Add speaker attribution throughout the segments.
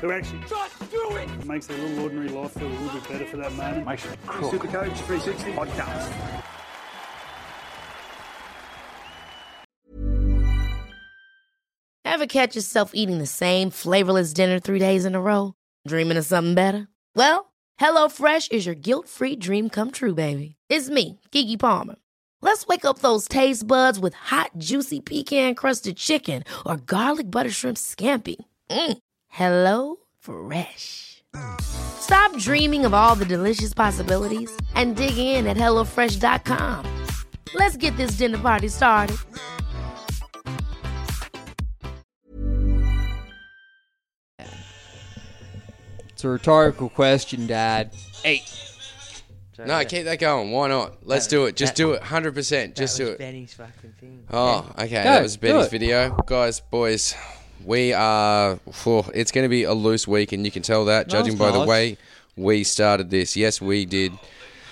Speaker 1: who actually just do it, makes their little ordinary life feel a little bit better for that moment. Makes it cool. Super Coach 360 podcast.
Speaker 2: Ever catch yourself eating the same flavorless dinner three days in a row? Dreaming of something better? Well, HelloFresh is your guilt-free dream come true, baby. It's me, Gigi Palmer. Let's wake up those taste buds with hot, juicy pecan-crusted chicken or garlic butter shrimp scampi. Mm. Hello Fresh. Stop dreaming of all the delicious possibilities and dig in at HelloFresh.com. Let's get this dinner party started.
Speaker 3: It's a rhetorical question, Dad.
Speaker 4: No, keep that going. Why not? Let's do it. Just
Speaker 3: that-
Speaker 4: do it. Hundred percent. Just do it.
Speaker 5: Benny's fucking thing.
Speaker 4: Oh, okay. that was
Speaker 3: do
Speaker 4: Benny's
Speaker 3: it.
Speaker 4: video, guys, boys. We are. phew, it's going to be a loose week, and you can tell that judging
Speaker 3: it's
Speaker 4: by the
Speaker 3: not.
Speaker 4: way we started this. Yes, we did.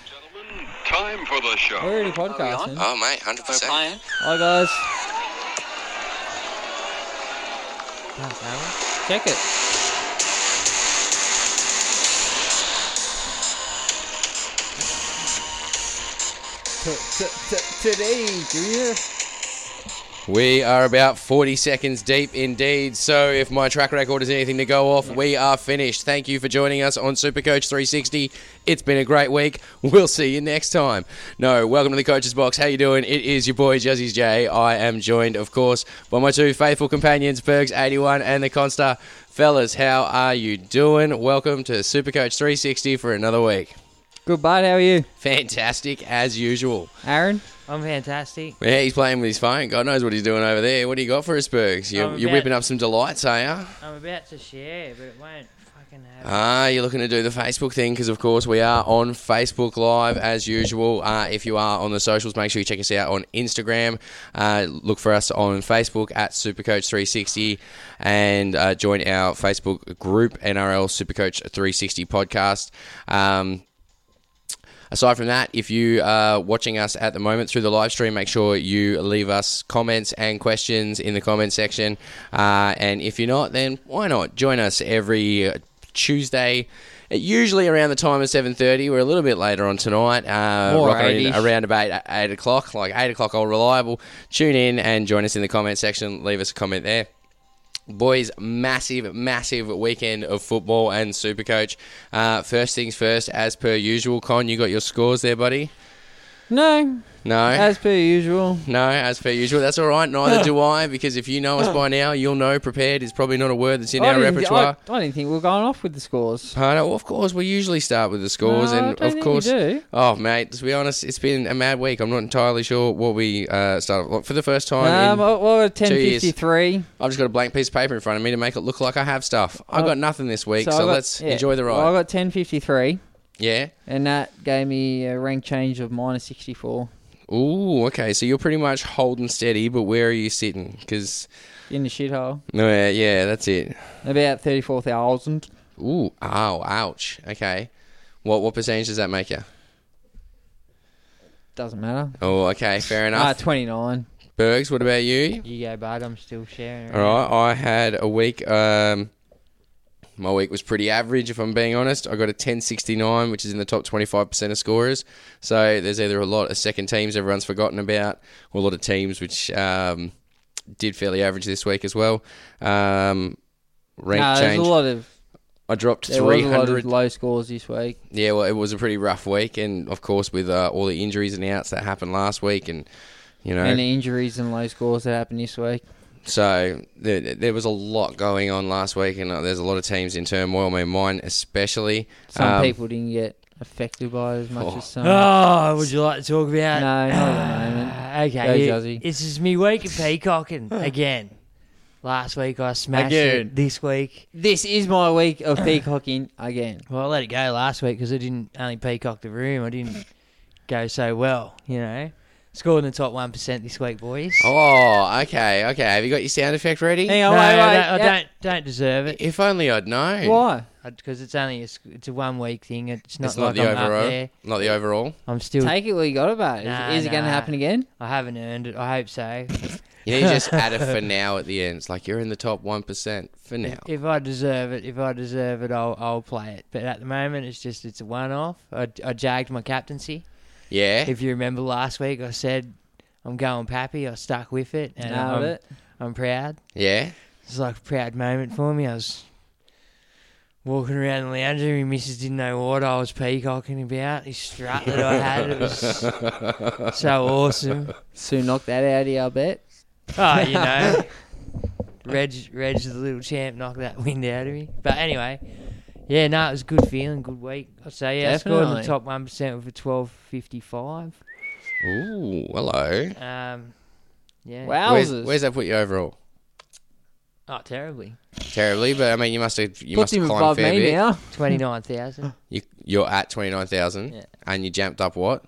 Speaker 6: Gentlemen, time for the show.
Speaker 3: We're already podcasting.
Speaker 7: Oh, mate, hundred percent.
Speaker 3: Hi guys. Check it. Today, do you?
Speaker 4: We are about 40 seconds deep indeed. So, if my track record is anything to go off, we are finished. Thank you for joining us on Supercoach 360. It's been a great week. We'll see you next time. No, welcome to the Coach's Box. How you doing? It is your boy Juzzy's J. I am joined, of course, by my two faithful companions, Bergs81 and the Constar. Fellas, how are you doing? Welcome to Supercoach 360 for another week.
Speaker 3: Goodbye. How are you,
Speaker 4: Fantastic as usual.
Speaker 3: Aaron?
Speaker 5: I'm fantastic.
Speaker 4: Yeah, he's playing with his phone. God knows what he's doing over there. What do you got for us, Bergs? You,
Speaker 5: I'm
Speaker 4: you're
Speaker 5: about-
Speaker 4: whipping up some delights, are ya?
Speaker 5: I'm about to share, but it won't fucking happen.
Speaker 4: Ah, you're looking to do the Facebook thing because, of course, we are on Facebook Live as usual. Uh, if you are on the socials, make sure you check us out on Instagram. Uh, look for us on Facebook at Supercoach360 and uh, join our Facebook group, NRL Supercoach360 Podcast. Um, Aside from that, if you are watching us at the moment through the live stream, make sure you leave us comments and questions in the comment section. Uh, and if you're not, then why not join us every uh, Tuesday? Usually around the time of seven thirty, we're a little bit later on tonight. Uh,
Speaker 3: More
Speaker 4: rocking in
Speaker 3: 80s.
Speaker 4: around about eight o'clock, like eight o'clock, all reliable. Tune in and join us in the comment section. Leave us a comment there. Boys, massive, massive weekend of football and Supercoach. Uh, first things first, as per usual, Con, you got your scores there, buddy?
Speaker 3: No,
Speaker 4: No?
Speaker 3: as per usual.
Speaker 4: no, as per usual. That's all right. Neither do I, because if you know us by now, you'll know prepared is probably not a word that's in
Speaker 3: I
Speaker 4: our
Speaker 3: didn't-
Speaker 4: repertoire.
Speaker 3: I, I didn't think we were going off with the scores.
Speaker 4: Uh, no, of course, we usually start with the scores,
Speaker 3: No, I
Speaker 4: and
Speaker 3: don't
Speaker 4: of
Speaker 3: think
Speaker 4: course,
Speaker 3: you do.
Speaker 4: oh mate, to be honest, it's been a mad week. I'm not entirely sure what we uh, started like, for the first time.
Speaker 3: Um,
Speaker 4: in-
Speaker 3: what what were ten
Speaker 4: years.
Speaker 3: fifty three?
Speaker 4: I've just got a blank piece of paper in front of me to make it look like I have stuff. I've
Speaker 3: Oh,
Speaker 4: got nothing this week, so, let's enjoy the ride.
Speaker 3: I got ten fifty three,
Speaker 4: yeah.
Speaker 3: and that gave me a rank change of minus sixty four
Speaker 4: Ooh, okay. So you're pretty much holding steady, but where are you sitting? Because
Speaker 3: in the shithole.
Speaker 4: yeah, yeah, that's it.
Speaker 3: About thirty four thousand.
Speaker 4: Ooh, ow, ouch. Okay, what what percentage does that make you?
Speaker 3: Doesn't matter.
Speaker 4: Oh, okay, fair
Speaker 3: Ah,
Speaker 4: enough.
Speaker 3: twenty nine.
Speaker 4: Bergs, what about you?
Speaker 3: You go bad. I'm still sharing.
Speaker 4: All right, I had a week. Um, my week was pretty average, if I'm being honest. I got a 1069, which is in the top 25% of scorers. So there's either a lot of second teams everyone's forgotten about, or a lot of teams which um, did fairly average this week as well. Um, rank
Speaker 3: Nah, there's a
Speaker 4: change.
Speaker 3: lot of
Speaker 4: I dropped
Speaker 3: there was a lot
Speaker 4: 300.
Speaker 3: of low scores this week.
Speaker 4: Yeah, well, it was a pretty rough week, and of course with uh, all the injuries and outs that happened last week, and you know,
Speaker 3: And the injuries and low scores that happened this week.
Speaker 4: So there, there was a lot going on last week, and uh, there's a lot of teams in turmoil. I mean, mine especially.
Speaker 3: Some
Speaker 4: Um,
Speaker 3: people didn't get affected by it as much
Speaker 4: Oh.
Speaker 3: as some.
Speaker 5: Oh, would you like to talk about? Ah,
Speaker 3: No, not at the moment. Go,
Speaker 5: Okay,
Speaker 3: Jazzy.
Speaker 5: this is me week of peacocking again. Last week I smashed
Speaker 3: Again.
Speaker 5: it. This week,
Speaker 3: This is my week of peacocking again.
Speaker 5: well, I let it go last week because I didn't only peacock the room. I didn't go so well, you know. Scored in the top one percent this week, boys.
Speaker 4: Oh, okay, okay. Have you got your sound effect ready?
Speaker 3: Hang
Speaker 5: No,
Speaker 3: on, wait,
Speaker 5: oh, I
Speaker 3: wait.
Speaker 5: don't- I
Speaker 3: yeah.
Speaker 5: don't don't deserve it
Speaker 4: If only I'd known.
Speaker 3: Why?
Speaker 5: because it's only a, s- it's a one week thing. It's not
Speaker 4: It's not
Speaker 5: like
Speaker 4: the
Speaker 5: I'm up
Speaker 4: overall.
Speaker 5: there.
Speaker 4: Not the overall.
Speaker 5: I'm still.
Speaker 3: Take it where you got about. Is,
Speaker 5: Nah,
Speaker 3: is it going to
Speaker 5: nah.
Speaker 3: happen again?
Speaker 5: I haven't earned it. I hope so.
Speaker 4: You need to just add a for now at the end. It's like you're in the top one percent for now.
Speaker 5: If I deserve it, if I deserve it, I'll I'll play it. But at the moment, it's just it's a one off. I, I jagged my captaincy.
Speaker 4: Yeah.
Speaker 5: If you remember last week, I said I'm going Pappy. I stuck with it, and
Speaker 3: Nailed
Speaker 5: I'm,
Speaker 3: it.
Speaker 5: I'm proud.
Speaker 4: yeah.
Speaker 5: It's like a proud moment for me. I was walking around the lounge, and my missus didn't know what I was peacocking about. This strut that I had, it was so awesome.
Speaker 3: Soon knock that out of you, I bet.
Speaker 5: Oh, you know. Reg, Reg, the little champ, knocked that wind out of me. But anyway, yeah, no, it was a good feeling, good week. I say, yeah, I scored in the
Speaker 3: Definitely.
Speaker 5: top one percent with a twelve fifty five.
Speaker 4: Ooh, hello.
Speaker 5: Um, yeah,
Speaker 4: Where's,
Speaker 3: Wowzers.
Speaker 4: where's that put you overall?
Speaker 5: oh, terribly,
Speaker 4: Terribly, but I mean, you must have you must
Speaker 3: Puts him
Speaker 4: have climbed a
Speaker 3: above
Speaker 4: fair
Speaker 3: me
Speaker 4: bit.
Speaker 3: now.
Speaker 5: twenty nine thousand,
Speaker 4: You, you're at twenty nine thousand,
Speaker 5: Yeah.
Speaker 4: and you jumped up what?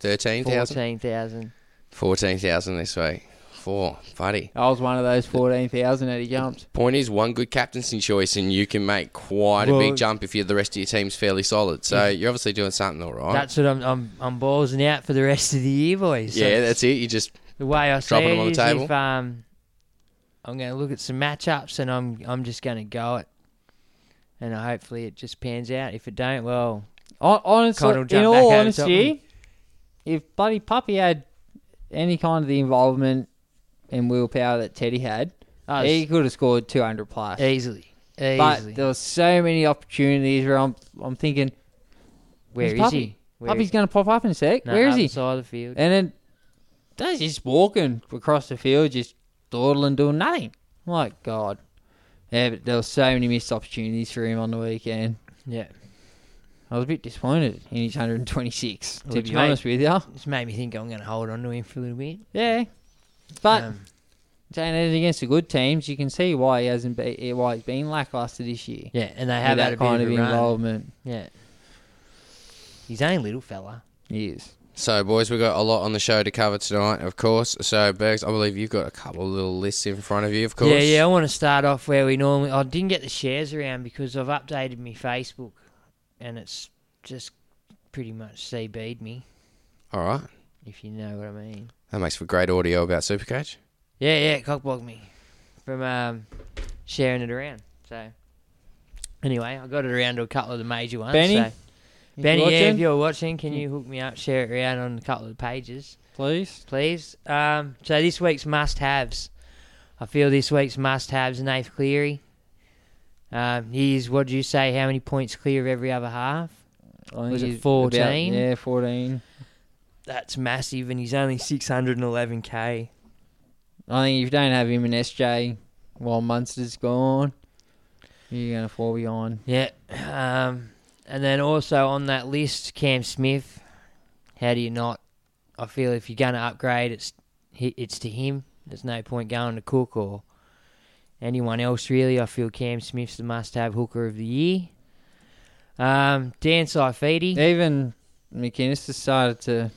Speaker 4: Thirteen thousand.
Speaker 5: fourteen thousand.
Speaker 4: Fourteen thousand this week. Four, buddy.
Speaker 3: I was one of those 14,000 that he jumped.
Speaker 4: Point is, one good captaincy choice, and you can make quite a
Speaker 5: Well-
Speaker 4: big jump if you're the rest of your team's fairly solid. So you're obviously doing something all right.
Speaker 5: That's what I'm, I'm I'm ballsing out for the rest of the year, boys. So
Speaker 4: yeah, that's it. You just
Speaker 5: the way I see
Speaker 4: dropping
Speaker 5: it
Speaker 4: them on the
Speaker 5: is
Speaker 4: table.
Speaker 5: if um, I'm going to look at some matchups and I'm I'm just going to go it, and hopefully it just pans out. If it don't, well,
Speaker 3: Hon- Honestly,
Speaker 5: Connell
Speaker 3: in
Speaker 5: jumped
Speaker 3: all
Speaker 5: back out and told
Speaker 3: honesty,
Speaker 5: me.
Speaker 3: if Buddy Puppy had any kind of the involvement and willpower that Teddy had,
Speaker 5: Oh,
Speaker 3: he could have scored 200 plus.
Speaker 5: Easily. Easily.
Speaker 3: but there were so many opportunities where I'm, I'm thinking,
Speaker 5: Where
Speaker 3: "Where's
Speaker 5: is
Speaker 3: Puppy?
Speaker 5: he? Where
Speaker 3: Puppy's
Speaker 5: is he?
Speaker 3: going to pop up in a sec. Where is he?
Speaker 5: Outside the field.
Speaker 3: And then that's just walking across the field, just dawdling, doing nothing. My God. Yeah, but there were so many missed opportunities for him on the weekend.
Speaker 5: yeah.
Speaker 3: I was a bit disappointed in his 126, to
Speaker 5: Which
Speaker 3: be
Speaker 5: mate-
Speaker 3: honest with you.
Speaker 5: It's made me think I'm going to hold on to him for a little bit.
Speaker 3: Yeah. But
Speaker 5: Um,
Speaker 3: saying it against the good teams, you can see why he hasn't be, why he's been lackluster this year.
Speaker 5: yeah, and they
Speaker 3: With
Speaker 5: have
Speaker 3: that
Speaker 5: had a bit
Speaker 3: kind
Speaker 5: of,
Speaker 3: of,
Speaker 5: a run.
Speaker 3: involvement.
Speaker 5: Yeah. He's only a little fella.
Speaker 3: He is.
Speaker 4: So, boys, we've got a lot on the show to cover tonight, of course. So, Bergs, I believe you've got a couple of little lists in front of you, of course.
Speaker 5: Yeah, yeah. I want to start off where we normally. I didn't get the shares around because I've updated my Facebook, and it's just pretty much CB'd me,
Speaker 4: All right.
Speaker 5: if you know what I mean.
Speaker 4: That makes for great audio about Supercoach.
Speaker 5: Yeah, yeah. Cockblocked me from um, sharing it around. So anyway, I got it around to a couple of the major ones.
Speaker 3: Benny?
Speaker 5: so-
Speaker 3: You
Speaker 5: Benny, yeah,
Speaker 3: watching?
Speaker 5: if you're watching, can you hook me up, share it around on a couple of the pages,
Speaker 3: please.
Speaker 5: please? Um, so this week's must-haves. I feel this week's must-haves, Nath Cleary. Um, he is, what do you say, how many points clear of every other half?
Speaker 3: I think
Speaker 5: Was it
Speaker 3: he's about-
Speaker 5: 14?
Speaker 3: yeah, 14.
Speaker 5: That's massive, and he's only 611k.
Speaker 3: I think if you don't have him in SJ while Munster's gone, you're going to fall behind.
Speaker 5: Yeah. Um, and then also on that list, Cam Smith. How do you not? I feel if you're going to upgrade, it's he- it's to him. There's no point going to Cook or anyone else really. I feel Cam Smith's the must-have hooker of the year. Um, Dan Saifidi
Speaker 3: Even McInnes has started to,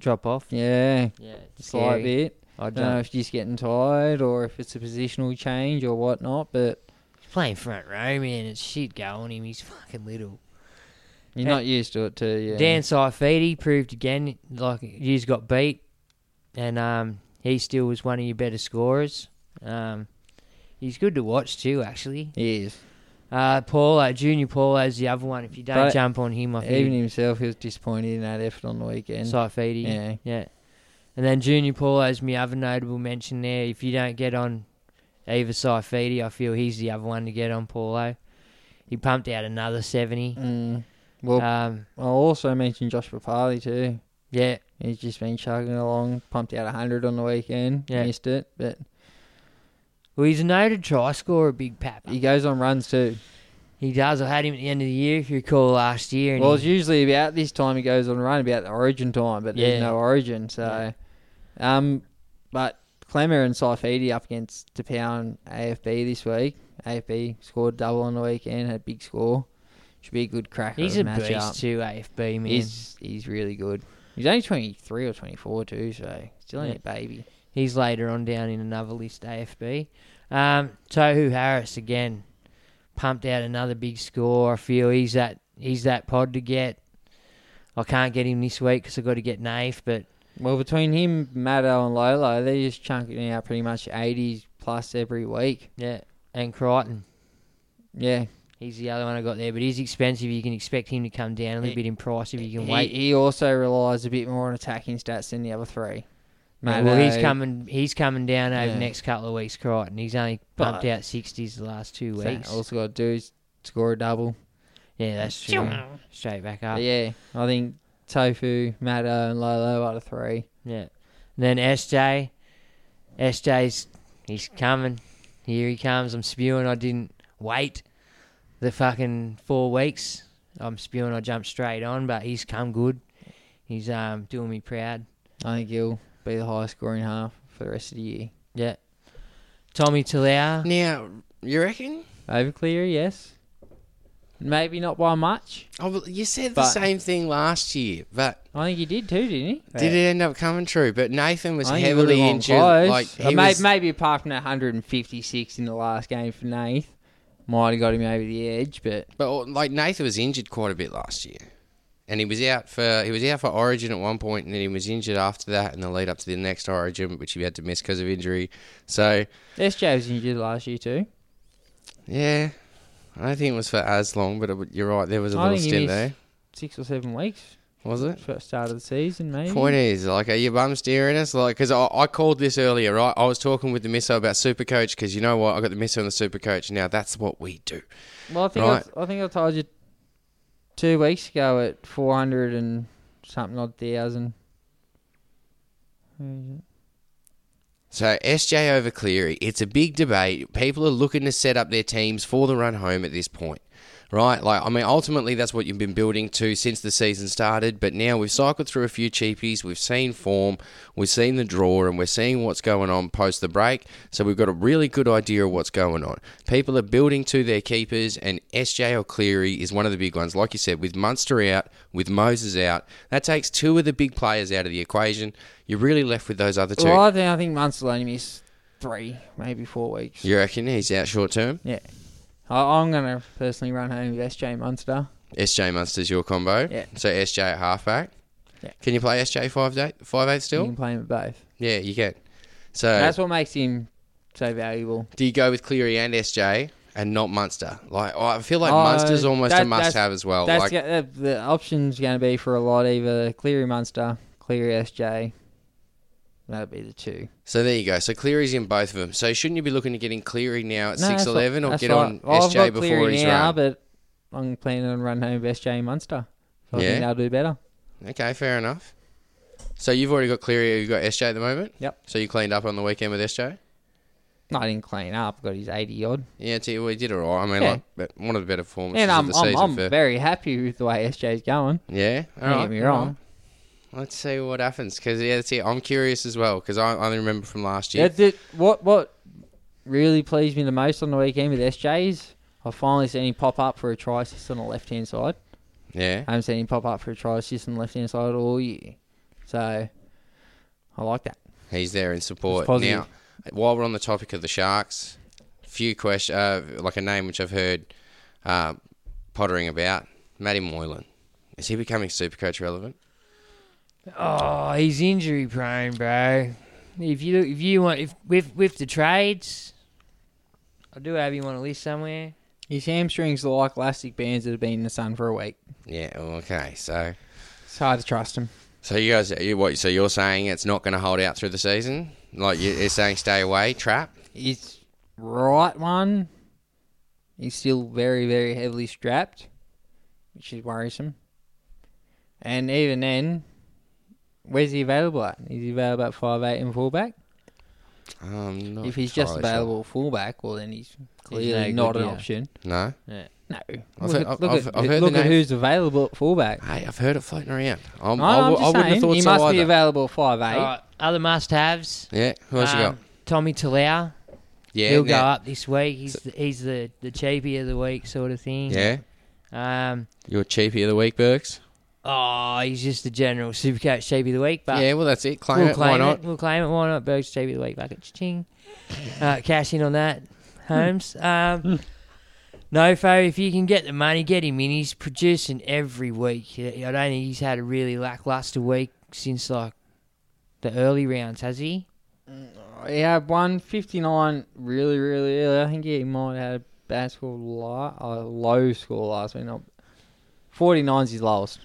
Speaker 5: drop off.
Speaker 3: yeah,
Speaker 5: Yeah,
Speaker 3: slight
Speaker 5: scary.
Speaker 3: bit.
Speaker 5: I
Speaker 3: I don't know
Speaker 5: don't.
Speaker 3: if he's getting tired or if it's a positional change or whatnot, but
Speaker 5: Playing front row, man, it's shit going him. He's fucking little.
Speaker 3: you're
Speaker 5: Yeah.
Speaker 3: not used to it too. Yeah.
Speaker 5: Dan Saifidi proved again, like he's got beat, and um, he still was one of your better scorers. Um, he's good to watch too, actually.
Speaker 3: he is.
Speaker 5: Uh, Paulo, Junior Paulo's the other one. If you don't
Speaker 3: But
Speaker 5: jump on him, I
Speaker 3: Even
Speaker 5: think
Speaker 3: himself, he was disappointed in that effort on the weekend.
Speaker 5: Saifidi.
Speaker 3: Yeah.
Speaker 5: yeah. And then Junior Paulo's my other notable mention there. If you don't get on either Saifidi, I feel he's the other one to get on Paulo. He pumped out another seventy.
Speaker 3: Mm. Well,
Speaker 5: Um,
Speaker 3: I'll also mention Josh Papali too.
Speaker 5: yeah,
Speaker 3: He's just been chugging along, pumped out 100 on the weekend,
Speaker 5: Yeah.
Speaker 3: missed it, but
Speaker 5: Well, he's a noted try scorer, Big Pap.
Speaker 3: He goes on runs too.
Speaker 5: He does. I had him at the end of the year, if you recall, last year. And
Speaker 3: Well, it's
Speaker 5: he-
Speaker 3: usually about this time he goes on run about the origin time, but
Speaker 5: Yeah.
Speaker 3: there's no origin. So, um, but Clemmer and Saifidi up against DePau and AFB this week. AFB scored double on the weekend, had a big score. Should be a good cracker.
Speaker 5: he's a
Speaker 3: of a matchup.
Speaker 5: beast too, AFB man. He's,
Speaker 3: He's he's really good. He's only twenty three or twenty four too, so still only
Speaker 5: Yeah.
Speaker 3: a baby.
Speaker 5: later on down in another list, AFB. Um, Tohu Harris again pumped out another big score. I feel he's that he's that pod to get. I can't get him this week because I got to get Naif, but
Speaker 3: Well, between him, Maddo, and Lolo, they're just chunking out pretty much eighties plus every week.
Speaker 5: yeah, and Crichton.
Speaker 3: Yeah,
Speaker 5: He's the other one I got there, but he's expensive. You can expect him to come down a little bit in price if you can
Speaker 3: he,
Speaker 5: wait.
Speaker 3: he also relies a bit more on attacking stats than the other three.
Speaker 5: Yeah, well, he's
Speaker 3: Maddo-
Speaker 5: coming. He's coming down over
Speaker 3: Yeah.
Speaker 5: the next couple of weeks, Crichton. He's only pumped
Speaker 3: But-
Speaker 5: out sixties the last two
Speaker 3: so
Speaker 5: weeks.
Speaker 3: Also got to do is score a double.
Speaker 5: yeah, that's true. Straight back up.
Speaker 3: But
Speaker 5: Yeah.
Speaker 3: yeah, I think Tofu, Maddo, and Lolo are the three.
Speaker 5: And then SJ, SJ's he's coming. Here he comes. I'm spewing. I didn't wait the fucking four weeks. I'm spewing. I jumped straight on, but he's come good. He's um doing me proud.
Speaker 3: I think he'll be the highest scoring half for the rest of the year.
Speaker 5: Yeah. Tommy Talau.
Speaker 4: Now, you reckon?
Speaker 3: Overclear, yes. Maybe not by much.
Speaker 4: Oh, you said the
Speaker 3: But-
Speaker 4: same thing last year, but
Speaker 3: I think he did too, didn't he?
Speaker 4: did it end up coming true? But Nathan was
Speaker 3: I think he would've
Speaker 4: heavily
Speaker 3: gone
Speaker 4: injured.
Speaker 3: close.
Speaker 4: Like
Speaker 3: Uh,
Speaker 4: he
Speaker 3: may-
Speaker 4: was,
Speaker 3: maybe apart from that 156 in the last game for Nath, might have got him over the edge, but
Speaker 4: but uh, like Nathan was injured quite a bit last year, and he was out for he was out for Origin at one point, and then he was injured after that in the lead up to the next Origin, which he had to miss because of injury. So
Speaker 3: SJ was injured last year too.
Speaker 4: yeah, I don't think it was for as long, but it, w- you're right, there was a
Speaker 3: I
Speaker 4: little
Speaker 3: think he
Speaker 4: stint
Speaker 3: missed
Speaker 4: there,
Speaker 3: six or seven weeks
Speaker 4: was it?
Speaker 3: for the start of the season, maybe.
Speaker 4: Point is, like, are your bum steering us? Like, because I, I called this earlier, right? I was talking with the misso about Supercoach because you know what? I got the misso and the Supercoach. Now that's what we do.
Speaker 3: Well, I think
Speaker 4: Right.
Speaker 3: I, I think I told you two weeks ago at 400 and something odd thousand.
Speaker 4: So SJ over Cleary, it's a big debate. People are looking to set up their teams for the run home at this point. Right, like I mean, ultimately that's what you've been building to since the season started. But now we've cycled through a few cheapies, we've seen form, we've seen the draw, and we're seeing what's going on post the break. So we've got a really good idea of what's going on. People are building to their keepers, and SJ or Cleary is one of the big ones. Like you said, with Munster out, with Moses out, that takes two of the big players out of the equation. You're really left with those other two.
Speaker 3: Well, I think I think Munster will only missed three, maybe four weeks.
Speaker 4: You reckon he's out short term?
Speaker 3: Yeah. I, I'm gonna personally run home with SJ Munster.
Speaker 4: SJ Munster's your combo.
Speaker 3: Yeah.
Speaker 4: So SJ at halfback.
Speaker 3: Yeah.
Speaker 4: Can you play SJ five eight five eight
Speaker 3: You
Speaker 4: still?
Speaker 3: can play him at both.
Speaker 4: Yeah, you can. So
Speaker 3: That's what makes him so valuable.
Speaker 4: do you go with Cleary and SJ and not Munster? Like oh, I feel like
Speaker 3: Oh,
Speaker 4: Munster's almost
Speaker 3: that-
Speaker 4: a must
Speaker 3: that's-
Speaker 4: have as well.
Speaker 3: That's
Speaker 4: Like
Speaker 3: go- uh, the option's going to be for a lot either Cleary Munster, Cleary SJ. That'll be the two.
Speaker 4: so there you go. So Cleary's in both of them. So shouldn't you be looking to getting Cleary now at
Speaker 3: No,
Speaker 4: six
Speaker 3: that's
Speaker 4: eleven
Speaker 3: not-
Speaker 4: or
Speaker 3: that's
Speaker 4: get
Speaker 3: not-
Speaker 4: on
Speaker 3: well, I've
Speaker 4: SJ
Speaker 3: got
Speaker 4: before
Speaker 3: Cleary
Speaker 4: he's
Speaker 3: now,
Speaker 4: run?
Speaker 3: but I'm planning on running home with SJ Munster. So I
Speaker 4: Yeah.
Speaker 3: think they'll do better.
Speaker 4: Okay, fair enough. So you've already got Cleary, you've got SJ at the moment?
Speaker 3: Yep.
Speaker 4: So you cleaned up on the weekend with SJ?
Speaker 3: No, I didn't clean up. Got his 80 odd.
Speaker 4: Yeah, t- well, he did all right. I mean,
Speaker 3: Yeah.
Speaker 4: like, but one of the better performances
Speaker 3: And
Speaker 4: of
Speaker 3: I'm,
Speaker 4: the
Speaker 3: I'm,
Speaker 4: season
Speaker 3: I'm
Speaker 4: for
Speaker 3: very happy with the way SJ's going.
Speaker 4: Yeah, all
Speaker 3: Don't
Speaker 4: right,
Speaker 3: get me
Speaker 4: all
Speaker 3: wrong.
Speaker 4: right. Let's see what happens because yeah, that's it. I'm curious as well because I, I only remember from last year.
Speaker 3: Yeah, th- what what really pleased me the most on the weekend with SJ is I finally seen him pop up for a try assist on the left hand side.
Speaker 4: yeah,
Speaker 3: I haven't seen him pop up for a try assist on the left hand side all year. So I like that.
Speaker 4: he's there in support.
Speaker 3: It's positive.
Speaker 4: Now, while we're on the topic of the Sharks, few question uh, like a name which I've heard uh, pottering about, Matty Moylan. Is he becoming super coach relevant?
Speaker 5: Oh, he's injury prone, bro. If you if you want if with with the trades, I do have him on a list somewhere.
Speaker 3: His hamstrings are like elastic bands that have been in the sun for a week.
Speaker 4: Yeah. Okay. So,
Speaker 3: It's hard to trust him.
Speaker 4: so you guys, you what? So you're saying it's not going to hold out through the season? Like you- you're saying, stay away, trap.
Speaker 3: He's right one. He's still very, very heavily strapped, which is worrisome. And even then, where's he available at? Is he available at five eight and fullback?
Speaker 4: Um, not
Speaker 3: if he's just
Speaker 4: entirely sure.
Speaker 3: available fullback, well then he's clearly
Speaker 5: no
Speaker 3: not
Speaker 5: good,
Speaker 3: an
Speaker 5: yeah.
Speaker 3: option.
Speaker 4: No.
Speaker 5: Yeah.
Speaker 3: No,
Speaker 4: I've
Speaker 3: look
Speaker 4: heard-
Speaker 3: at,
Speaker 4: I've-
Speaker 3: look
Speaker 4: I've-
Speaker 3: at,
Speaker 4: I've heard the
Speaker 3: look at
Speaker 4: name.
Speaker 3: who's available at fullback.
Speaker 4: Hey, I've heard it floating around. I'm,
Speaker 3: No,
Speaker 4: I,
Speaker 3: I'm
Speaker 4: w-
Speaker 3: just
Speaker 4: I wouldn't
Speaker 3: saying,
Speaker 4: have thought
Speaker 3: he
Speaker 4: so
Speaker 3: must
Speaker 4: either.
Speaker 3: be available five eight.
Speaker 5: All right, other must-haves.
Speaker 4: yeah. Who else you got?
Speaker 5: Um, Tommy Talau.
Speaker 4: Yeah.
Speaker 5: He'll go
Speaker 4: now-
Speaker 5: up this week. He's the, he's the the cheapie of the week sort of thing.
Speaker 4: Yeah.
Speaker 5: Um.
Speaker 4: Your cheapie of the week, Burks.
Speaker 5: Oh, he's just the general supercoach cheapie of the week, but
Speaker 4: yeah. Well, that's it. Claim
Speaker 5: we'll
Speaker 4: it.
Speaker 5: claim
Speaker 4: why not?
Speaker 5: it. We'll claim it. Why not? Berg's cheapie of the week. Bucket ching. Uh, cash in on that, Holmes. Um. Nofo, if you can get the money, get him in. He's producing every week. I don't think he's had a really lackluster week since like the early rounds, has he?
Speaker 3: He had one fifty nine really, really early. I think he might have had a bad score, li- a low score last week. Not forty nine's his lowest,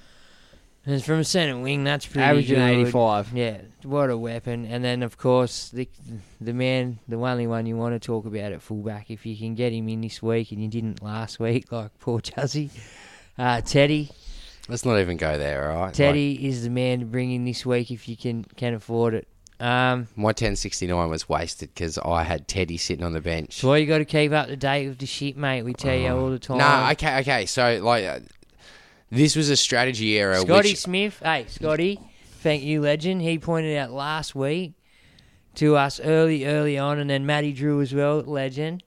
Speaker 5: And from a centre wing, that's pretty
Speaker 3: averaging
Speaker 5: good.
Speaker 3: eighty five.
Speaker 5: Yeah, what a weapon! And then, of course, the the man, the only one you want to talk about at fullback, if you can get him in this week and you didn't last week, like poor Chuzzy. Uh, Teddy,
Speaker 4: Let's not even go there. All right.
Speaker 5: Teddy is the man to bring in this week if you can can afford it. Um,
Speaker 4: Like, my 1069 was wasted because I had Teddy sitting on the bench.
Speaker 5: so you got to keep up to date with the shit, mate. We tell you all the time.
Speaker 4: No, okay, okay. So like, uh, this was a strategy error.
Speaker 5: Scotty
Speaker 4: which,
Speaker 5: Smith, hey Scotty, thank you, legend. He pointed out last week to us early, early on, and then Matty Drew as well, legend,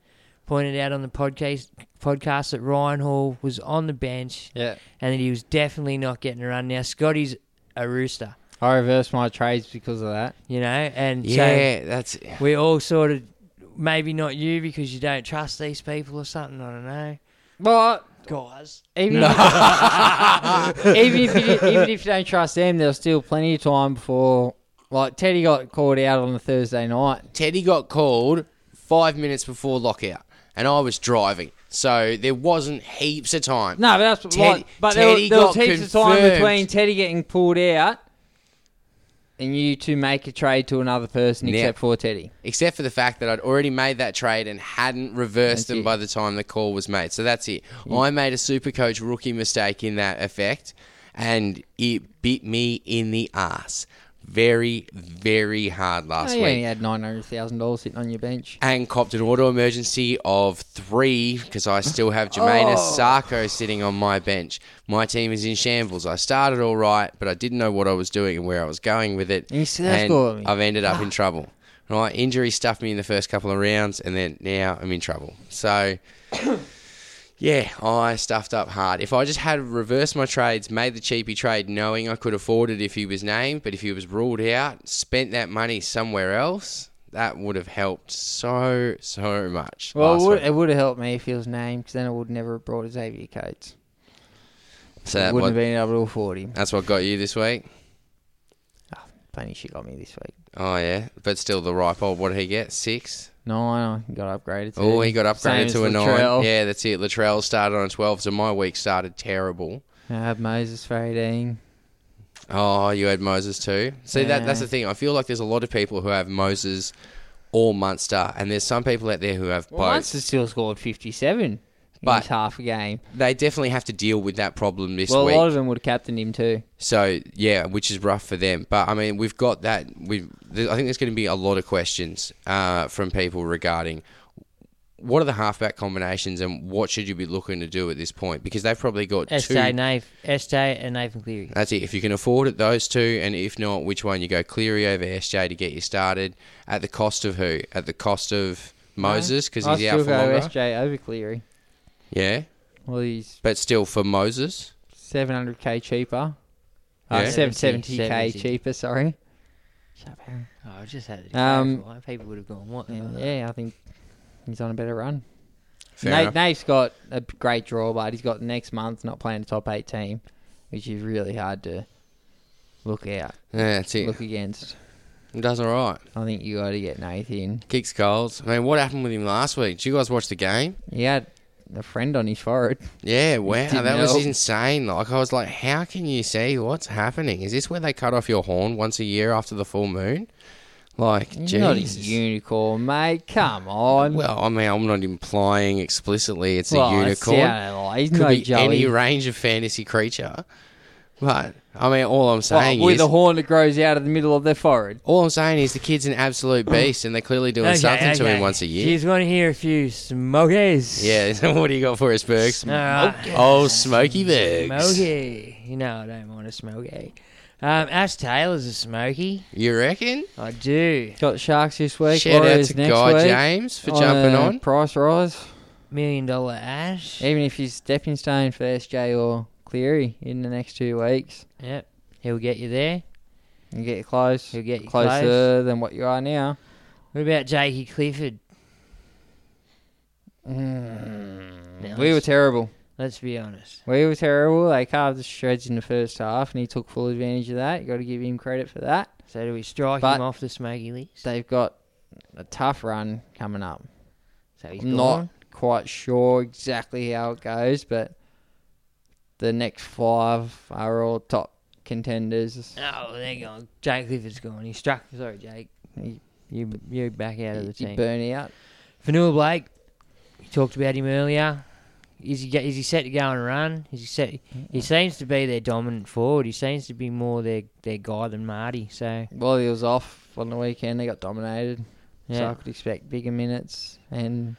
Speaker 5: pointed out on the podcast podcast that Ryan Hall was on the bench
Speaker 3: Yeah,
Speaker 5: and that he was definitely not getting a run. Now Scotty's a rooster,
Speaker 3: I reversed my trades because of that.
Speaker 5: you know, and
Speaker 4: yeah, that's
Speaker 5: so we all sort of maybe not you because you don't trust these people or something. I don't know,
Speaker 3: But
Speaker 5: guys.
Speaker 3: even if, even if you did- even if you don't trust them, there's still plenty of time before. Like Teddy got called out on the Thursday night.
Speaker 4: Teddy got called five minutes before lockout, and I was driving, so there wasn't heaps of time.
Speaker 3: No, but that's what
Speaker 4: Teddy-
Speaker 3: like, but there,
Speaker 4: Teddy
Speaker 3: there was
Speaker 4: got
Speaker 3: heaps of time
Speaker 4: confirmed.
Speaker 3: between Teddy getting pulled out and you to make a trade to another person
Speaker 4: Yeah.
Speaker 3: except for Teddy.
Speaker 4: except for the fact that I'd already made that trade and hadn't reversed
Speaker 3: That's
Speaker 4: them
Speaker 3: it.
Speaker 4: by the time the call was made. So that's it. I made a super coach rookie mistake in that effect, and it bit me in the ass very, very hard
Speaker 3: Oh,
Speaker 4: last
Speaker 3: you
Speaker 4: week.
Speaker 3: only had nine hundred thousand dollars sitting on your bench.
Speaker 4: and copped an auto emergency of three because I still have Jermaine Sarko sitting on my bench. My team is in shambles. I started all right, but I didn't know what I was doing and where I was going with it.
Speaker 3: And you still scored me.
Speaker 4: I've ended up in trouble. Right, injury stuffed me in the first couple of rounds, and then now I'm in trouble. So, yeah, I stuffed up hard. If I just had reversed my trades, made the cheapy trade, knowing I could afford it if he was named, but if he was ruled out, spent that money somewhere else, that would have helped so so much.
Speaker 3: Well, it
Speaker 4: last
Speaker 3: would,
Speaker 4: week.
Speaker 3: it would have helped me if he was named because then I would never have brought Xavier Coates.
Speaker 4: so
Speaker 3: I
Speaker 4: that
Speaker 3: wouldn't
Speaker 4: what-
Speaker 3: have been able to afford him.
Speaker 4: that's what got you this week.
Speaker 3: Plenty of shit got me this week.
Speaker 4: Oh yeah, but still the ripe old. What did he get? Six.
Speaker 3: No, I know. got upgraded. To
Speaker 4: Oh, he got
Speaker 3: Same
Speaker 4: upgraded
Speaker 3: as
Speaker 4: to a
Speaker 3: Latrell.
Speaker 4: nine. Yeah, that's it. Latrell started on a twelve, so my week started terrible.
Speaker 3: I had Moses for eighteen.
Speaker 4: Oh, you had Moses too. See that that's the thing. I feel like there's a lot of people who have Moses or Munster, and there's some people out there who have both.
Speaker 3: Well, Munster still scored fifty-seven.
Speaker 4: But-
Speaker 3: But half a game.
Speaker 4: They definitely have to deal with that problem this
Speaker 3: Well,
Speaker 4: week.
Speaker 3: a lot of them would have captained him too.
Speaker 4: So yeah, which is rough for them. But I mean, we've got that. We th- I think there's going to be a lot of questions uh, from people regarding what are the halfback combinations and what should you be looking to do at this point because they've probably got two.
Speaker 5: Estay, Nave, Estay, and Nathan Cleary.
Speaker 4: That's it. If you can afford it, those two, and if not, which one you go Cleary over SJ to get you started at the cost of who? At the cost of Moses because
Speaker 3: I
Speaker 4: he's
Speaker 3: still
Speaker 4: out for
Speaker 3: go
Speaker 4: longer.
Speaker 3: SJ over Cleary.
Speaker 4: Yeah,
Speaker 3: Well, he's
Speaker 4: but still for Moses.
Speaker 3: 700k cheaper.
Speaker 4: Yeah.
Speaker 3: Uh, 770,
Speaker 5: 70.
Speaker 3: k cheaper, sorry.
Speaker 5: Oh, I just had it.
Speaker 3: Um,
Speaker 5: Um, people would have gone, what? the
Speaker 3: And
Speaker 5: hell?
Speaker 3: yeah, I think he's on a better run.
Speaker 4: Fair
Speaker 3: Nate,
Speaker 4: enough.
Speaker 3: Nate's got a great draw, but he's got next month not playing a top eight team, which is really hard to look out,
Speaker 4: Yeah, that's it.
Speaker 3: look against.
Speaker 4: It does all right.
Speaker 3: I think you got to get Nathan.
Speaker 4: Kicks goals. I mean, what happened with him last week? Did you guys watch the game?
Speaker 3: He had a friend on his forehead.
Speaker 4: Yeah, wow,
Speaker 3: didn't
Speaker 4: that was
Speaker 3: help.
Speaker 4: insane. Like I was like, how can you see what's happening? Is this where they cut off your horn once a year after the full moon? Like,
Speaker 3: He's Not a
Speaker 4: jeez.
Speaker 3: unicorn, mate. Come on.
Speaker 4: Well, I mean, I'm not implying explicitly it's
Speaker 3: Well,
Speaker 4: a
Speaker 3: it
Speaker 4: unicorn.
Speaker 3: sounded like- he's
Speaker 4: Could
Speaker 3: no
Speaker 4: be
Speaker 3: jelly.
Speaker 4: any range of fantasy creature. But I mean, all I'm
Speaker 3: Well,
Speaker 4: saying
Speaker 3: with
Speaker 4: is,
Speaker 3: a horn that grows out of the middle of their forehead.
Speaker 4: all I'm saying is the kid's an absolute beast, and they're clearly doing something to him once a year.
Speaker 5: She's going to hear a few smokies.
Speaker 4: Yeah. so what do you got for us, Bergs?
Speaker 5: All right.
Speaker 4: Oh, Smoky Bergs.
Speaker 5: Smoky. You know I don't want a smoky. Um, Ash Taylor's a smoky.
Speaker 4: You reckon?
Speaker 5: I do.
Speaker 3: Got sharks this week.
Speaker 4: Shout out
Speaker 3: Warriors
Speaker 4: to
Speaker 3: next
Speaker 4: Guy
Speaker 3: week Oh,
Speaker 4: James for jumping
Speaker 3: a
Speaker 4: on.
Speaker 3: price rise.
Speaker 5: Million dollar Ash.
Speaker 3: Even if he's stepping stone for SJ or Cleary in the next two weeks,
Speaker 5: Yep. He'll get you there.
Speaker 3: you get close.
Speaker 5: He'll get you
Speaker 3: closer
Speaker 5: close.
Speaker 3: than what you are now.
Speaker 5: What about Jakey Clifford? Now,
Speaker 3: Mm. We were
Speaker 5: let's,
Speaker 3: terrible.
Speaker 5: let's be honest.
Speaker 3: We were terrible. They carved the shreds in the first half, and he took full advantage of that. You got to give him credit for that.
Speaker 5: So do we strike
Speaker 3: But-
Speaker 5: him off the smoky list?
Speaker 3: They've got a tough run coming up.
Speaker 5: So he's
Speaker 3: I'm not
Speaker 5: gone.
Speaker 3: quite sure exactly how it goes, but the next five are all top contenders.
Speaker 5: Oh, they're gone. Jake Clifford's gone. He struck. Sorry, Jake.
Speaker 3: You-
Speaker 5: You you back out of the
Speaker 3: You
Speaker 5: team.
Speaker 3: burn out.
Speaker 5: Fanua Blake, you talked about him earlier. Is he is he set to go and run? Is he set? He seems to be their dominant forward. He seems to be more their their guy than Marty. So
Speaker 3: While he was off on the weekend, they got dominated. So
Speaker 5: yeah,
Speaker 3: I could expect bigger minutes. And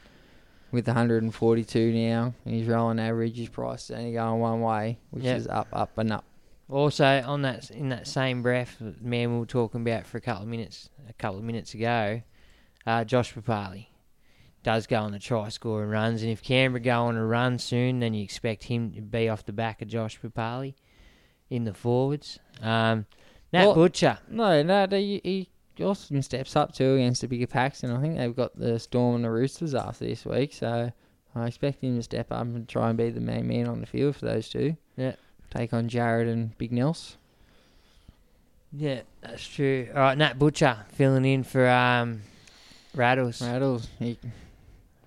Speaker 3: with 142 now, and his rolling average, his price is only going one way, which
Speaker 5: Yeah.
Speaker 3: is up, up, and up.
Speaker 5: Also, on that in that same breath, the man we were talking about for a couple of minutes a couple of minutes ago, uh, Josh Papali does go on the try score and runs, and if Canberra go on a run soon, then you expect him to be off the back of Josh Papali in the forwards. Um, Nat
Speaker 3: Well-
Speaker 5: Butcher,
Speaker 3: No, no, they, he Austin steps up too against the bigger packs, and I think they've got the Storm and the Roosters after this week, so I expect him to step up and try and be the main man on the field for those two.
Speaker 5: Yeah.
Speaker 3: Take on Jared and Big Nels.
Speaker 5: yeah, that's true. All right, Nat Butcher filling in for um, Rattles.
Speaker 3: Rattles. He,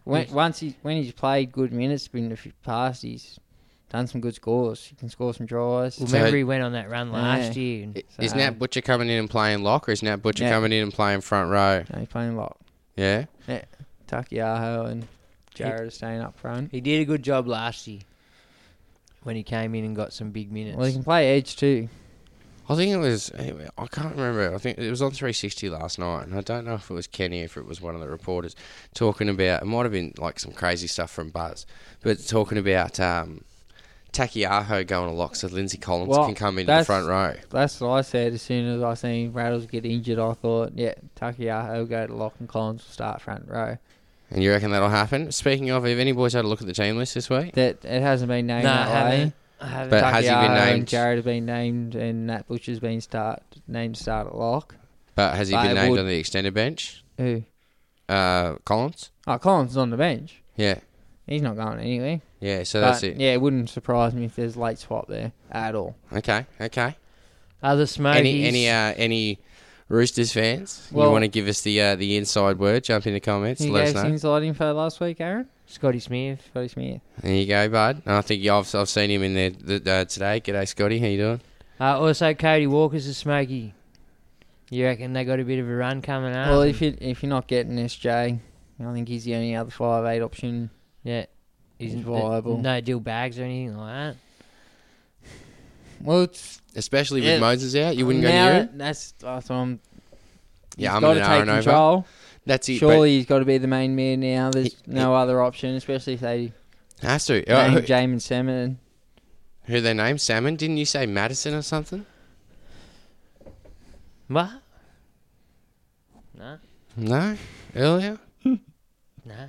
Speaker 3: when,
Speaker 5: He's-
Speaker 3: once he when he's played good minutes in the f- past, he's done some good scores. He can score some tries.
Speaker 5: Remember, he went on that run last
Speaker 3: Yeah.
Speaker 5: year. And,
Speaker 4: Is
Speaker 3: So-
Speaker 4: Nat Butcher coming in and playing lock, or is Nat Butcher
Speaker 3: Yeah.
Speaker 4: coming in and playing front row?
Speaker 3: No, he's playing like
Speaker 4: Yeah.
Speaker 3: Takiaho and Jared are staying up front.
Speaker 5: he did a good job last year when he came in and got some big minutes.
Speaker 3: Well, he can play edge too.
Speaker 4: I think it was. Anyway, I can't remember. I think it was on 360 last night, and I don't know if it was Kenny, if it was one of the reporters talking about. It might have been like some crazy stuff from Buzz, but talking about um, Takiaho going to lock, so Lindsay Collins
Speaker 3: Well,
Speaker 4: can come into the
Speaker 3: that's-
Speaker 4: front row.
Speaker 3: That's what I said. As soon as I seen Rattles get injured, I thought, yeah, Takiaho will go to lock and Collins will start front row.
Speaker 4: And you reckon that'll happen? Speaking of, have any boys had a look at the team list this week?
Speaker 3: That it hasn't been named
Speaker 5: No, I
Speaker 3: that way.
Speaker 5: haven't. I haven't.
Speaker 4: But has he been
Speaker 3: Takiaho
Speaker 4: named-
Speaker 3: And Jared have been named, and Nat Butcher's been start named start at lock.
Speaker 4: But has he
Speaker 3: They
Speaker 4: been named
Speaker 3: would-
Speaker 4: on the extended bench?
Speaker 3: Who?
Speaker 4: Uh, Collins.
Speaker 3: Oh, Collins is on the bench.
Speaker 4: Yeah,
Speaker 3: He's not going anywhere.
Speaker 4: yeah. So that's
Speaker 3: But,
Speaker 4: it.
Speaker 3: Yeah, it wouldn't surprise me if there's late swap there at all.
Speaker 4: Okay, okay.
Speaker 5: Other smokies.
Speaker 4: Any any uh, any Roosters fans? you
Speaker 3: Well-
Speaker 4: want to give us the uh, the inside word? Jump in the comments.
Speaker 3: you
Speaker 4: let
Speaker 3: gave
Speaker 4: us know.
Speaker 3: us inside info last week, Aaron.
Speaker 5: Scotty Smith.
Speaker 3: Scotty Smith.
Speaker 4: There you go, bud. And I think you- I've I've seen him in there th uh, today. G'day, Scotty. How you doing?
Speaker 5: Uh, also, Cody Walker's a smoky. You reckon they got a bit of a run coming up?
Speaker 3: well, if you if you're not getting SJ, I think he's the only other five eight option.
Speaker 5: yeah, he's
Speaker 3: He's viable.
Speaker 5: No deal bags or anything like
Speaker 3: Well, it's
Speaker 4: Especially
Speaker 3: Yeah.
Speaker 4: with Moses out, you wouldn't go
Speaker 3: now
Speaker 4: near
Speaker 3: that-
Speaker 4: him.
Speaker 3: That's that's what I'm.
Speaker 4: Yeah,
Speaker 3: he's
Speaker 4: I'm
Speaker 3: got
Speaker 4: an
Speaker 3: to
Speaker 4: hour
Speaker 3: take
Speaker 4: and over.
Speaker 3: control.
Speaker 4: That's it.
Speaker 3: Surely he's got to be the main man now. There's
Speaker 4: He-
Speaker 3: no other option, especially if they
Speaker 4: but has to. Uh,
Speaker 3: name
Speaker 4: who,
Speaker 3: Jamin Semin.
Speaker 4: who they named Salmon? Didn't you say Madison or something?
Speaker 5: that. What? No,
Speaker 4: No, earlier.
Speaker 5: no.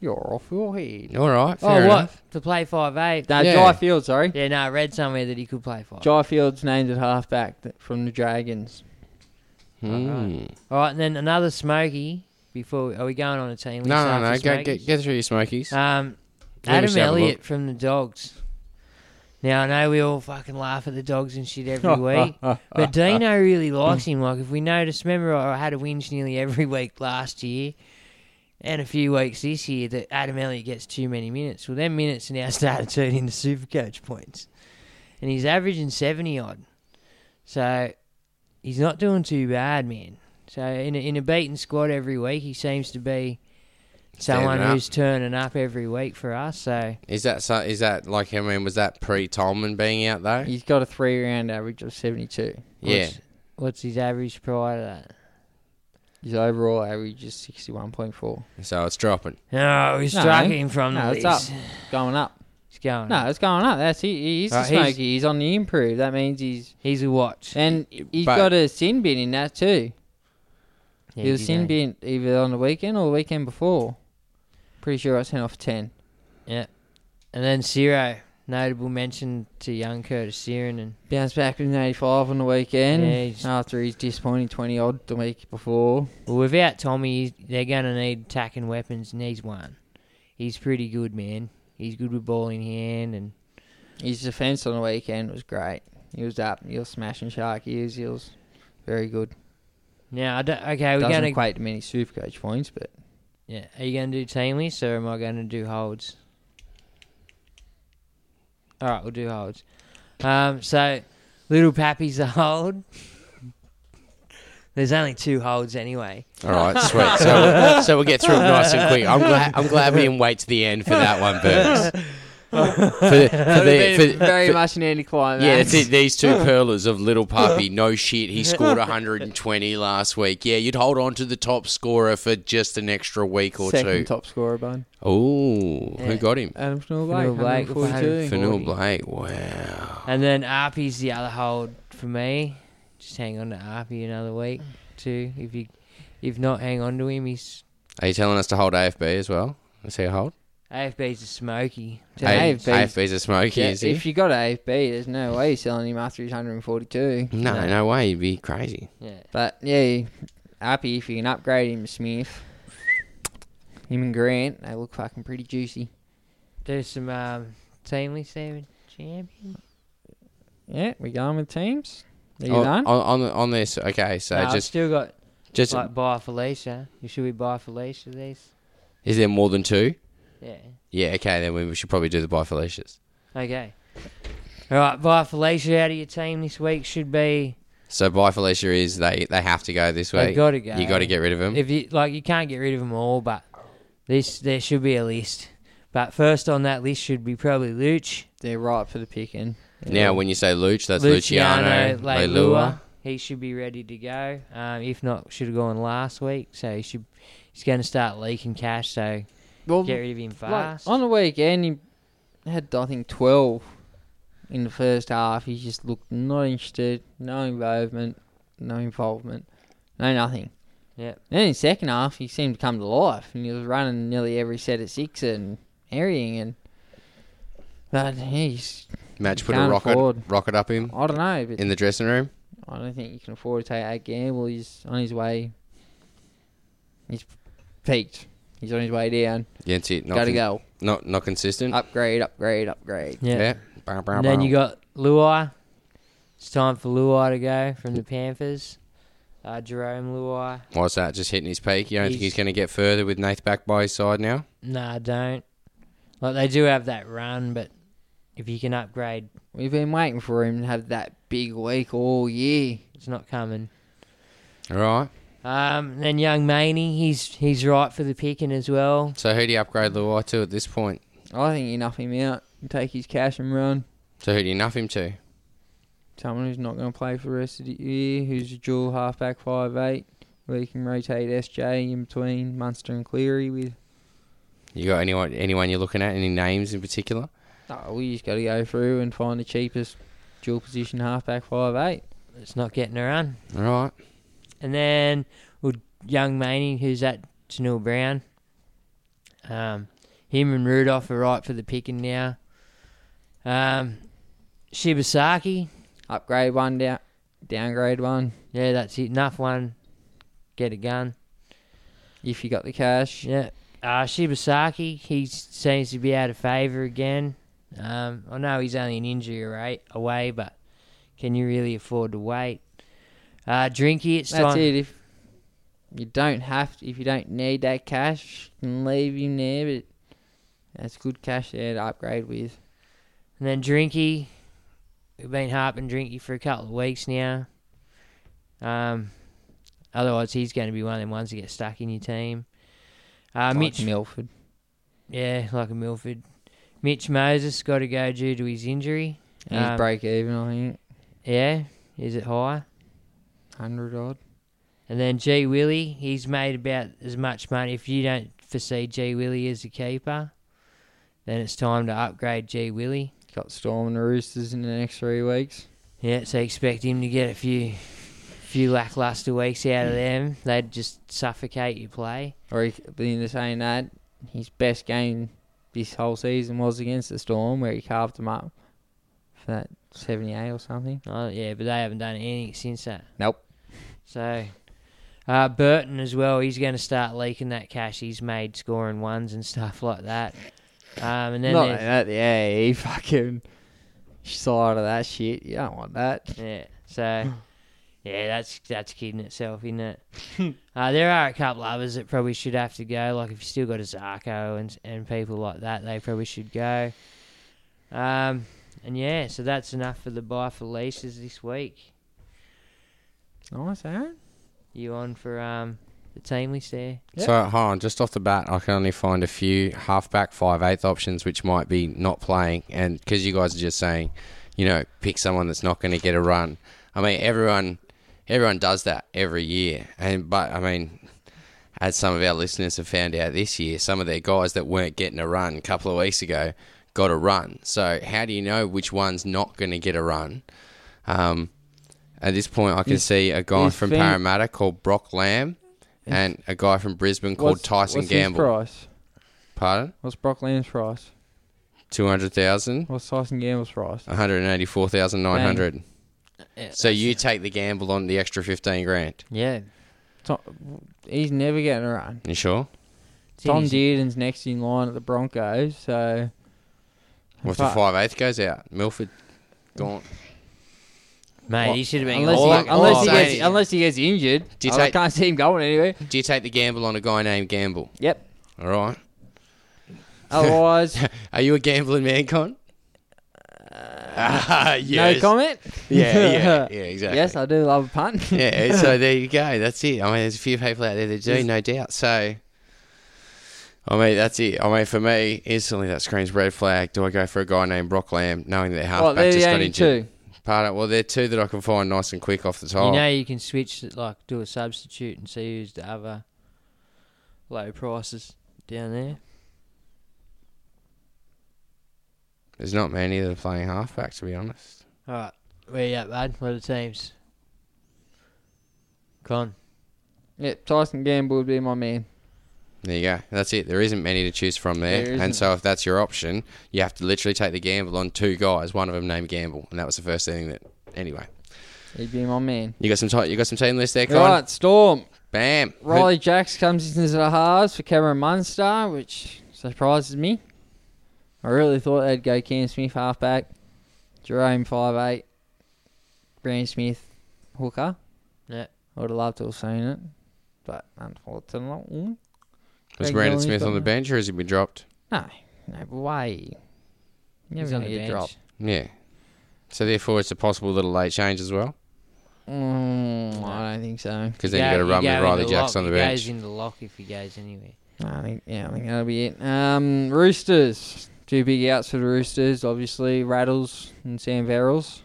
Speaker 3: You're off your head.
Speaker 4: All right. Fair
Speaker 5: oh,
Speaker 4: enough.
Speaker 5: what? To play five eight?
Speaker 3: No,
Speaker 4: Yeah.
Speaker 3: Jai Field, sorry.
Speaker 5: Yeah, no. I read somewhere that he could play five.
Speaker 3: Jai Field's named at halfback th- from the Dragons.
Speaker 4: Hmm.
Speaker 5: All right, and then another smoky. Before we, are we going on a team? list
Speaker 4: No, no,
Speaker 5: after
Speaker 4: no. Go,
Speaker 5: smokies?
Speaker 4: get get through your Smokies.
Speaker 5: Um,
Speaker 4: Let us have a
Speaker 5: Adam
Speaker 4: look.
Speaker 5: Elliott from the Dogs. Now I know we all fucking laugh at the Dogs and shit every week, but Dino really likes him. Like if we notice, remember I had a whinge nearly every week last year, and a few weeks this year that Adam Elliott gets too many minutes. Well, them minutes are now started turning into super coach points, and he's averaging seventy odd. So he's not doing too bad, man. So in a, in a beaten squad every week, he seems to be someone
Speaker 4: Standing up.
Speaker 5: who's turning up every week for us. So
Speaker 4: Is that so, is that like I mean was that pre Tolman being out though?
Speaker 3: He's got a three round average of 72.
Speaker 4: Yeah.
Speaker 5: what's his average prior to that?
Speaker 3: His overall average is 61.4.
Speaker 4: So it's dropping.
Speaker 5: No, he's
Speaker 3: No.
Speaker 5: striking from
Speaker 3: No,
Speaker 5: the
Speaker 3: it's
Speaker 5: list.
Speaker 3: up. Going up.
Speaker 5: He's going.
Speaker 3: No, it's going up. That's he, He's a
Speaker 5: Right,
Speaker 3: smoky.
Speaker 5: Uh, he's-
Speaker 3: He's, on the improve. That means he's.
Speaker 5: he's a watch.
Speaker 3: And he's
Speaker 4: But-
Speaker 3: got a sin bin in that too.
Speaker 5: Yeah,
Speaker 3: he was
Speaker 5: you
Speaker 3: sin
Speaker 5: know.
Speaker 3: bin either on the weekend or the weekend before. Pretty sure I sent off 10.
Speaker 5: Yeah, and then Ciro, notable mention to young Curtis Siren and
Speaker 3: Bounced back with an 85 on the weekend
Speaker 5: Yeah, he's-
Speaker 3: after his disappointing 20 odd the week before.
Speaker 5: Well, without Tommy, they're going to need attacking weapons, and he's one. He's pretty good, man. He's good with ball in hand, and
Speaker 3: His defence on the weekend was great. He was up. He was smashing shark ears. He was very good.
Speaker 5: now I don't, okay, we're
Speaker 3: Doesn't
Speaker 5: going to.
Speaker 3: equate to many super coach points, but
Speaker 5: Yeah, are you going to do team lists or am I going to do holds? All right, we'll do holds. Um, so little Pappy's a hold. There's only two holds anyway.
Speaker 4: All right, sweet. So we'll, so we'll get through it nice and quick. I'm glad I'm glad we didn't wait to the end for that one, Burns. For, the- for the- for-
Speaker 3: very
Speaker 4: for-
Speaker 3: much an anticlimax.
Speaker 4: yeah, that's it. These two pearlers of little puppy. No shit, he scored 120 last week. Yeah, you'd hold on to the top scorer for just an extra week or
Speaker 3: Second
Speaker 4: two.
Speaker 3: top scorer, bun.
Speaker 4: Oh, who got him?
Speaker 3: Adam
Speaker 5: Fennell
Speaker 3: Schnurr
Speaker 5: Blake
Speaker 3: Blake,
Speaker 5: with
Speaker 3: 142.
Speaker 4: Fanil Blake. Wow.
Speaker 5: And then Arpy's the other hold for me. Just hang on to Arpy another week too. If you, if not, hang on to him. He's
Speaker 4: Are you telling us to hold AFB as well? Is he a hold?
Speaker 5: AFB's a smoky.
Speaker 3: An
Speaker 4: A-
Speaker 3: AFB 's-
Speaker 4: AFB's a smoky,
Speaker 3: Yeah,
Speaker 4: is he?
Speaker 3: if you got AFB, there's no way you're selling him after he's 142.
Speaker 4: no, no, way. You'd be crazy.
Speaker 5: Yeah.
Speaker 3: But yeah, happy if you can upgrade him, Smith. Him and Grant, they look fucking pretty juicy.
Speaker 5: There's some um, team list there, champion.
Speaker 3: Yeah, we going with teams. Are you
Speaker 4: on,
Speaker 3: done?
Speaker 4: Oh, on, on, on this, okay, so
Speaker 5: No, I've
Speaker 4: just,
Speaker 5: still got
Speaker 4: just
Speaker 5: like buy Felicia. You should we buy Felicia these?
Speaker 4: is there more than two?
Speaker 5: Yeah.
Speaker 4: Yeah, okay, then we should probably do the bifelicious.
Speaker 5: Okay. All right, buy Felicia out of your team this week should be
Speaker 4: So bifelicia is they they have to go this
Speaker 5: They've
Speaker 4: way.
Speaker 5: gotta go.
Speaker 4: You got to get rid of them.
Speaker 5: if you like you can't get rid of them all, but this there should be a list. But first on that list should be probably Luch,
Speaker 3: They're right for the picking.
Speaker 4: now, when you say Luch, that's
Speaker 5: Luciano,
Speaker 4: Luciano Leilua.
Speaker 5: Leilua. He should be ready to go. Um, if not, should have gone last week. So he should. He's going to start leaking cash. So
Speaker 3: Well,
Speaker 5: get rid of him
Speaker 3: like,
Speaker 5: fast.
Speaker 3: on the weekend, he had, I think, 12 in the first half. He just looked not interested, no involvement, no involvement, no nothing.
Speaker 5: yeah.
Speaker 3: Then in the second half, he seemed to come to life, and he was running nearly every set at six and airing and. But he's,
Speaker 4: Match put a
Speaker 3: Can't
Speaker 4: rocket
Speaker 3: afford.
Speaker 4: rocket up him
Speaker 3: I don't know, but
Speaker 4: in the dressing room.
Speaker 3: I don't think you can afford to take that gamble. He's on his way. He's peaked. He's on his way down.
Speaker 4: Yeah, that's it. Not
Speaker 3: Gotta
Speaker 4: con-
Speaker 3: go.
Speaker 4: Not not consistent.
Speaker 3: Upgrade, upgrade, upgrade.
Speaker 5: Yeah.
Speaker 4: Bow, bow,
Speaker 5: And then
Speaker 4: bow.
Speaker 5: you got Luai. It's time for Luai to go from the Panthers. Uh, Jerome Luai.
Speaker 4: What's that? Just hitting his peak. You don't think
Speaker 5: He's-
Speaker 4: he's going to get further with Nath back by his side now?
Speaker 5: Nah, don't. Like they do have that run, but if you can upgrade,
Speaker 3: We've been waiting for him to have that big week all year.
Speaker 5: it's not coming.
Speaker 4: All right.
Speaker 5: Um, and then young Maney, he's he's right for the picking as well.
Speaker 4: So who do you upgrade Luai to at this point?
Speaker 3: I think you knock him out and take his cash and run.
Speaker 4: So who do you nuff him to?
Speaker 3: Someone who's not going to play for the rest of the year, who's a dual halfback five eight, where you can rotate SJ in between Munster and Cleary with.
Speaker 4: You got anyone anyone you're looking at? Any names in particular?
Speaker 3: Oh, we just got to go through and find the cheapest dual position halfback five eight.
Speaker 5: It's not getting a run.
Speaker 4: All right.
Speaker 5: And then with young Maney, who's at Tanil Brown. Um, him and Rudolph are right for the picking now. Um, Shibasaki,
Speaker 3: Upgrade one down, downgrade one
Speaker 5: Yeah, that's it. Enough one. Get a gun.
Speaker 3: if you got the cash.
Speaker 5: Yeah. Uh, Shibasaki, he s- seems to be out of favour again. Um, I know he's only an injury rate away, but can you really afford to wait? Uh, Drinky, it's
Speaker 3: That's
Speaker 5: time.
Speaker 3: it. If you don't have, to, if you don't need that cash, you can leave him there. But that's good cash there to upgrade with.
Speaker 5: And then Drinky, we've been harping Drinky for a couple of weeks now. Um, otherwise, he's going to be one of them ones that get stuck in your team. Uh, Mitch,
Speaker 3: Milford.
Speaker 5: yeah, like a Milford. Mitch Moses got to go due to his injury.
Speaker 3: He's
Speaker 5: Um,
Speaker 3: break even, I think.
Speaker 5: Yeah, is it high?
Speaker 3: 100 odd.
Speaker 5: And then G Willie, he's made about as much money. If you don't foresee G Willie as a keeper, then it's time to upgrade G Willie.
Speaker 3: Got Storm and the Roosters in the next three weeks.
Speaker 5: Yeah, so expect him to get a few, few lackluster weeks out of them. They'd just suffocate your play.
Speaker 3: Or he, but in the saying that, his best game this whole season was against the Storm, where he carved them up for that 78 or something.
Speaker 5: Oh yeah, but they haven't done anything since that.
Speaker 3: Nope.
Speaker 5: So, uh, Burton as well. He's going to start leaking that cash he's made scoring ones and stuff like that. Um, and then
Speaker 3: Not like
Speaker 5: there's-
Speaker 3: that, yeah, he fucking side of that shit. You don't want that.
Speaker 5: yeah, so yeah, that's that's kidding itself, isn't it? uh, there are a couple others that probably should have to go. Like if you still got a Zarko and and people like that, they probably should go. Um, and yeah, so that's enough for the buy for leases this week.
Speaker 3: Nice, eh? Aaron.
Speaker 5: You on for um the team list there?
Speaker 4: So, hold on, just off the bat, I can only find a few halfback, five eighth options, which might be not playing. And because you guys are just saying, you know, pick someone that's not going to get a run. I mean, everyone, everyone does that every year. And but I mean, as some of our listeners have found out this year, some of their guys that weren't getting a run a couple of weeks ago got a run. So how do you know which one's not going to get a run? Um, at this point, I can
Speaker 3: Is-
Speaker 4: see a guy
Speaker 3: is
Speaker 4: from
Speaker 3: Finn-
Speaker 4: Parramatta called Brock Lamb and a guy from Brisbane called
Speaker 3: What's-
Speaker 4: Tyson
Speaker 3: what's
Speaker 4: Gamble.
Speaker 3: His price?
Speaker 4: Pardon?
Speaker 3: What's Brock Lamb's price?
Speaker 4: 200,000,
Speaker 3: What's Tyson Gamble's price?
Speaker 4: Uh, 184,900. So you take the gamble on the extra 15 grand.
Speaker 5: Yeah,
Speaker 3: It's not- he's never getting a run.
Speaker 4: You sure?
Speaker 3: Tom
Speaker 5: He's-
Speaker 3: Dearden's next in line at the Broncos, so
Speaker 4: What if the
Speaker 3: Fuck.
Speaker 4: 5 8 goes out? Milford gone.
Speaker 5: Mate,
Speaker 3: What?
Speaker 5: he should have been.
Speaker 3: unless,
Speaker 4: all
Speaker 3: he,
Speaker 4: I- all
Speaker 3: unless,
Speaker 4: I'm
Speaker 3: he
Speaker 4: saying
Speaker 3: gets,
Speaker 4: is-
Speaker 3: unless he gets injured,
Speaker 4: Do Oh, you
Speaker 3: I
Speaker 4: take-
Speaker 3: can't see him going anywhere.
Speaker 4: Do you take the gamble on a guy named Gamble?
Speaker 3: Yep.
Speaker 4: All right.
Speaker 3: Otherwise,
Speaker 4: Are you a gambling man, Con? Ah, yes.
Speaker 3: Uh, no comment.
Speaker 4: Yeah, yeah, yeah, exactly.
Speaker 3: Yes, I do love a punt.
Speaker 4: yeah, so there you go. That's it. I mean, there's a few people out there that do, no doubt. So, I mean, that's it. I mean, for me, instantly that screams red flag. Do I go for a guy named Brock Lamb, knowing that halfback
Speaker 3: well, they're
Speaker 4: just
Speaker 3: the
Speaker 4: got
Speaker 3: only
Speaker 4: injured?
Speaker 3: two.
Speaker 4: Pardon. Well, they're two that I can find nice and quick off the top.
Speaker 5: You know you can switch, it, like do a substitute and see who's the other low prices down there.
Speaker 4: there's not many that are playing halfback, to be honest.
Speaker 5: All right, where you at, bud? What are the teams? Con.
Speaker 3: Yep, Tyson Gamble would be my man.
Speaker 4: There you go. That's it. There isn't many to choose from there.
Speaker 3: There isn't.
Speaker 4: and so, if that's your option, you have to literally take the gamble on two guys. One of them named Gamble, and that was the first thing that. Anyway,
Speaker 3: He'd be my man.
Speaker 4: you got some. T- you got some team list there, Con.
Speaker 3: Right, Storm.
Speaker 4: Bam. Who-
Speaker 3: Riley Jacks comes into the halves for Cameron Munster, which surprises me. I really thought they'd go Cam Smith halfback, Jerome five eight, Brand Smith hooker.
Speaker 5: Yeah.
Speaker 3: I would have loved to have seen it, but unfortunately,
Speaker 4: Was
Speaker 3: Greg
Speaker 4: Brandon
Speaker 3: Milne's
Speaker 4: Smith
Speaker 3: got
Speaker 4: on the
Speaker 3: no-
Speaker 4: bench or has he been dropped?
Speaker 3: no, no way. Never
Speaker 5: He's on the
Speaker 3: gonna get
Speaker 5: bench.
Speaker 3: dropped.
Speaker 4: Yeah. So therefore, it's a possible little late change as well,
Speaker 3: Mm, I don't think so.
Speaker 4: because then you got to
Speaker 5: Go-
Speaker 4: run
Speaker 5: you
Speaker 4: with
Speaker 5: go
Speaker 4: Riley
Speaker 5: into
Speaker 4: Jacks
Speaker 5: lock.
Speaker 4: on the
Speaker 5: he
Speaker 4: bench.
Speaker 5: goes into lock if he goes anywhere.
Speaker 3: No, I think yeah, I think that'll be it. Um, Roosters, two big outs for the Roosters. Obviously, Rattles and Sam Verrills,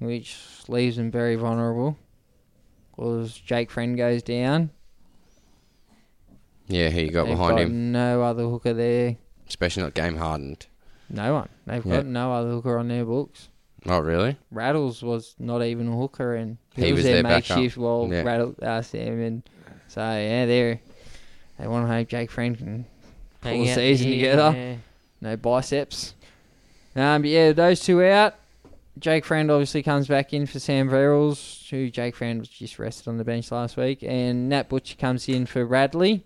Speaker 3: which leaves them very vulnerable. Because Jake Friend goes down,
Speaker 4: yeah, who you got
Speaker 3: they've
Speaker 4: behind
Speaker 3: got
Speaker 4: him,
Speaker 3: no other hooker there.
Speaker 4: especially not game hardened.
Speaker 3: No one. They've
Speaker 4: Yeah.
Speaker 3: got no other hooker on their books.
Speaker 4: Oh, really?
Speaker 3: Rattles was not even a hooker, and he,
Speaker 4: He
Speaker 3: was,
Speaker 4: was
Speaker 3: their
Speaker 4: their backup.
Speaker 3: makeshift while
Speaker 4: Yeah.
Speaker 3: Rattles uh, Sam and so yeah, they're they want to hope Jake Friend can pull
Speaker 5: Hang
Speaker 3: the
Speaker 5: out
Speaker 3: season
Speaker 5: here,
Speaker 3: together.
Speaker 5: yeah.
Speaker 3: no biceps. Um, but yeah, those two out. Jake Friend obviously comes back in for Sam Verrills, who Jake Friend was just rested on the bench last week, and Nat Butcher comes in for Radley,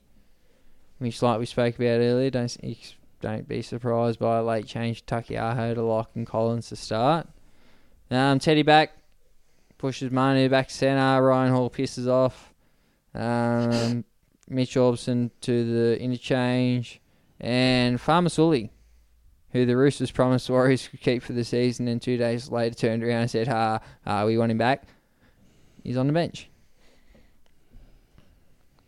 Speaker 3: which, like we spoke about earlier, don't s- ex- don't be surprised by a late change to Takiaho to Lock and Collins to start. Um, Teddy back pushes Manu back centre. Ryan Hall pisses off. Um, Mitch Orbison to the interchange, and Farmer Sully who the Roosters promised the Warriors could keep for the season, and two days later turned around and said, "Ha, uh, we want him back." He's on the bench.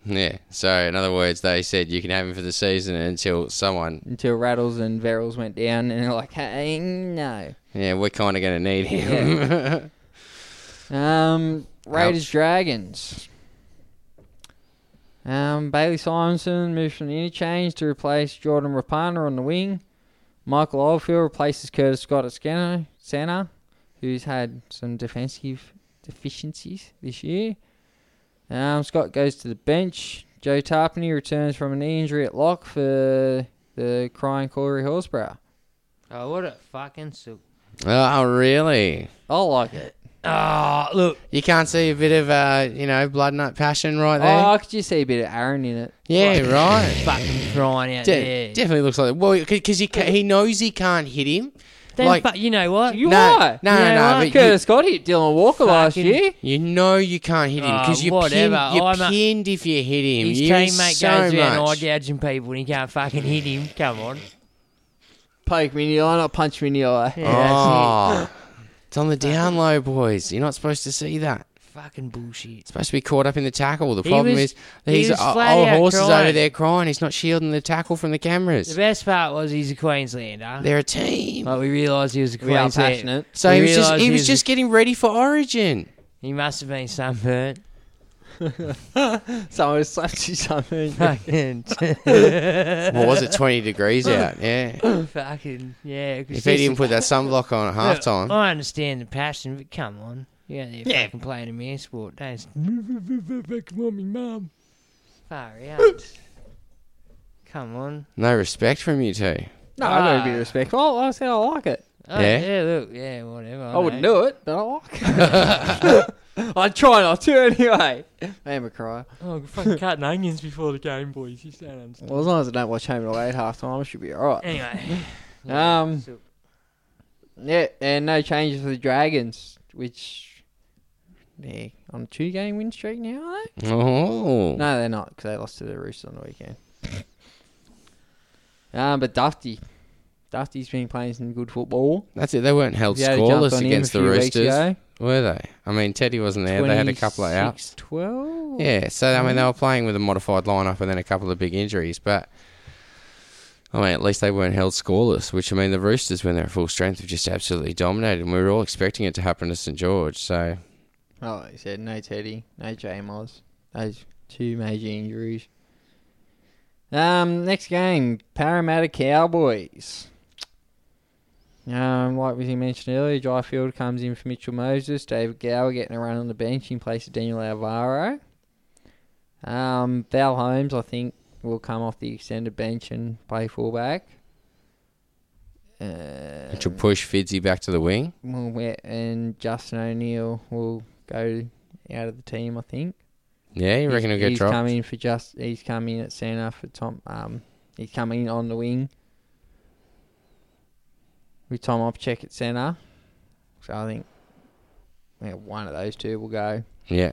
Speaker 4: Yeah. So, in other words, they said you can have him for the season until someone.
Speaker 3: until Rattles and Verrills went down, and they're like, hey, no.
Speaker 4: Yeah, we're kind of going to need him.
Speaker 3: Yeah. um, Raiders Dragons. Um, Bailey Simonson moves from the interchange to replace Jordan Rapana on the wing. Michael Oldfield replaces Curtis Scott at scanner, center, who's had some defensive deficiencies this year. Um, Scott goes to the bench. Joe Tarpany returns from an knee injury at lock for the crying Corey Horsbrough.
Speaker 5: Oh, what a fucking soup.
Speaker 4: oh, really?
Speaker 3: I like it.
Speaker 5: Oh, look.
Speaker 4: You can't see a bit of, uh, you know, blood nut passion right there?
Speaker 3: Oh, I could just see a bit of Aaron in it.
Speaker 4: yeah, right.
Speaker 5: Fucking crying out
Speaker 4: De-
Speaker 5: there.
Speaker 4: Definitely looks like Well, because he, ca- he knows he can't hit him.
Speaker 5: Then,
Speaker 4: like-
Speaker 5: but you know what?
Speaker 3: You
Speaker 4: No,
Speaker 3: are.
Speaker 4: no,
Speaker 3: You
Speaker 4: no,
Speaker 3: know
Speaker 4: no,
Speaker 3: what?
Speaker 4: but you-
Speaker 3: Curtis Scott hit Dylan Walker last
Speaker 5: Fucking-
Speaker 3: year.
Speaker 4: You know you can't hit him because
Speaker 5: Oh,
Speaker 4: you're,
Speaker 5: whatever.
Speaker 4: pinned, you're
Speaker 5: I'm a-
Speaker 4: pinned if you hit him.
Speaker 5: His
Speaker 4: you
Speaker 5: teammate
Speaker 4: so
Speaker 5: goes around eye
Speaker 4: much.
Speaker 5: gouging people and he can't fucking hit him. Come on.
Speaker 3: Poke me in the eye, not punch me in the eye.
Speaker 5: Yeah,
Speaker 4: Oh, it's on the down low, boys. You're not supposed to see that.
Speaker 5: that's it. Fucking bullshit.
Speaker 4: Supposed to be caught up in the tackle. The
Speaker 5: He
Speaker 4: problem
Speaker 5: was-
Speaker 4: is he's
Speaker 5: he was
Speaker 4: uh,
Speaker 5: flat
Speaker 4: old
Speaker 5: out
Speaker 4: horses
Speaker 5: crying.
Speaker 4: over there crying. He's not shielding the tackle from the
Speaker 5: The
Speaker 4: cameras.
Speaker 5: best part was he's a Queenslander.
Speaker 4: They're a team.
Speaker 5: Like we realised he was a
Speaker 3: We are
Speaker 5: Queenslander.
Speaker 3: passionate.
Speaker 4: So
Speaker 5: We
Speaker 4: he was just
Speaker 5: realised
Speaker 4: he was
Speaker 5: a-
Speaker 4: just getting ready for Origin.
Speaker 5: He must have been sunburnt.
Speaker 3: Someone slapped you something.
Speaker 5: Fucking,
Speaker 4: What was it? Twenty degrees out. Yeah.
Speaker 5: fucking, yeah. 'cause
Speaker 4: If he
Speaker 5: this
Speaker 4: didn't
Speaker 5: is-
Speaker 4: put that sunblock on at
Speaker 5: Look,
Speaker 4: halftime,
Speaker 5: I understand the passion, but come on. You're out there fucking playing a man sport. Don't. Fucking mommy, mum. Far out. come on.
Speaker 4: no respect from you two.
Speaker 3: No, I got a bit
Speaker 5: Ah.
Speaker 3: of respect. Oh, I said I like it.
Speaker 5: Oh,
Speaker 4: Yeah?
Speaker 5: yeah. look, yeah, whatever.
Speaker 3: I wouldn't do it, but I like it. I'd try not to anyway. I am a crier.
Speaker 5: Oh, fucking cutting onions before the game, boys. You don't understand.
Speaker 3: Well, as long as I don't watch Home and Away at halftime, I should be alright.
Speaker 5: Anyway.
Speaker 3: Um, yeah, and no changes for the Dragons, which they're on a two-game win streak now, are they?
Speaker 4: Oh,
Speaker 3: No, they're not because they lost to the Roosters on the weekend. um, but Dufty, Dufty's been playing some good football.
Speaker 4: that's it. They weren't held
Speaker 3: He had a jump
Speaker 4: scoreless
Speaker 3: on him a
Speaker 4: against the
Speaker 3: few weeks
Speaker 4: Roosters,
Speaker 3: ago.
Speaker 4: were they? I mean, Teddy wasn't there. They had a couple of outs.
Speaker 3: 26-12?
Speaker 4: Yeah, so I mean
Speaker 3: Mm-hmm.
Speaker 4: they were playing with a modified lineup and then a couple of big injuries, but I mean at least they weren't held scoreless, which I mean the Roosters when they're at full strength have just absolutely dominated, and we were all expecting it to happen to St George. So
Speaker 3: Oh, he said no Teddy, no J Moz. Those two major injuries. Um, next game, Parramatta Cowboys. Um, like we mentioned earlier, Jai Field comes in for Mitchell Moses, David Gower getting a run on the bench in place of Daniel Alvaro. Um, Val Holmes, I think, will come off the extended bench and play fullback. Uh,
Speaker 4: which will push Fidzi back to the wing.
Speaker 3: Will Wet and Justin O'Neill will go out of the team, I think.
Speaker 4: Yeah, you reckon he'll
Speaker 3: he's,
Speaker 4: get
Speaker 3: he's
Speaker 4: dropped?
Speaker 3: come in for just he's come in at centre for Tom um he's come in on the wing with Tom Opcheck at centre. So I think yeah, one of those two will go.
Speaker 4: Yeah.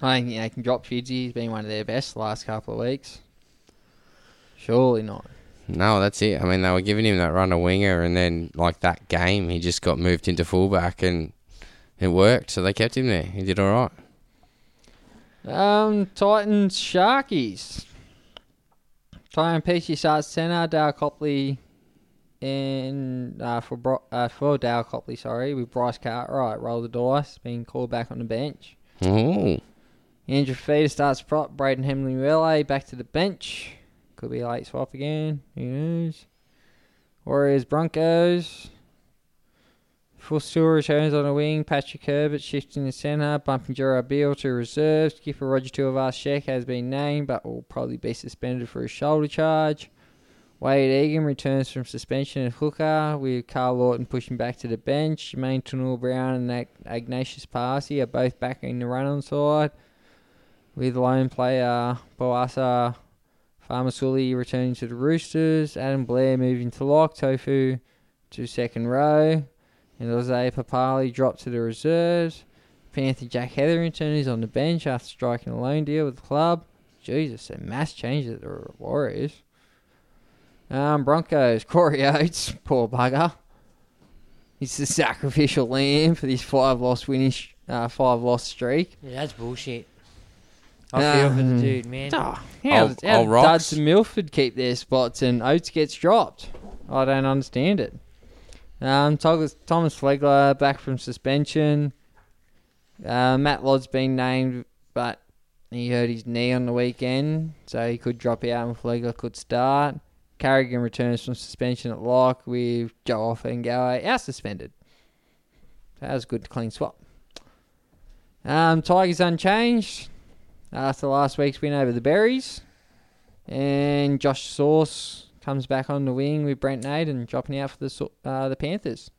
Speaker 3: I think they can drop Fidzi, he's been one of their best the last couple of weeks. Surely not.
Speaker 4: No, that's it. I mean they were giving him that run to winger and then like that game he just got moved into fullback and it worked, so they kept him there. He did all right.
Speaker 3: Um, Titans Sharkies. Tyrone Peachy starts centre. Dale Copley and uh, for Bro- uh, for Dale Copley, sorry, with Bryce Cartwright. Roll the dice, being called back on the bench.
Speaker 4: Oh.
Speaker 3: Andrew Feeder starts prop. Braden Hemley Relay back to the bench. Could be a late swap again. Who knows? Warriors Broncos. Full still returns on the wing. Patrick Herbert shifts in the centre. Bumping Gerard Beale to reserve. Skipper Roger Tuivasa-Sheck has been named but will probably be suspended for a shoulder charge. Wade Egan returns from suspension at hooker with Carl Lawton pushing back to the bench. Jermaine Tunnel Brown and Ag- Ignatius Parsi are both back in the run on side with lone player Boasa Farmasuli returning to the Roosters, Adam Blair moving to lock, Tofu to second row, and Jose Papali dropped to the reserves. Panther Jack Hetherington is on the bench after striking a loan deal with the club. Jesus, a mass change at the Warriors. Um, Broncos, Corey Oates, poor bugger. He's the sacrificial lamb for this five loss winning, sh- uh, five loss streak.
Speaker 5: Yeah, that's bullshit. I feel for the
Speaker 3: Um,
Speaker 5: dude, man.
Speaker 3: Oh,
Speaker 4: I'll-
Speaker 3: how,
Speaker 4: I'll
Speaker 3: how
Speaker 4: rocks.
Speaker 3: does Milford keep their spots and Oates gets dropped? I don't understand it. Um, Thomas, Thomas Flegler back from suspension. Uh, Matt Lodd's been named, but he hurt his knee on the weekend, so he could drop out and Flegler could start. Carrigan returns from suspension at lock with Joe Off and Galway out suspended. So that was a good clean swap. Um, Tigers unchanged after last week's win over the Berries. And Josh Source comes back on the wing with Brent Naden dropping out for the Sau- uh, the Panthers.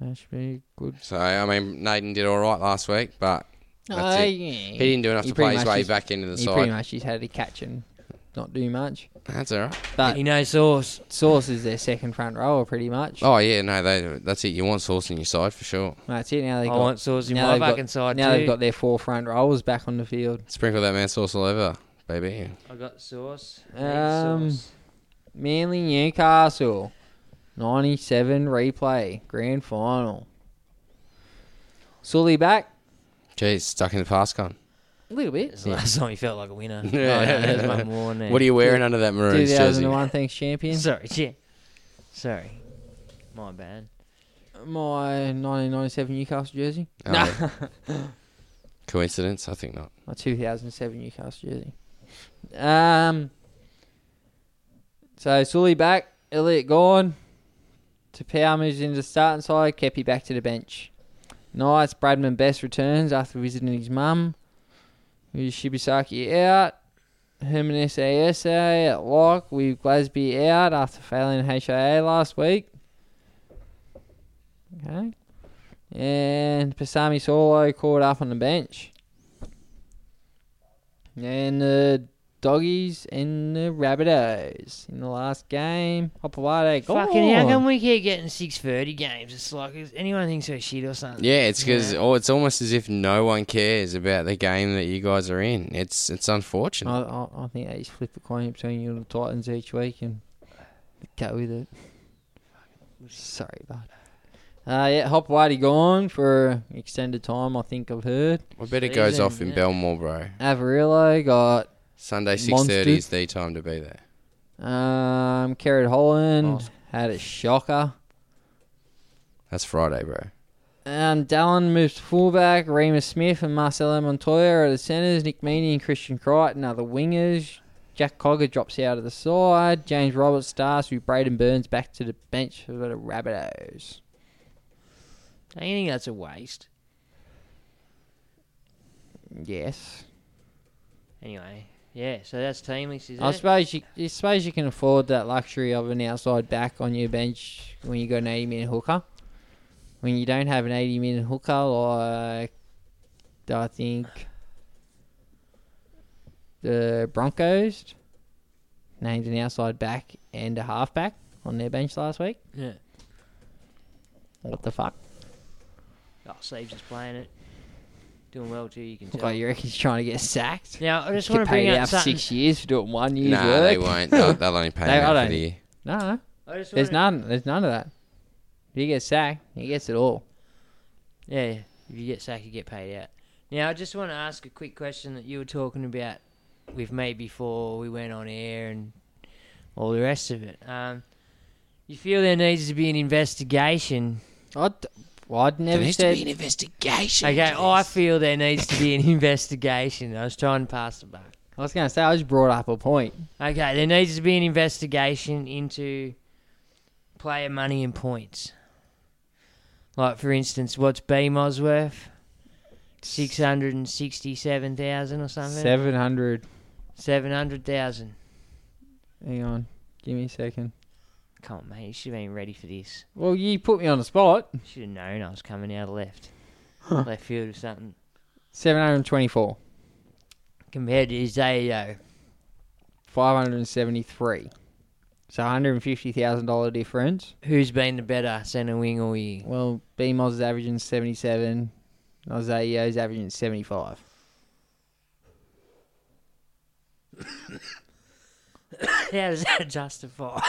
Speaker 3: That should be good.
Speaker 4: So I mean, Nathan did all right last week, but that's
Speaker 5: Uh,
Speaker 3: Oh,
Speaker 4: it.
Speaker 3: yeah.
Speaker 4: He didn't do enough
Speaker 3: He
Speaker 4: to play
Speaker 3: pretty
Speaker 4: his
Speaker 3: much
Speaker 4: way
Speaker 3: just-
Speaker 4: back into the
Speaker 3: he
Speaker 4: side.
Speaker 3: pretty much just had to catch and not do much.
Speaker 4: That's all right.
Speaker 3: But
Speaker 5: He knows source.
Speaker 3: Source is their second front rower, pretty much.
Speaker 4: Oh yeah, no, they, that's it. You want Sauce in your side for sure.
Speaker 3: That's it. Now they
Speaker 5: I
Speaker 3: got.
Speaker 5: want Source in
Speaker 3: now
Speaker 5: my
Speaker 3: they've got-
Speaker 5: fucking side
Speaker 3: Now
Speaker 5: too.
Speaker 3: they've got their four front rowers back on the field.
Speaker 4: Sprinkle that man sauce all over, baby.
Speaker 5: I got source. I need
Speaker 3: Um,
Speaker 5: Sauce.
Speaker 3: Manly Newcastle, ninety-seven replay grand final. Sully back
Speaker 4: Jeez, stuck in the past gun.
Speaker 3: a little bit.
Speaker 5: It's the last time he felt like a winner. Oh, no,
Speaker 4: Yeah.
Speaker 5: there's one more now.
Speaker 4: What are you wearing under that Maroons
Speaker 3: Two
Speaker 4: jersey?
Speaker 3: thousand and one thanks champion.
Speaker 5: Sorry, yeah. Sorry. My bad.
Speaker 3: My nineteen ninety-seven Newcastle jersey.
Speaker 4: Oh, yeah. Coincidence? I think not.
Speaker 3: My two thousand and seven Newcastle jersey. Um. So Sully back, Elliot gone. Tapau moves into the starting side. Kepi back to the bench. Nice. Bradman Best returns after visiting his mum. With Shibasaki out. Herman SASA at lock. With Glasby out after failing HIA last week. Okay. And Pasami Solo called up on the bench. And the doggies and the rabbitos in the last game. Hopawade.
Speaker 5: Fucking how
Speaker 3: gone.
Speaker 5: come we keep getting six thirty games? It's like is anyone thinks we're shit or something.
Speaker 4: Yeah, it's because oh, it's almost as if no one cares about the game that you guys are in. It's it's unfortunate.
Speaker 3: I, I, I think they just flip a coin between you and the Titans each week and go with it. Sorry about that. Uh, yeah, Hop Whitey gone for extended time, I think I've heard.
Speaker 4: I bet it goes
Speaker 5: season,
Speaker 4: off in
Speaker 5: yeah.
Speaker 4: Belmore, bro.
Speaker 3: Avarillo got
Speaker 4: Sunday six
Speaker 3: Monsters.
Speaker 4: thirty is the time to be there.
Speaker 3: um, Carrot Holland,
Speaker 5: Awesome.
Speaker 3: had a shocker.
Speaker 4: That's Friday, bro.
Speaker 3: Um, Dallin moves to fullback. Remus Smith and Marcelo Montoya are the centres. Nick Meaney and Christian Crichton are the wingers. Jack Cogger drops out of the side. James Roberts starts with Braden Burns back to the bench for the Rabbitohs.
Speaker 5: Don't you think that's a waste?
Speaker 3: Yes.
Speaker 5: Anyway, yeah. So that's team list, is
Speaker 3: I
Speaker 5: it?
Speaker 3: suppose you, you suppose you can afford that luxury of an outside back on your bench when you got an 80 minute hooker. When you don't have an 80 minute hooker, like I think the Broncos named an outside back and a halfback on their bench last week.
Speaker 5: yeah.
Speaker 3: What the fuck?
Speaker 5: Oh, Saves is playing it, doing well too. You can
Speaker 3: Look
Speaker 5: tell.
Speaker 3: like you reckon he's trying to get sacked?
Speaker 5: Now I just
Speaker 3: Get
Speaker 5: want to bring
Speaker 3: paid
Speaker 5: up
Speaker 3: out for
Speaker 5: something.
Speaker 3: six years for doing one year's
Speaker 4: No,
Speaker 3: work?
Speaker 4: they won't. They'll, they'll only pay
Speaker 3: They-
Speaker 4: him
Speaker 3: I
Speaker 4: out for
Speaker 3: don't-
Speaker 4: the year.
Speaker 3: No.
Speaker 5: I just
Speaker 3: There's
Speaker 5: wanna-
Speaker 3: none. There's none of that. If he gets sacked, he gets it all.
Speaker 5: Yeah, if you get sacked, you get paid out. Now I just want to ask a quick question that you were talking about with me before we went on air and all the rest of it. Um, you feel there needs to be an investigation
Speaker 3: I'd, well, I'd never said.
Speaker 4: investigation.
Speaker 5: Okay, I feel there needs to be an investigation. I was trying to pass the buck.
Speaker 3: I was going to say I just brought up a point.
Speaker 5: Okay, there needs to be an investigation into player money and points. Like for instance, what's B Mosworth? Six hundred and sixty-seven thousand or something.
Speaker 3: Seven hundred.
Speaker 5: Seven hundred thousand.
Speaker 3: Hang on, give me a second.
Speaker 5: Come on, mate, you should have been ready for this.
Speaker 3: Well, you put me on the spot.
Speaker 5: You should have known I was coming out of left, left field or something.
Speaker 3: Seven hundred twenty-four.
Speaker 5: Compared to Isaiah,
Speaker 3: Five hundred seventy-three. So one hundred fifty thousand dollar difference.
Speaker 5: who's been the better centre wing all year?
Speaker 3: Well, B Moz is averaging seventy-seven. Isaiah is averaging seventy-five.
Speaker 5: How does that justify?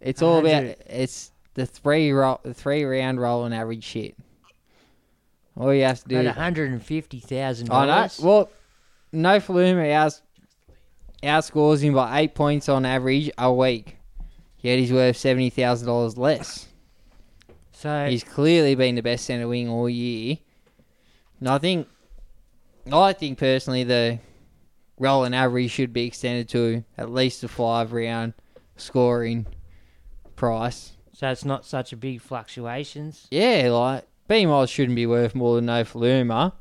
Speaker 3: It's all about
Speaker 5: 100.
Speaker 3: it's the three roll, the three round rolling average shit. All you have to do.
Speaker 5: At $150,000.
Speaker 3: I know. Oh, Well, no Fluma outs outscores him by eight points on average a week. Yet he's worth seventy thousand dollars less.
Speaker 5: so,
Speaker 3: He's clearly been the best centre wing all year. And I think, I think personally, the role and average should be extended to at least a five round scoring price.
Speaker 5: so it's not such a big fluctuations.
Speaker 3: Yeah, like B Miles shouldn't be worth more than no Faluma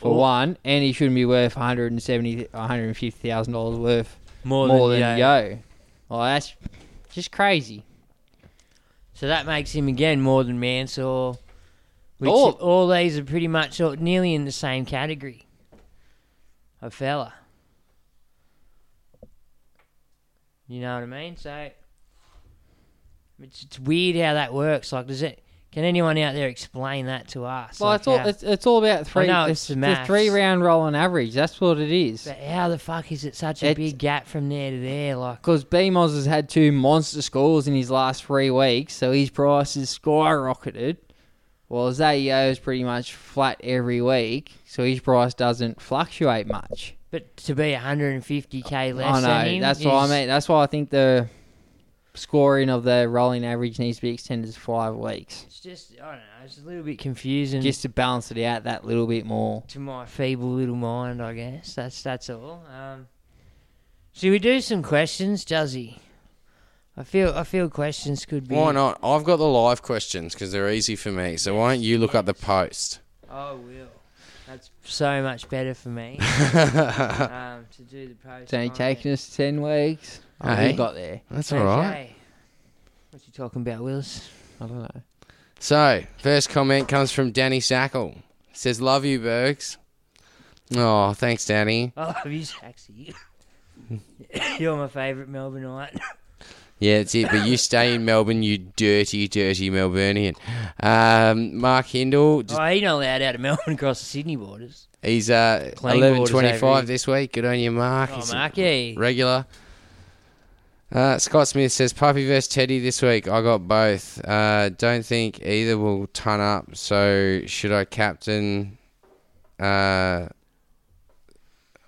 Speaker 3: for
Speaker 5: Or-
Speaker 3: one, and he shouldn't be worth 170 150000 dollars worth
Speaker 5: More,
Speaker 3: more,
Speaker 5: than,
Speaker 3: than,
Speaker 5: yeah.
Speaker 3: Yo. Like that's just crazy.
Speaker 5: So that makes him again more than Mansour. Which
Speaker 3: Oh.
Speaker 5: all these are pretty much all, nearly in the same category. A fella. You know what I mean? So it's, it's weird how that works. Like, does it? Can anyone out there explain that to us?
Speaker 3: Well,
Speaker 5: Like,
Speaker 3: it's all
Speaker 5: how-
Speaker 3: it's, it's all about three.
Speaker 5: know, it's
Speaker 3: it's
Speaker 5: the
Speaker 3: the
Speaker 5: maths.
Speaker 3: three round roll on average. That's what it is.
Speaker 5: but how the fuck is it such a
Speaker 3: It's-
Speaker 5: big gap from there to there? Like,
Speaker 3: Because B Miles has had two monster scores in his last three weeks, so his price is skyrocketed. Well, Zayo is pretty much flat every week, so his price doesn't fluctuate much.
Speaker 5: but to be 150k less
Speaker 3: I know.
Speaker 5: than him
Speaker 3: that's why I
Speaker 5: is-
Speaker 3: mean. That's why I think the scoring of the rolling average needs to be extended to five weeks,
Speaker 5: It's just I don't know. It's a little bit confusing.
Speaker 3: just to balance it out that little bit more.
Speaker 5: to my feeble little mind, I guess. That's that's all. Um, should we do some questions, Juzzy? I feel I feel questions could be.
Speaker 4: Why not? I've got the live questions because they're easy for me. So why don't you look up the post?
Speaker 5: I Oh, will. That's so much better for me um, to do the post.
Speaker 3: It's only
Speaker 5: comment.
Speaker 3: taking us ten weeks. Oh,
Speaker 4: Hey.
Speaker 3: we got there.
Speaker 4: That's
Speaker 5: Okay.
Speaker 4: all right.
Speaker 5: What you talking about, Willis?
Speaker 3: I don't know.
Speaker 4: So first comment comes from Danny Sackle. Says, "Love you, Bergs." Oh, thanks, Danny.
Speaker 5: I love you, Saxy. You're my favourite Melbourneite.
Speaker 4: Yeah, that's it. But you stay in Melbourne, you dirty, dirty Melburnian. Um, Mark Hindle, just,
Speaker 5: oh, he's not allowed out of Melbourne across the Sydney borders.
Speaker 4: he's uh,
Speaker 5: Playing
Speaker 4: eleven
Speaker 5: borders over here.
Speaker 4: twenty-five this week. Good on you, Mark.
Speaker 5: Oh,
Speaker 4: He's a
Speaker 5: Marky.
Speaker 4: Regular. Uh, Scott Smith says Puppy versus Teddy this week. I got both. Uh, don't think either will ton up. So should I captain? Uh,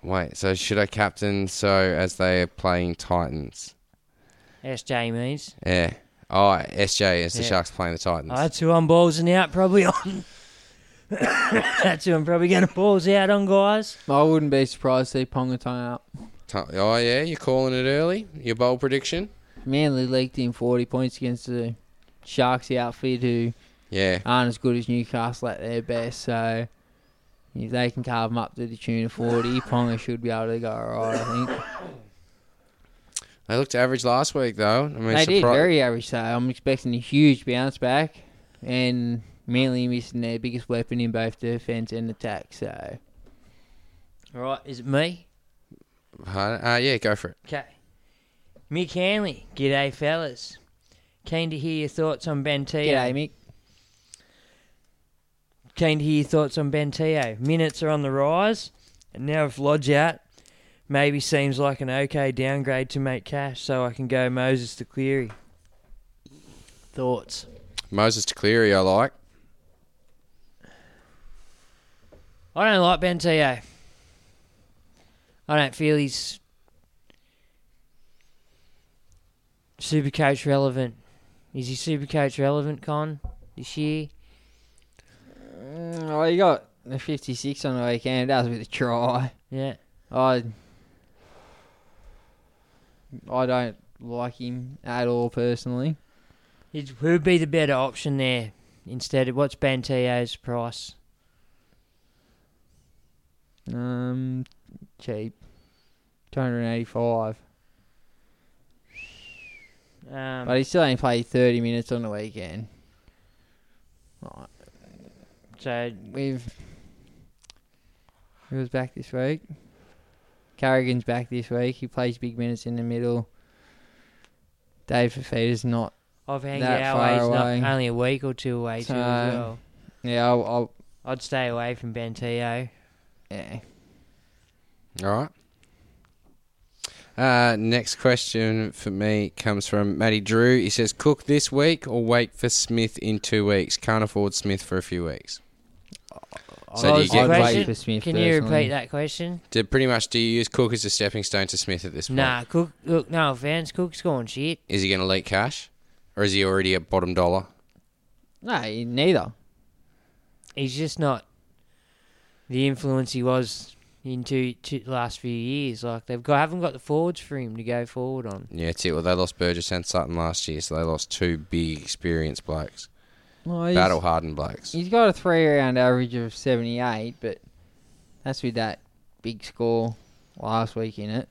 Speaker 4: wait. So should I captain? So as they are playing Titans.
Speaker 5: SJ means.
Speaker 4: Yeah. Oh, SJ as the
Speaker 5: Yeah.
Speaker 4: Sharks playing the Titans.
Speaker 5: Oh, that's who I'm ballsing out probably on. that's who I'm probably going to balls out on, guys.
Speaker 3: I wouldn't be surprised to see Ponga tying up.
Speaker 4: Ti- Oh yeah, you're calling it early. Your bowl prediction.
Speaker 3: Manly leaked in forty points against the Sharks outfit, who
Speaker 4: Yeah.
Speaker 3: aren't as good as Newcastle at their best. So if they can carve them up to the tune of forty, Ponga should be able to go alright. I think.
Speaker 4: They looked average last week though. I mean,
Speaker 3: They did
Speaker 4: surpri-
Speaker 3: very average. So I'm expecting a huge bounce back, and mainly missing their biggest weapon in both defense and attack. So
Speaker 5: All right, is it me?
Speaker 4: Uh, yeah, go for it.
Speaker 5: Okay. Mick Hanley, g'day, fellas. Keen to hear your thoughts on Ben Teo.
Speaker 3: yeah, Mick.
Speaker 5: Keen to hear your thoughts on Ben Teo. Minutes are on the rise, and now with Lodge out, maybe seems like an okay downgrade to make cash, so I can go Moses to Cleary. Thoughts?
Speaker 4: Moses to Cleary, I like.
Speaker 5: I don't like Ben Teo. I don't feel he's super coach relevant. Is he super coach relevant, Con, this year?
Speaker 3: Mm, well, you got the 56 on the weekend. That was with a try.
Speaker 5: Yeah.
Speaker 3: I I don't like him at all personally.
Speaker 5: Is- Who would be the better option there instead of what's Ben Teo's price?
Speaker 3: Um, cheap, 285. But
Speaker 5: Um,
Speaker 3: he still only played 30 minutes on the weekend. Oh,
Speaker 5: so,
Speaker 3: We've. Who was back this week? Carrigan's back this week. He plays big minutes in the middle. Dave Fafita's not.
Speaker 5: I've hanged
Speaker 3: That
Speaker 5: out
Speaker 3: far
Speaker 5: he's
Speaker 3: away.
Speaker 5: not only a week or two away, too, as
Speaker 3: So-
Speaker 5: well.
Speaker 3: Yeah, I'll, I'll
Speaker 5: I'd stay away from Ben Teo.
Speaker 3: yeah.
Speaker 4: All right. Uh, next question for me comes from Matty Drew. He says, "Cook this week or wait for Smith in two weeks? Can't afford Smith for a few weeks." So do you
Speaker 5: was
Speaker 4: get
Speaker 5: the
Speaker 3: I'd wait
Speaker 5: question-
Speaker 3: for Smith
Speaker 5: Can you
Speaker 3: personally.
Speaker 5: repeat that question?
Speaker 4: Do, pretty much, do you use Cook as a stepping stone to Smith at this point?
Speaker 5: Nah, Cook. Look, no offense, Cook's going shit.
Speaker 4: Is he going to leak cash, or is he already at bottom dollar?
Speaker 3: No, neither.
Speaker 5: He's just not the influence he was in two, two last few years. Like they've got, haven't got the forwards for him to go forward on.
Speaker 4: Yeah, that's it. Well, they lost Burgess and Sutton last year, so they lost two big experienced blokes,
Speaker 3: No, he's-
Speaker 4: battle hardened blokes.
Speaker 3: He's got a three round average of 78, but that's with that big score last week in it.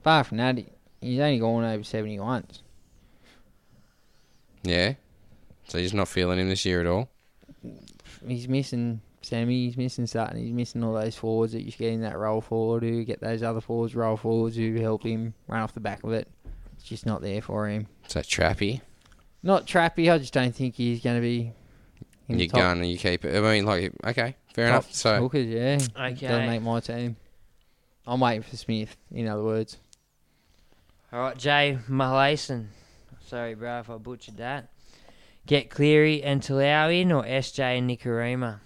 Speaker 3: Apart from that, he- he's only gone over 70 once.
Speaker 4: Yeah, so he's not feeling him this year at all.
Speaker 3: He's missing Sammy, he's missing Sutton, he's missing all those forwards that you get in that roll forward who get those other forwards, roll forwards who help him run off the back of it. It's just not there for him.
Speaker 4: So Trappy,
Speaker 3: Not trappy, I just don't think he's going to be. in the
Speaker 4: you're
Speaker 3: top-
Speaker 4: going and you keep it. I mean, like, okay, fair
Speaker 3: top
Speaker 4: enough. So
Speaker 3: hookers, yeah.
Speaker 5: Okay.
Speaker 3: Doesn't make my team. I'm waiting for Smith, in other words.
Speaker 5: All right, Jay Malason. Sorry, bro, if I butchered that. Get Cleary and Talau in, or SJ and Nikarima.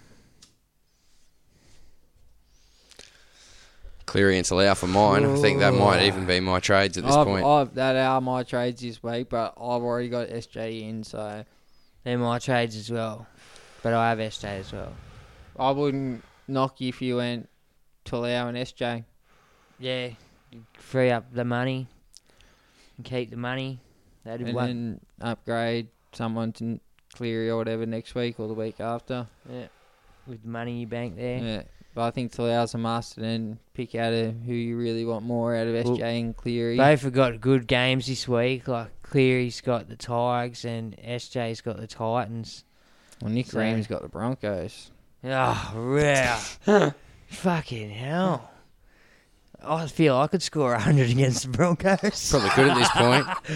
Speaker 4: Cleary and Talau for mine. I think that might even be my trades at this
Speaker 3: I've,
Speaker 4: point.
Speaker 3: I've, that are my trades this week, but I've already got SJ in, so
Speaker 5: They're my trades as well, but I have SJ as well.
Speaker 3: I wouldn't knock you if you went Talao and SJ.
Speaker 5: Yeah, free up the money and keep the money. That'd
Speaker 3: And
Speaker 5: work.
Speaker 3: then upgrade someone to Cleary or whatever next week or the week after.
Speaker 5: yeah, with the money you bank there.
Speaker 3: Yeah. But I think Talao's a must, and then pick out of who you really want more out of SJ
Speaker 5: Well,
Speaker 3: and Cleary.
Speaker 5: Both have got good games this week. Like Cleary's got the Tigers and SJ's got the Titans.
Speaker 3: Well, Nick
Speaker 5: So-
Speaker 3: Graham's got the Broncos.
Speaker 5: Oh, wow. Fucking hell. I feel I could score 100 against the Broncos.
Speaker 4: Probably good at this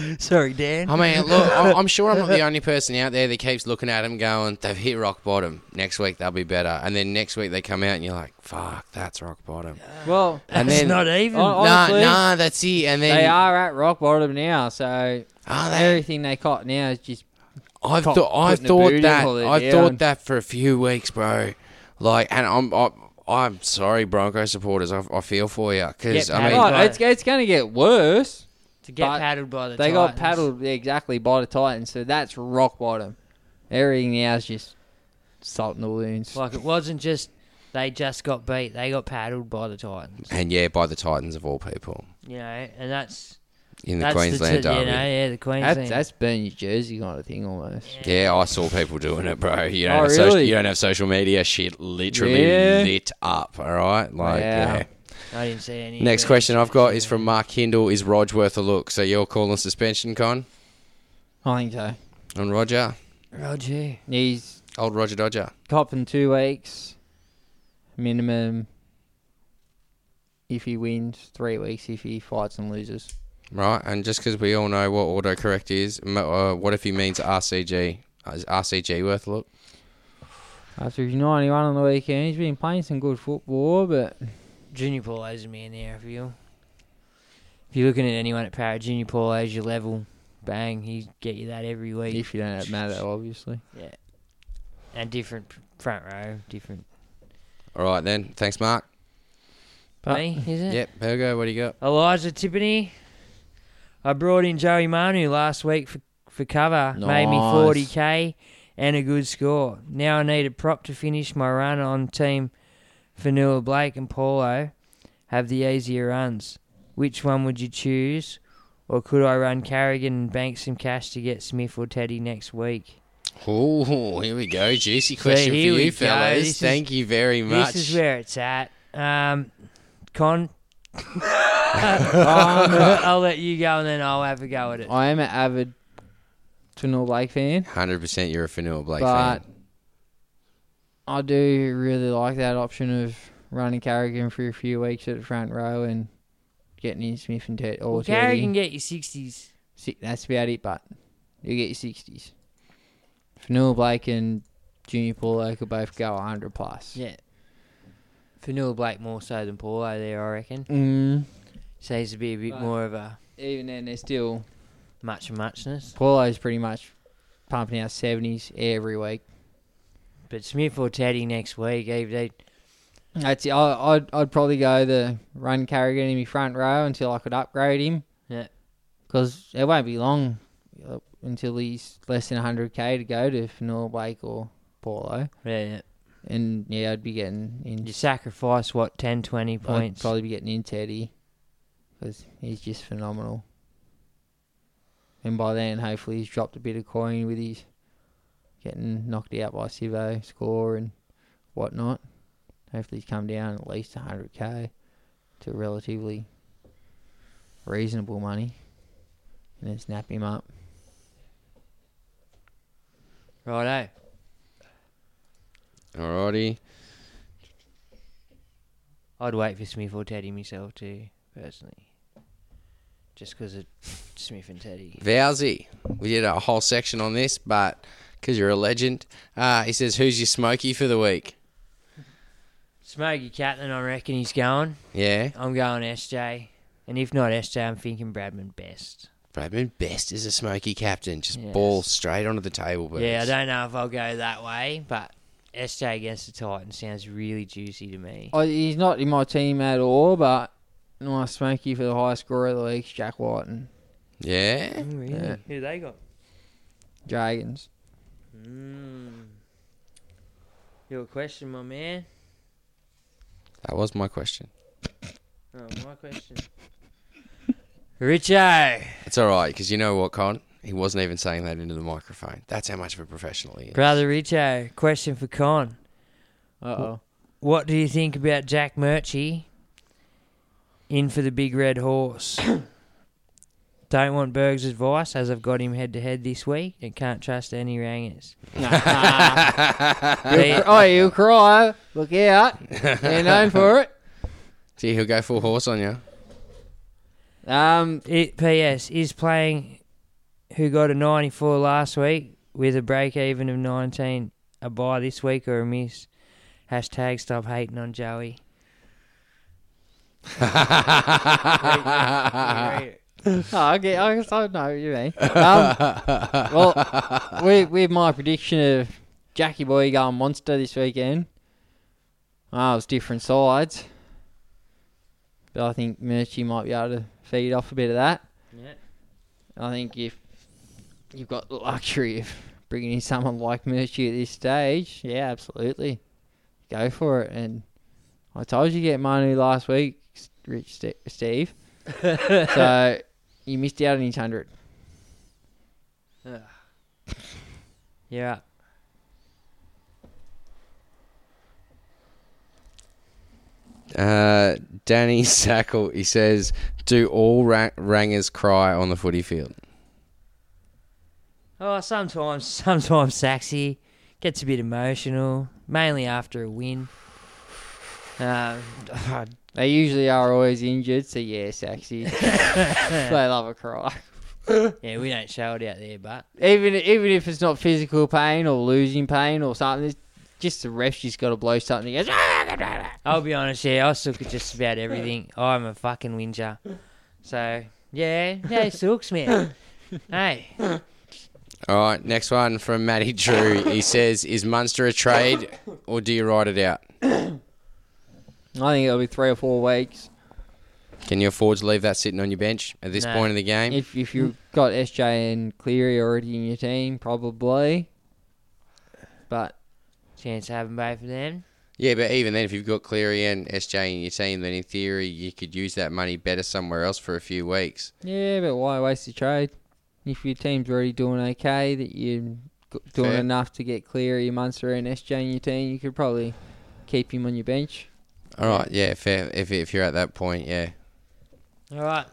Speaker 4: point.
Speaker 5: Sorry, Dan.
Speaker 4: I mean, look, I'm, I'm sure I'm not the only person out there that keeps looking at them going, they've hit rock bottom. Next week they'll be better, and then next week they come out and you're like, fuck, that's rock bottom.
Speaker 5: Uh,
Speaker 3: Well,
Speaker 4: And
Speaker 5: it's
Speaker 4: then
Speaker 5: not even.
Speaker 3: Oh, oh.
Speaker 4: nah,
Speaker 3: honestly,
Speaker 4: nah, that's it. And then
Speaker 3: they are at rock bottom now, so
Speaker 4: Are they?
Speaker 3: everything they caught now is just
Speaker 4: I've
Speaker 3: Cop
Speaker 4: thought I
Speaker 3: putting a boot
Speaker 4: thought
Speaker 3: in
Speaker 4: that
Speaker 3: while they're
Speaker 4: I
Speaker 3: down.
Speaker 4: thought that for a few weeks, bro. Like, and I'm I'm, I'm sorry, Bronco supporters. I, I feel for you because
Speaker 5: Get
Speaker 4: I mean,
Speaker 5: paddled.
Speaker 3: Right, it's, it's going to get worse.
Speaker 5: to get
Speaker 3: but
Speaker 5: paddled by the
Speaker 3: they got
Speaker 5: Titans.
Speaker 3: paddled exactly by the Titans, so that's rock bottom. Everything now is just salt in the wounds.
Speaker 5: Like, it wasn't just they just got beat. They got paddled by the Titans.
Speaker 4: and yeah, by the Titans of all people
Speaker 5: You know, and that's.
Speaker 4: in the
Speaker 5: that's
Speaker 4: Queensland
Speaker 5: the, t-
Speaker 4: derby.
Speaker 5: You know, yeah, the
Speaker 3: that's
Speaker 5: Queensland.
Speaker 3: that's burn your jersey kind of thing almost.
Speaker 4: Yeah, I saw people doing it, bro. You don't,
Speaker 3: Oh,
Speaker 4: have social,
Speaker 3: really?
Speaker 4: you don't have social media. Shit literally
Speaker 3: Yeah.
Speaker 4: lit up. All right, like
Speaker 3: Wow.
Speaker 4: yeah.
Speaker 5: I didn't see any.
Speaker 4: Next
Speaker 5: of it.
Speaker 4: question I've got is from Mark Hindle. Is Rog worth a look? So you're calling suspension con
Speaker 3: I think so.
Speaker 4: on Roger,
Speaker 5: Roger.
Speaker 3: He's
Speaker 4: old Roger Dodger.
Speaker 3: copping two weeks minimum. If he wins, three weeks. If he fights and loses,
Speaker 4: Right, and just because we all know what autocorrect is, m- uh, what if he means RCG? Is RCG worth a look?
Speaker 3: after he's ninety-one on the weekend, he's been playing some good football, but
Speaker 5: Junior Paulo's a man there if you. If you're looking at anyone at Parrot, Junior Paulo's your level. Bang, he get you that every week.
Speaker 3: if you don't have matter, obviously.
Speaker 5: and different p- front row, different.
Speaker 4: All right then, thanks, Mark.
Speaker 3: But-
Speaker 5: Me, is it?
Speaker 4: Yep, Pergo, what do you got?
Speaker 5: Elijah Tippany. I brought in Joey Manu last week for, for cover. Made me
Speaker 3: Nice.
Speaker 5: 40k and a good score. Now I need a prop to finish my run on team Vanilla Blake and Paulo. Have the easier runs. Which one would you choose? Or could I run Carrigan and bank some cash to get Smith or Teddy next week?
Speaker 4: Oh, here we go, juicy question for
Speaker 5: here we
Speaker 4: you,
Speaker 5: go.
Speaker 4: fellas.
Speaker 5: This is-
Speaker 4: Thank you very much.
Speaker 5: This is where it's at. Um, Con. I'll let you go and then I'll have a go at it.
Speaker 3: I am an avid Twinall Blake fan,
Speaker 4: Hundred percent, you're a Fanua Blake
Speaker 3: but
Speaker 4: fan.
Speaker 3: I do really like that option of running Carrigan for a few weeks at the front row and getting in Smith and Ted or
Speaker 5: Well, Gary can get you sixties.
Speaker 3: Si- That's about it, but you get your sixties. Fanua Blake and Junior Paulo could both go hundred plus.
Speaker 5: Yeah. Fanula Blake more so than Paulo there, I reckon.
Speaker 3: Mm.
Speaker 5: Seems to be a bit
Speaker 3: Right.
Speaker 5: more of a
Speaker 3: Even then, they're still
Speaker 5: much of muchness.
Speaker 3: Paulo's pretty much pumping out seventies every week.
Speaker 5: But Smith or Teddy next week, eh, they Mm.
Speaker 3: That's it. I, I'd I'd probably go the run Carrigan in my front row until I could upgrade him.
Speaker 5: Yeah.
Speaker 3: because it won't be long uh, until he's less than 100k to go to for Noel Blake or Paulo.
Speaker 5: yeah, yeah.
Speaker 3: And yeah, I'd be getting in.
Speaker 5: uh, You sacrifice what 10, 20
Speaker 3: I'd
Speaker 5: points.
Speaker 3: probably be getting in Teddy because he's just phenomenal. And by then, hopefully, he's dropped a bit of coin with his getting knocked out by Sivo score and whatnot. Hopefully, he's come down at least 100k to relatively reasonable money and then snap him up.
Speaker 5: Righto.
Speaker 4: Alrighty.
Speaker 5: I'd wait for Smith or Teddy myself too, personally. Just because of Smith and Teddy.
Speaker 4: Vowsy. We did a whole section on this, but because you're a legend, uh, he says, "Who's your smoky for the week?"
Speaker 5: Smokey Catlin, I reckon he's going.
Speaker 4: Yeah,
Speaker 5: I'm going SJ. And if not SJ, I'm thinking Bradman best.
Speaker 4: Bradman Best is a smoky captain. Just
Speaker 5: Yes.
Speaker 4: ball straight onto the table. But
Speaker 5: Yeah, I don't know if I'll go that way, but SJ against the Titans sounds really juicy to me.
Speaker 3: I, he's not in my team at all, but nice smoky for the high scorer of the week, Jack White and
Speaker 4: Yeah,
Speaker 5: really? Who they got?
Speaker 3: Dragons.
Speaker 5: Mm. Your question, my man.
Speaker 4: that was my question.
Speaker 5: Oh, my question. Richo.
Speaker 4: It's all right because you know what, Con? He wasn't even saying that into the microphone. That's how much of a professional he is.
Speaker 5: Brother Richo, question for Con.
Speaker 3: Uh oh.
Speaker 5: What do you think about Jack Murchie in for the big red horse? Don't want Berg's advice as I've got him head to head this week and can't trust any rangers. There-
Speaker 3: oh, you cry. Look out. They're known for it.
Speaker 4: See, he'll go full horse on you.
Speaker 3: Um,
Speaker 5: It, P.S. is playing who got a 94 last week with a break even of 19, a buy this week or a miss. Hashtag stop hating on Joey.
Speaker 3: oh, okay, I guess I know what you mean. Um, well, with, with my prediction of Jackie Boy going monster this weekend, ah, it was different sides. But I think Murchie might be able to feed off a bit of that.
Speaker 5: Yeah.
Speaker 3: I think if you've got the luxury of bringing in someone like Murchie at this stage, yeah, absolutely. Go for it. And I told you to get Manu last week, S- Rich Ste Steve. so you missed out on his 100.
Speaker 5: Yeah.
Speaker 4: Uh, Danny Sackle, he says, "Do all ra- rangers cry on the footy field?"
Speaker 5: Oh, sometimes, sometimes Saxy gets a bit emotional, mainly after a win. Um,
Speaker 3: They usually are always injured, so yeah, Saxy. they love a cry.
Speaker 5: yeah, we don't show it out there, but
Speaker 3: Even even if it's not physical pain or losing pain or something, it's just the ref's just got to blow something. He goes,
Speaker 5: I'll be honest, yeah, I suck at just about everything. I'm a fucking whinger. So, yeah, yeah, it sucks, man. hey,
Speaker 4: All right, next one from Matty Drew. He says, "Is Munster a trade, or do you ride it out?
Speaker 3: I think it'll be three or four weeks.
Speaker 4: Can you afford to leave that sitting on your bench at this
Speaker 5: No.
Speaker 4: point in the game?"
Speaker 3: If if you've got SJ and Cleary already in your team, probably. But
Speaker 5: chance of having both of them.
Speaker 4: yeah, but even then, if you've got Cleary and SJ in your team, then in theory you could use that money better somewhere else for a few weeks.
Speaker 3: yeah, but why waste the trade? If your team's already doing okay, that you're g- doing
Speaker 4: Fair.
Speaker 3: enough to get Cleary, Munster, and SJ in your team, you could probably keep him on your bench.
Speaker 4: All right, yeah, fair. If if you're at that point, yeah.
Speaker 5: All right,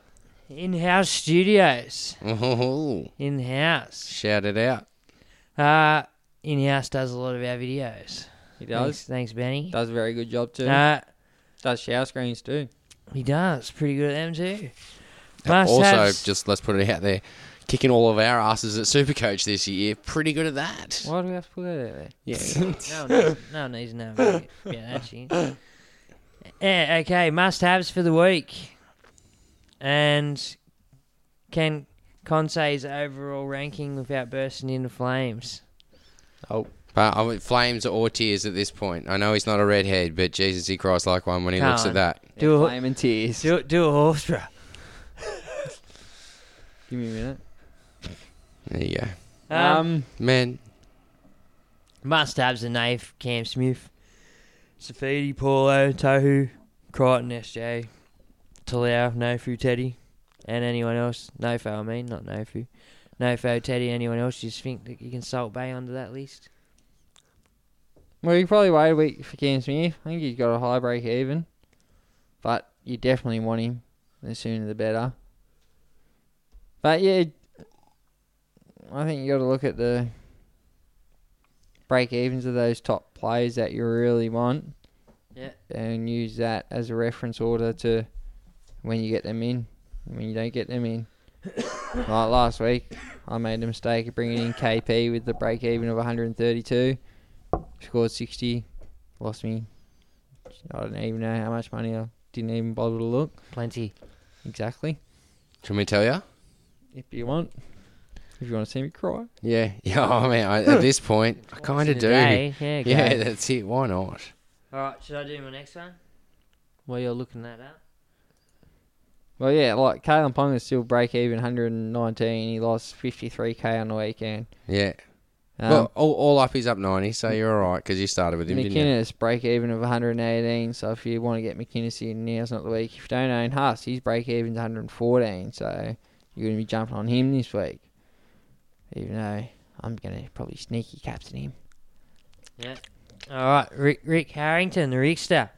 Speaker 5: in house studios,
Speaker 4: Ooh,
Speaker 5: in house.
Speaker 4: shout it out.
Speaker 5: Uh, in house does a lot of our videos.
Speaker 3: He
Speaker 5: Thanks,
Speaker 3: does.
Speaker 5: thanks Benny.
Speaker 3: Does a very good job too.
Speaker 5: Uh,
Speaker 3: Does shower screens too.
Speaker 5: He does. Pretty good at them too.
Speaker 4: also,
Speaker 5: Must-haves.
Speaker 4: just let's put it out there, kicking all of our asses at Supercoach this year. Pretty good at that.
Speaker 3: Why do we have to put that out there?
Speaker 4: Yeah.
Speaker 5: No one needs, no one needs to know about it. Yeah, that shit. Yeah, Eh, okay, must haves for the week. And can Conte's overall ranking without bursting into flames?
Speaker 3: Oh,
Speaker 4: But I would- flames or tears at this point. I know he's not a redhead, but Jesus, he cries like one when he looks at
Speaker 5: Can't.
Speaker 4: that.
Speaker 5: Do a,
Speaker 3: Flame and tears.
Speaker 5: do, do a horse, bro.
Speaker 3: Give me a minute.
Speaker 4: There you go.
Speaker 5: Um,
Speaker 3: Um,
Speaker 4: Man,
Speaker 5: must haves a knife, Cam Smith, Safidi, Paulo, Tohu, Crichton, SJ, Talau, Nofu, Teddy, and anyone else. Nofo, I mean, not Nofu. Nofo, Teddy, anyone else you just think that you can salt Bay under that list?
Speaker 3: well, you probably wait a week for Cam Smith. I think he's got a high break even, but you definitely want him. The sooner the better. But yeah, I think you got to look at the break evens of those top players that you really want.
Speaker 5: Yeah.
Speaker 3: And use that as a reference order to when you get them in, and when you don't get them in. like last week, I made the mistake of bringing in KP with the break even of 132. Scored 60, lost me. I don't even know how much money. I didn't even bother to look
Speaker 5: Plenty.
Speaker 3: exactly.
Speaker 4: can we tell you?
Speaker 3: If you want, if you want to see me cry.
Speaker 4: Yeah. Yeah. I mean, I, at this point, I kind
Speaker 5: in
Speaker 4: of
Speaker 5: a
Speaker 4: do.
Speaker 5: day, yeah, go.
Speaker 4: yeah, that's it. Why not?
Speaker 5: All right, should I do my next one? While you're looking that up.
Speaker 3: Well, yeah, like Kalen Pong is still break even 119. He lost 53k on the weekend.
Speaker 4: Yeah.
Speaker 3: Um,
Speaker 4: well, all, all up, he's up 90, so you're all right because you started with him, didn't
Speaker 3: McInnes break even of 118. So if you want to get McInnes in, now's not the week. If you don't own Huss, he's break even's 114. So you're going to be jumping on him this week. Even though I'm going to probably sneaky captain him.
Speaker 5: Yeah. All right, Rick, Rick Harrington, the Rickster.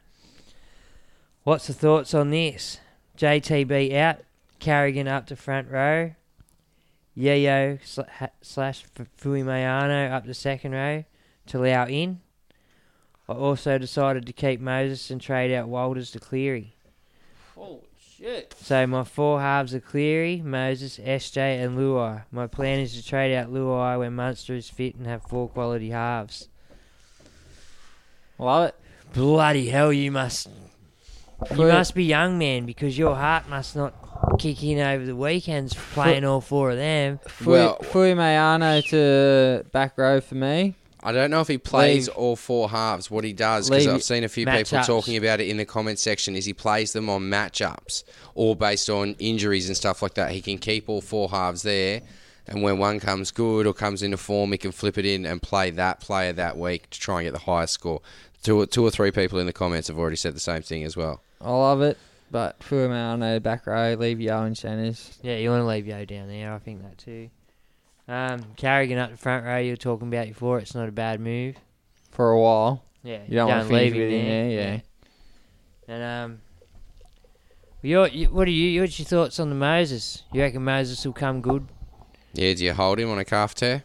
Speaker 5: What's the thoughts on this? JTB out, Carrigan up to front row, Yayo sl- ha- slash F- Fuimayano up to second row, Talau in. I also decided to keep Moses and trade out Walters to Cleary. Oh shit! So my four halves are Cleary, Moses, SJ, and Luai. My plan is to trade out Luai when Munster is fit and have four quality halves.
Speaker 3: Love it.
Speaker 5: Bloody hell, you must. You
Speaker 3: For-
Speaker 5: must be young, man, because your heart must not kick in over the weekends playing all four of them.
Speaker 3: Fui,
Speaker 4: Well-
Speaker 3: Fui Mayano to back row for me.
Speaker 4: he? I don't know if he plays
Speaker 3: Leave.
Speaker 4: all four halves, what he does, because
Speaker 3: Leave
Speaker 4: I've seen a few people
Speaker 5: matchups.
Speaker 4: talking about it in the comment section, is he plays them on matchups or based on injuries and stuff like that. He can keep all four halves there, and when one comes good or comes into form, he can flip it in and play that player that week to try and get the highest score. Two or, two or three people in the comments have already said the same thing as well.
Speaker 3: I love it. But Fui Mayano back row, leave Yo and centres.
Speaker 5: Yeah, you want to leave Yo down there. I think that too. Um, Carrigan up the front row. You're talking about before. It's not a bad move.
Speaker 3: for a while.
Speaker 5: Yeah,
Speaker 3: You don't, want to
Speaker 5: leave
Speaker 3: finish with him there, yeah.
Speaker 5: And um, your you, what are you? What's your thoughts on the Moses? You reckon Moses will come good?
Speaker 4: Yeah, do you hold him on a calf tear?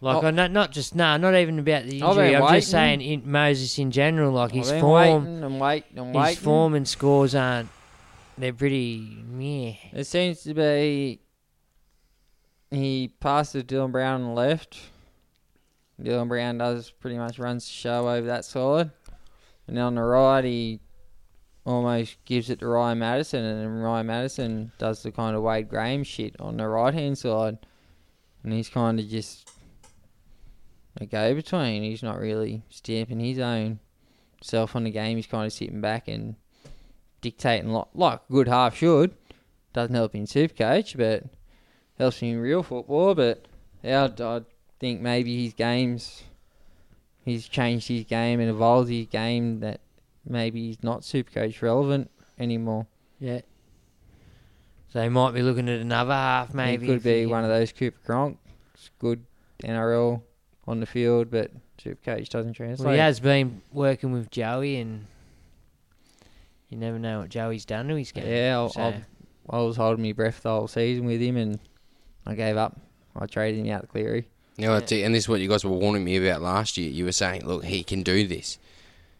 Speaker 5: Like,
Speaker 3: Oh.
Speaker 5: I not not just nah, not even about the
Speaker 3: I've been
Speaker 5: injury. I'm
Speaker 3: waiting.
Speaker 5: just saying in, Moses in general, like his
Speaker 3: I've been
Speaker 5: form.
Speaker 3: waiting and waiting and
Speaker 5: His
Speaker 3: waiting.
Speaker 5: form and scores aren't. They're pretty meh.
Speaker 3: It seems to be he passes Dylan Brown on the left. Dylan Brown does pretty much runs the show over that side. And on the right he almost gives it to Ryan Madison and then Ryan Madison does the kind of Wade Graham shit on the right hand side. And he's kinda just a go between. He's not really stamping his own self on the game. He's kinda sitting back and dictating like, like a good half should doesn't help in Supercoach, but helps me in real football. But yeah, I, I think maybe his games, he's changed his game and evolved his game that maybe he's not Supercoach relevant anymore.
Speaker 5: Yeah. So he might be looking at another half, maybe.
Speaker 3: he could
Speaker 5: if he
Speaker 3: be
Speaker 5: can-
Speaker 3: one of those Cooper Cronk, good NRL on the field, but Supercoach doesn't translate.
Speaker 5: Well, he has been working with Joey, and you never know what Joey's done to his game.
Speaker 3: Yeah, I'll,
Speaker 5: so-
Speaker 3: I'll, I was holding my breath the whole season with him, and I gave up. I traded him out to Cleary.
Speaker 4: Yeah, that's it. and this is what you guys were warning me about last year. You were saying, look, he can do this.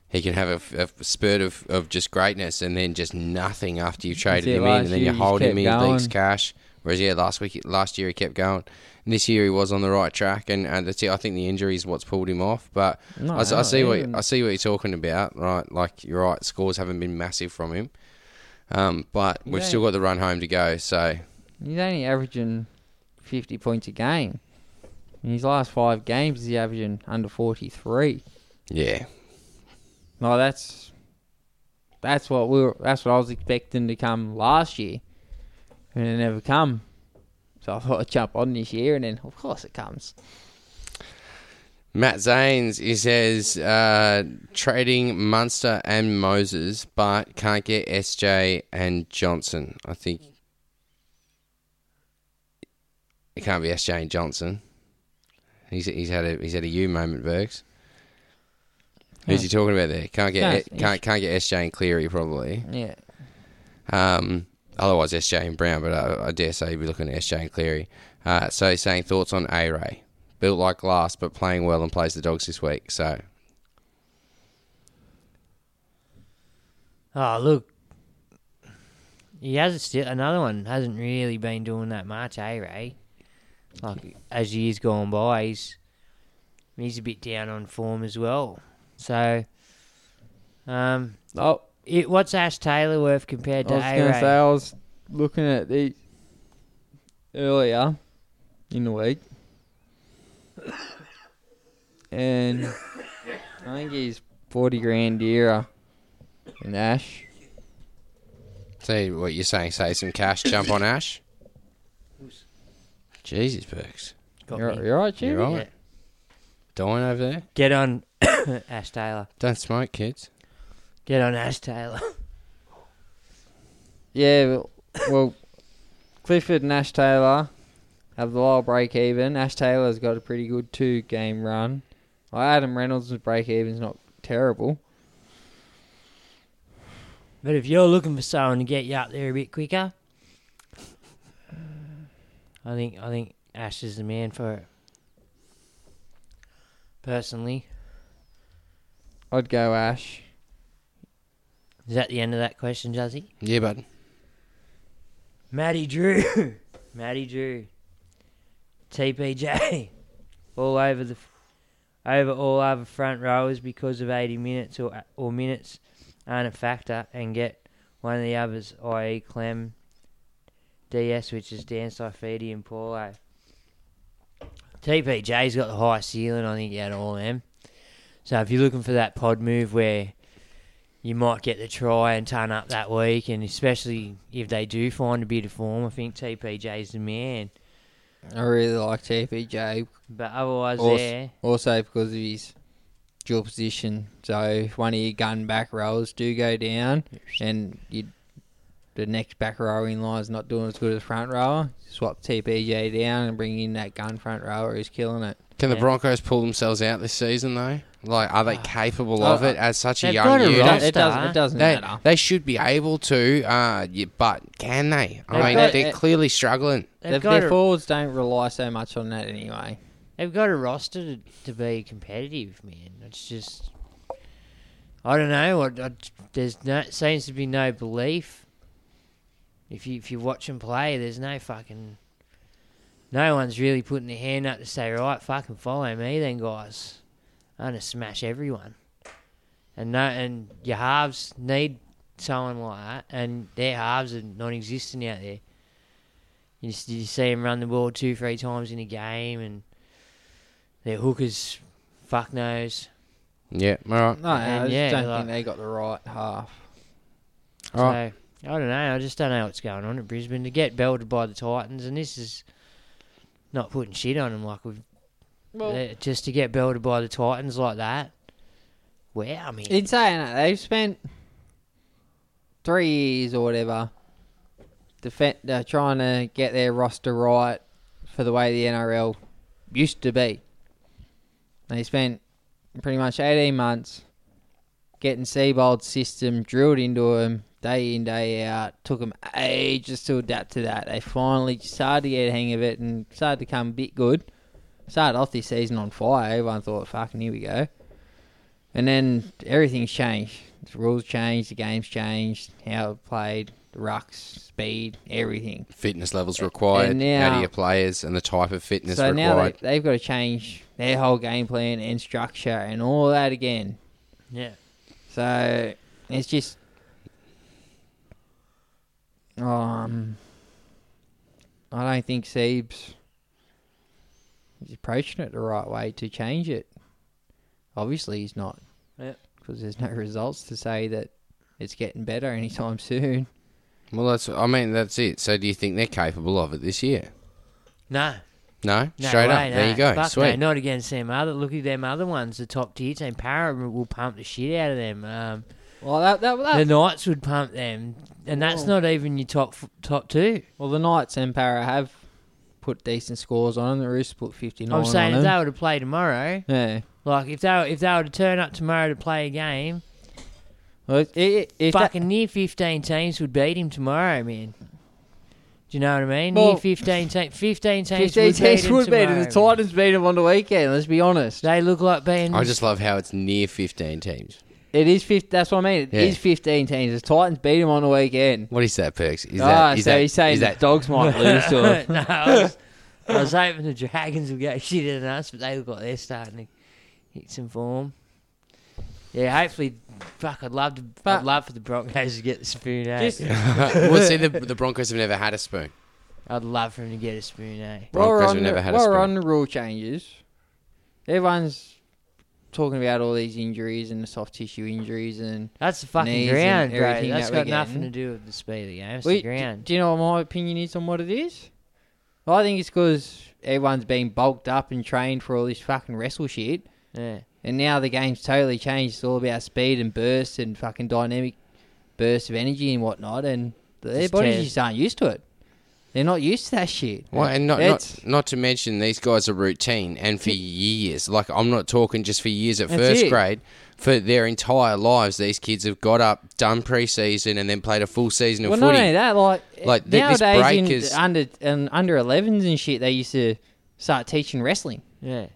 Speaker 4: He can have a, a spurt of, of just greatness and then just nothing after you've traded
Speaker 3: it,
Speaker 4: him in, and
Speaker 3: last
Speaker 4: then
Speaker 3: year
Speaker 4: you
Speaker 3: he
Speaker 4: hold
Speaker 3: just
Speaker 4: him in,
Speaker 3: kept
Speaker 4: he leaks
Speaker 3: going.
Speaker 4: cash. Whereas yeah, last week, last year he kept going. And this year he was on the right track, and, and that's it. I think the injury is what's pulled him off. But
Speaker 3: No,
Speaker 4: I, s- I see
Speaker 3: even-
Speaker 4: what I see what you're talking about, right? Like you're right, scores haven't been massive from him, um, but we've
Speaker 3: Yeah.
Speaker 4: still got the run home to go. So
Speaker 3: He's only averaging 50 points a game. In his last five games, he's averaging under 43.
Speaker 4: Yeah.
Speaker 3: No, that's that's what we were, that's what I was expecting to come last year, and it never come. So I thought I'd jump on this year, and then of course it comes.
Speaker 4: Matt Zanes, he says, uh, trading Munster and Moses, but can't get SJ and Johnson. I think it can't be SJ and Johnson. He's he's had a he's had a you moment, Bergs. Who's he talking about there? Can't get
Speaker 3: Johnson.
Speaker 4: can't can't get SJ and Cleary probably.
Speaker 3: Yeah,
Speaker 4: Um, otherwise SJ and Brown, but uh, I, I dare say you'd be looking at SJ and Cleary. Uh, so he's saying thoughts on A Ray. Built like glass, but playing well and plays the dogs this week. So
Speaker 5: Oh, look. He has still another one hasn't really been doing that much, eh, Ray? Like as years gone by, he's he's a bit down on form as well. So, um,
Speaker 3: oh,
Speaker 5: it, what's Ash Taylor worth compared
Speaker 3: I
Speaker 5: to
Speaker 3: was
Speaker 5: A
Speaker 3: going to say
Speaker 5: Ray?
Speaker 3: I was looking at these earlier in the week, and I think he's 40 grand dearer than Ash.
Speaker 4: So what you're saying, say some cash, jump on Ash. Jesus, Burks,
Speaker 5: Got
Speaker 3: You're,
Speaker 5: me.
Speaker 3: you're right, Jimmy.
Speaker 4: you're right.
Speaker 5: Yeah.
Speaker 4: Dying over there.
Speaker 5: Get on Ash Taylor.
Speaker 4: Don't smoke, kids.
Speaker 5: Get on Ash Taylor.
Speaker 3: Yeah, but- well, Clifford and Ash Taylor have the lower break even. Ash Taylor's got a pretty good two game run. Well, Adam Reynolds' break even's not terrible.
Speaker 5: But if you're looking for someone to get you up there a bit quicker, I think I think Ash is the man for it. Personally,
Speaker 3: I'd go Ash.
Speaker 5: is that the end of that question, Jazzy?
Speaker 4: Yeah, bud.
Speaker 5: Matty Drew, Matty Drew, TPJ, all over the, f- over all other front rowers because of 80 minutes or or minutes aren't a factor, and get one of the others, i.e. Clem, DS, which is Dan Saifidi and Paulo. TPJ's got the high ceiling, I think, out of all them. So if you're looking for that pod move where you might get the try and turn up that week, and especially if they do find a bit of form, I think TPJ's the man.
Speaker 3: I really like TPJ.
Speaker 5: But otherwise,
Speaker 3: Also,
Speaker 5: there,
Speaker 3: also because of his dual position. So if one of your gun back rows do go down and you, the next back row in line is not doing as good as front rower, swap TPJ down and bring in that gun front rower who's killing it.
Speaker 4: Can the
Speaker 5: Yeah. Ah.
Speaker 4: Broncos pull themselves out this season though? Like, are they capable of
Speaker 3: Uh,
Speaker 4: it as such a
Speaker 5: Oh, they've
Speaker 4: young
Speaker 5: got a
Speaker 4: unit?
Speaker 5: roster.
Speaker 3: it doesn't, it doesn't
Speaker 4: They,
Speaker 3: matter.
Speaker 4: they should be able to, uh, yeah, but can they? I
Speaker 5: They've
Speaker 4: mean,
Speaker 5: got-
Speaker 4: they're clearly struggling.
Speaker 5: they've,
Speaker 3: Their-
Speaker 5: got
Speaker 3: their
Speaker 5: a,
Speaker 3: forwards don't rely so much on that anyway.
Speaker 5: they've got a roster to, to be competitive, man. It's just, I don't know. I, I, there's no seems to be no belief. If you if you watch them play, there's no fucking, no one's really putting their hand up to say, right, fucking follow me, then guys. I'm gonna smash everyone. And no, and your halves need someone like that, and their halves are non-existent out there. You, s- you see them run the ball two, three times in a game, and their hookers, fuck knows.
Speaker 4: Yeah, all right.
Speaker 3: No, I
Speaker 5: And
Speaker 3: just
Speaker 5: yeah,
Speaker 3: don't
Speaker 5: like-
Speaker 3: think they got the right half.
Speaker 5: So I don't know. I just don't know what's going on at Brisbane to get belted by the Titans, and this is not putting shit on them. Like we've uh, just to get belted by the Titans like that. Wow, man.
Speaker 3: In saying that, they've spent three years or whatever defend, uh, trying to get their roster right for the way the NRL used to be. They spent pretty much 18 months getting Seabold's system drilled into them day in, day out. Took them ages to adapt to that. They finally started to get a hang of it and started to come a bit good. Started off this season on fire. Everyone thought, fucking, here we go. And then everything's changed. The rules changed, the game's changed, how it played, the rucks, speed, everything.
Speaker 4: Fitness levels required,
Speaker 3: And now-
Speaker 4: out of your players, and the type of fitness
Speaker 3: so now
Speaker 4: required.
Speaker 3: they, they've got to change their whole game plan and structure and all that again.
Speaker 5: yeah.
Speaker 3: So it's just um I don't think Seebs he's approaching it the right way to change it. Obviously, he's not.
Speaker 5: Yep.
Speaker 3: Because there's no results to say that it's getting better anytime soon.
Speaker 4: Well, that's. I mean, that's it. So, do you think they're capable of it this year?
Speaker 5: No.
Speaker 4: No,
Speaker 5: No
Speaker 4: straight
Speaker 5: way,
Speaker 4: up. There
Speaker 5: no.
Speaker 4: you go.
Speaker 5: Fuck
Speaker 4: Sweet.
Speaker 5: No, not against them other. Look at them other ones, the top tier team. Para will pump the shit out of them. Um,
Speaker 3: Well, that that, that
Speaker 5: the Knights would pump them, and that's not even your top f- top two.
Speaker 3: well, the Knights and Para have put decent scores on them. The Roosters put 59
Speaker 5: I'm saying
Speaker 3: on
Speaker 5: if they
Speaker 3: them.
Speaker 5: were to play tomorrow,
Speaker 3: Yeah.
Speaker 5: like if they were, if they were to turn up tomorrow to play a game,
Speaker 3: Well, it, it, if that-
Speaker 5: fucking near 15 teams would beat him tomorrow, man. Do you know what I mean?
Speaker 3: Well-
Speaker 5: near 15 teams, 15 teams,
Speaker 3: 15
Speaker 5: would
Speaker 3: teams
Speaker 5: beat him
Speaker 3: would beat him. The
Speaker 5: tomorrow, man.
Speaker 3: Titans beat him on the weekend, let's be honest.
Speaker 5: They look like being.
Speaker 4: I just love how it's near 15 teams.
Speaker 3: It is 15. That's what I mean. It is
Speaker 4: Yeah.
Speaker 3: 15 teams. The Titans beat him on the weekend.
Speaker 4: What is that, Perks? Is
Speaker 3: ah,
Speaker 4: that, is
Speaker 3: so
Speaker 4: that,
Speaker 3: he's saying
Speaker 4: is
Speaker 3: the
Speaker 4: that
Speaker 3: dogs might lose to him.
Speaker 5: no, I was, I was hoping the Dragons would go shitter than us, but they look like they're starting to hit some form. Yeah, hopefully, fuck, I'd love to.
Speaker 3: But-
Speaker 5: I'd love for the Broncos to get the spoon. Eh?
Speaker 3: Just
Speaker 4: well, see, the, the Broncos have never had a spoon.
Speaker 5: I'd love for him to get a spoon. Eh?
Speaker 3: while we're
Speaker 4: Broncos
Speaker 3: on,
Speaker 4: have Oh, never
Speaker 3: the,
Speaker 4: had a
Speaker 3: while we're
Speaker 4: spoon.
Speaker 3: on the rule changes, everyone's talking about all these injuries and the soft tissue injuries and
Speaker 5: That's the fucking
Speaker 3: Knees
Speaker 5: ground,
Speaker 3: and
Speaker 5: bro.
Speaker 3: everything
Speaker 5: That's
Speaker 3: that
Speaker 5: got
Speaker 3: we're
Speaker 5: nothing to
Speaker 3: getting.
Speaker 5: do with the speed of the game. It's
Speaker 3: Well,
Speaker 5: the
Speaker 3: you-
Speaker 5: ground.
Speaker 3: Do you know what my opinion is on what it is? I think it's because everyone's been bulked up and trained for all this fucking wrestle shit,
Speaker 5: yeah.
Speaker 3: and now the game's totally changed. It's all about speed and burst and fucking dynamic bursts of energy and whatnot, and their
Speaker 5: Just
Speaker 3: bodies
Speaker 5: tears.
Speaker 3: just aren't used to it. They're not used to that shit.
Speaker 4: Well, and not, not
Speaker 3: It's-
Speaker 4: not to mention these guys are routine and for years. Like I'm not talking just for years at
Speaker 3: That's
Speaker 4: first
Speaker 3: it.
Speaker 4: grade. For their entire lives, these kids have got up, done preseason, and then played a full season of
Speaker 3: well,
Speaker 4: footy.
Speaker 3: not only that, like,
Speaker 4: Like, th- this
Speaker 3: nowadays
Speaker 4: break
Speaker 3: in
Speaker 4: is-
Speaker 3: under and under 11s and shit, they used to start teaching wrestling.
Speaker 5: Yeah.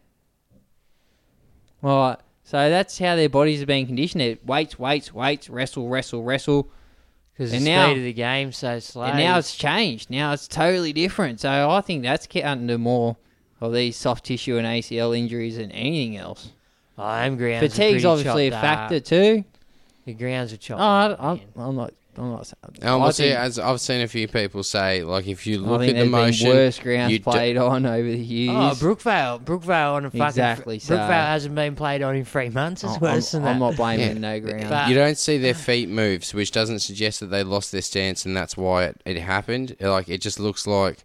Speaker 3: All right. So that's how their bodies are being conditioned. It waits, waits, waits, wrestle, wrestle, wrestle.
Speaker 5: Because the
Speaker 3: And now-
Speaker 5: speed of the game's so slow.
Speaker 3: And now it's changed. Now it's totally different. So I think that's counting to more of these soft tissue and ACL injuries than anything else.
Speaker 5: I'm grounds. Oh, are
Speaker 3: Fatigue's
Speaker 5: pretty
Speaker 3: obviously a
Speaker 5: chopped
Speaker 3: factor
Speaker 5: Up.
Speaker 3: too.
Speaker 5: The grounds are chopped.
Speaker 3: No, Oh, I,
Speaker 5: up,
Speaker 3: I'm,
Speaker 5: man.
Speaker 3: I'm not. I'm not.
Speaker 4: Um,
Speaker 3: I
Speaker 4: well, see,
Speaker 3: think-
Speaker 4: as I've seen a few people say, like if you
Speaker 3: I
Speaker 4: look
Speaker 3: think
Speaker 4: at the
Speaker 3: there's
Speaker 4: motion,
Speaker 3: been worse grounds
Speaker 4: you do-
Speaker 3: played on over the years.
Speaker 5: Oh, Brookvale. Brookvale on a fucking.
Speaker 3: Exactly, so-
Speaker 5: Brookvale hasn't been played on in three months. It's
Speaker 3: Oh, I'm-
Speaker 5: worse
Speaker 3: I'm,
Speaker 5: than
Speaker 3: I'm
Speaker 5: that.
Speaker 3: not blaming no ground.
Speaker 5: But-
Speaker 4: you don't see their feet moves, which doesn't suggest that they lost their stance, and that's why it, it happened. Like it just looks like.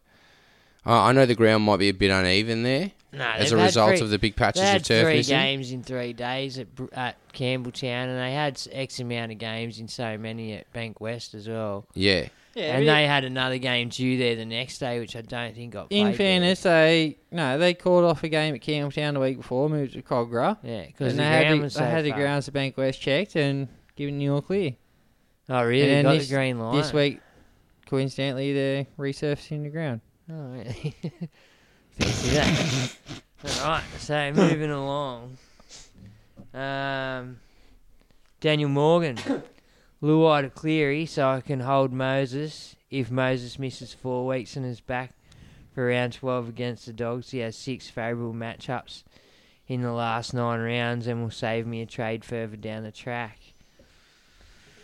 Speaker 4: Uh, I know the ground might be a bit uneven there
Speaker 5: No,
Speaker 4: as a
Speaker 5: they've had
Speaker 4: result
Speaker 5: three-
Speaker 4: of the big
Speaker 5: They
Speaker 4: patches
Speaker 5: had
Speaker 4: of turf
Speaker 5: three
Speaker 4: missing.
Speaker 5: games in three days at, Br- at Campbelltown, and they had s- X amount of games in so many at Bank West as well.
Speaker 4: Yeah.
Speaker 5: and they had another game due there the next day, which I don't think got played.
Speaker 3: In
Speaker 5: there.
Speaker 3: fairness, they no, they called off a game at Campbelltown the week before, moved to Cogra.
Speaker 5: yeah, because
Speaker 3: And
Speaker 5: the
Speaker 3: they
Speaker 5: ground
Speaker 3: had, the,
Speaker 5: was
Speaker 3: they
Speaker 5: so
Speaker 3: had the
Speaker 5: far.
Speaker 3: grounds at Bank West checked and given the all clear.
Speaker 5: Oh, really?
Speaker 3: and
Speaker 5: got
Speaker 3: this,
Speaker 5: the green line
Speaker 3: this week, coincidentally, they're resurfacing the ground.
Speaker 5: Oh, really? Fancy that. All right, so moving along. Um, Daniel Morgan, Luai to Cleary, so I can hold Moses. If Moses misses four weeks and is back for round 12 against the Dogs, he has six favourable matchups in the last nine rounds and will save me a trade further down the track.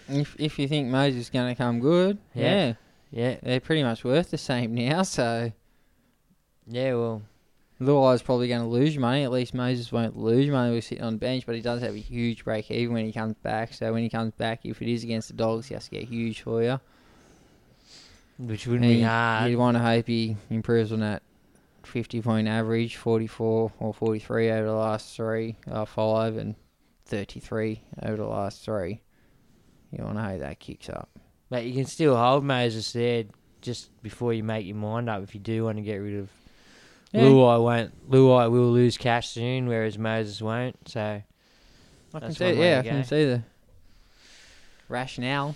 Speaker 3: If if you think Moses is going to come good,
Speaker 5: Yeah.
Speaker 3: yeah.
Speaker 5: Yeah,
Speaker 3: they're pretty much worth the same now. So
Speaker 5: yeah, well,
Speaker 3: Luai's probably going to lose money. At least Moses won't lose money. We're sitting on the bench, but he does have a huge break even when he comes back. So when he comes back, if it is against the Dogs, he has to get huge for you.
Speaker 5: which wouldn't be
Speaker 3: you-
Speaker 5: hard.
Speaker 3: You'd want to hope he improves on that 50 point average, 44 or 43 over the last three, uh, five, and 33 over the last three. You want to hope that kicks up.
Speaker 5: But you can still hold Moses there just before you make your mind up if you do want to get rid of
Speaker 4: uh,
Speaker 3: Yeah.
Speaker 5: Luai won't Luai will lose cash soon, whereas Moses won't, so
Speaker 3: I can
Speaker 5: That's
Speaker 3: see,
Speaker 5: one way
Speaker 3: yeah,
Speaker 5: to
Speaker 3: I
Speaker 5: go.
Speaker 3: can see the rationale.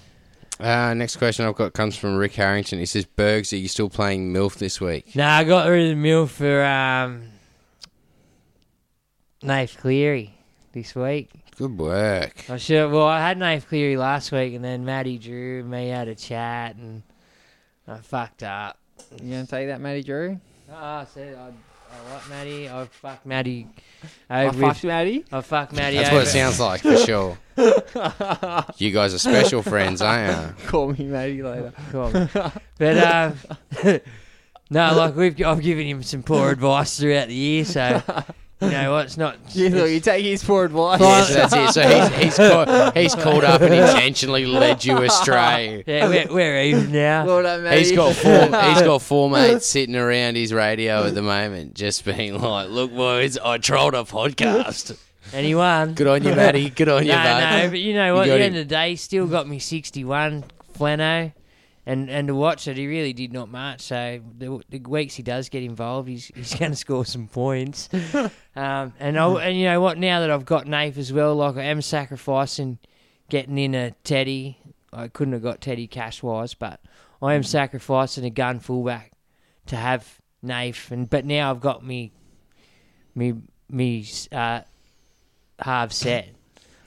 Speaker 4: Uh, next question I've got comes from Rick Harrington. He says, "Bergs, are you still playing MILF this week?"
Speaker 5: No, I got rid of the mill for um Nath Cleary this week.
Speaker 4: Good work.
Speaker 5: I should well I had Nath Cleary last week and then Matty Drew and me had a chat and I fucked up.
Speaker 3: You going to take that, Matty Drew?
Speaker 5: Oh, I said I I like Matty, I fucked Matty over
Speaker 3: I
Speaker 5: with-
Speaker 3: fucked Matty.
Speaker 5: I fucked Matty
Speaker 4: That's
Speaker 5: over.
Speaker 4: what it sounds like for sure. you guys are special friends, aren't you?
Speaker 3: Call me Matty later.
Speaker 5: Cool. but um, uh, No, like we've I've given him some poor advice throughout the year, so you know what? It's not.
Speaker 3: You, look, you
Speaker 5: it's-
Speaker 3: take his poor advice.
Speaker 4: Yeah, so that's it. So he's he's, ca- he's called up and intentionally led you astray.
Speaker 5: yeah, we're, we're even now.
Speaker 3: Well done, mate.
Speaker 4: He's got four. He's got four mates sitting around his radio at the moment, just being like, "Look, boys, I trolled a podcast.
Speaker 5: Anyone?
Speaker 4: Good on you, Matty. Good on you,
Speaker 5: no,
Speaker 4: mate."
Speaker 5: no, but you know what?
Speaker 4: got
Speaker 5: At the
Speaker 4: him.
Speaker 5: end of the day, he still got me 61 Flano, and and to watch it, he really did not much. So the, the weeks he does get involved, he's he's going to score some points. Um, and I, and you know what? Now that I've got Nafe as well, like I am sacrificing getting in a Teddy. I couldn't have got Teddy cash wise, but I
Speaker 4: Mm.
Speaker 5: am sacrificing a gun fullback to have Nafe. And but now I've got me me me uh, half set.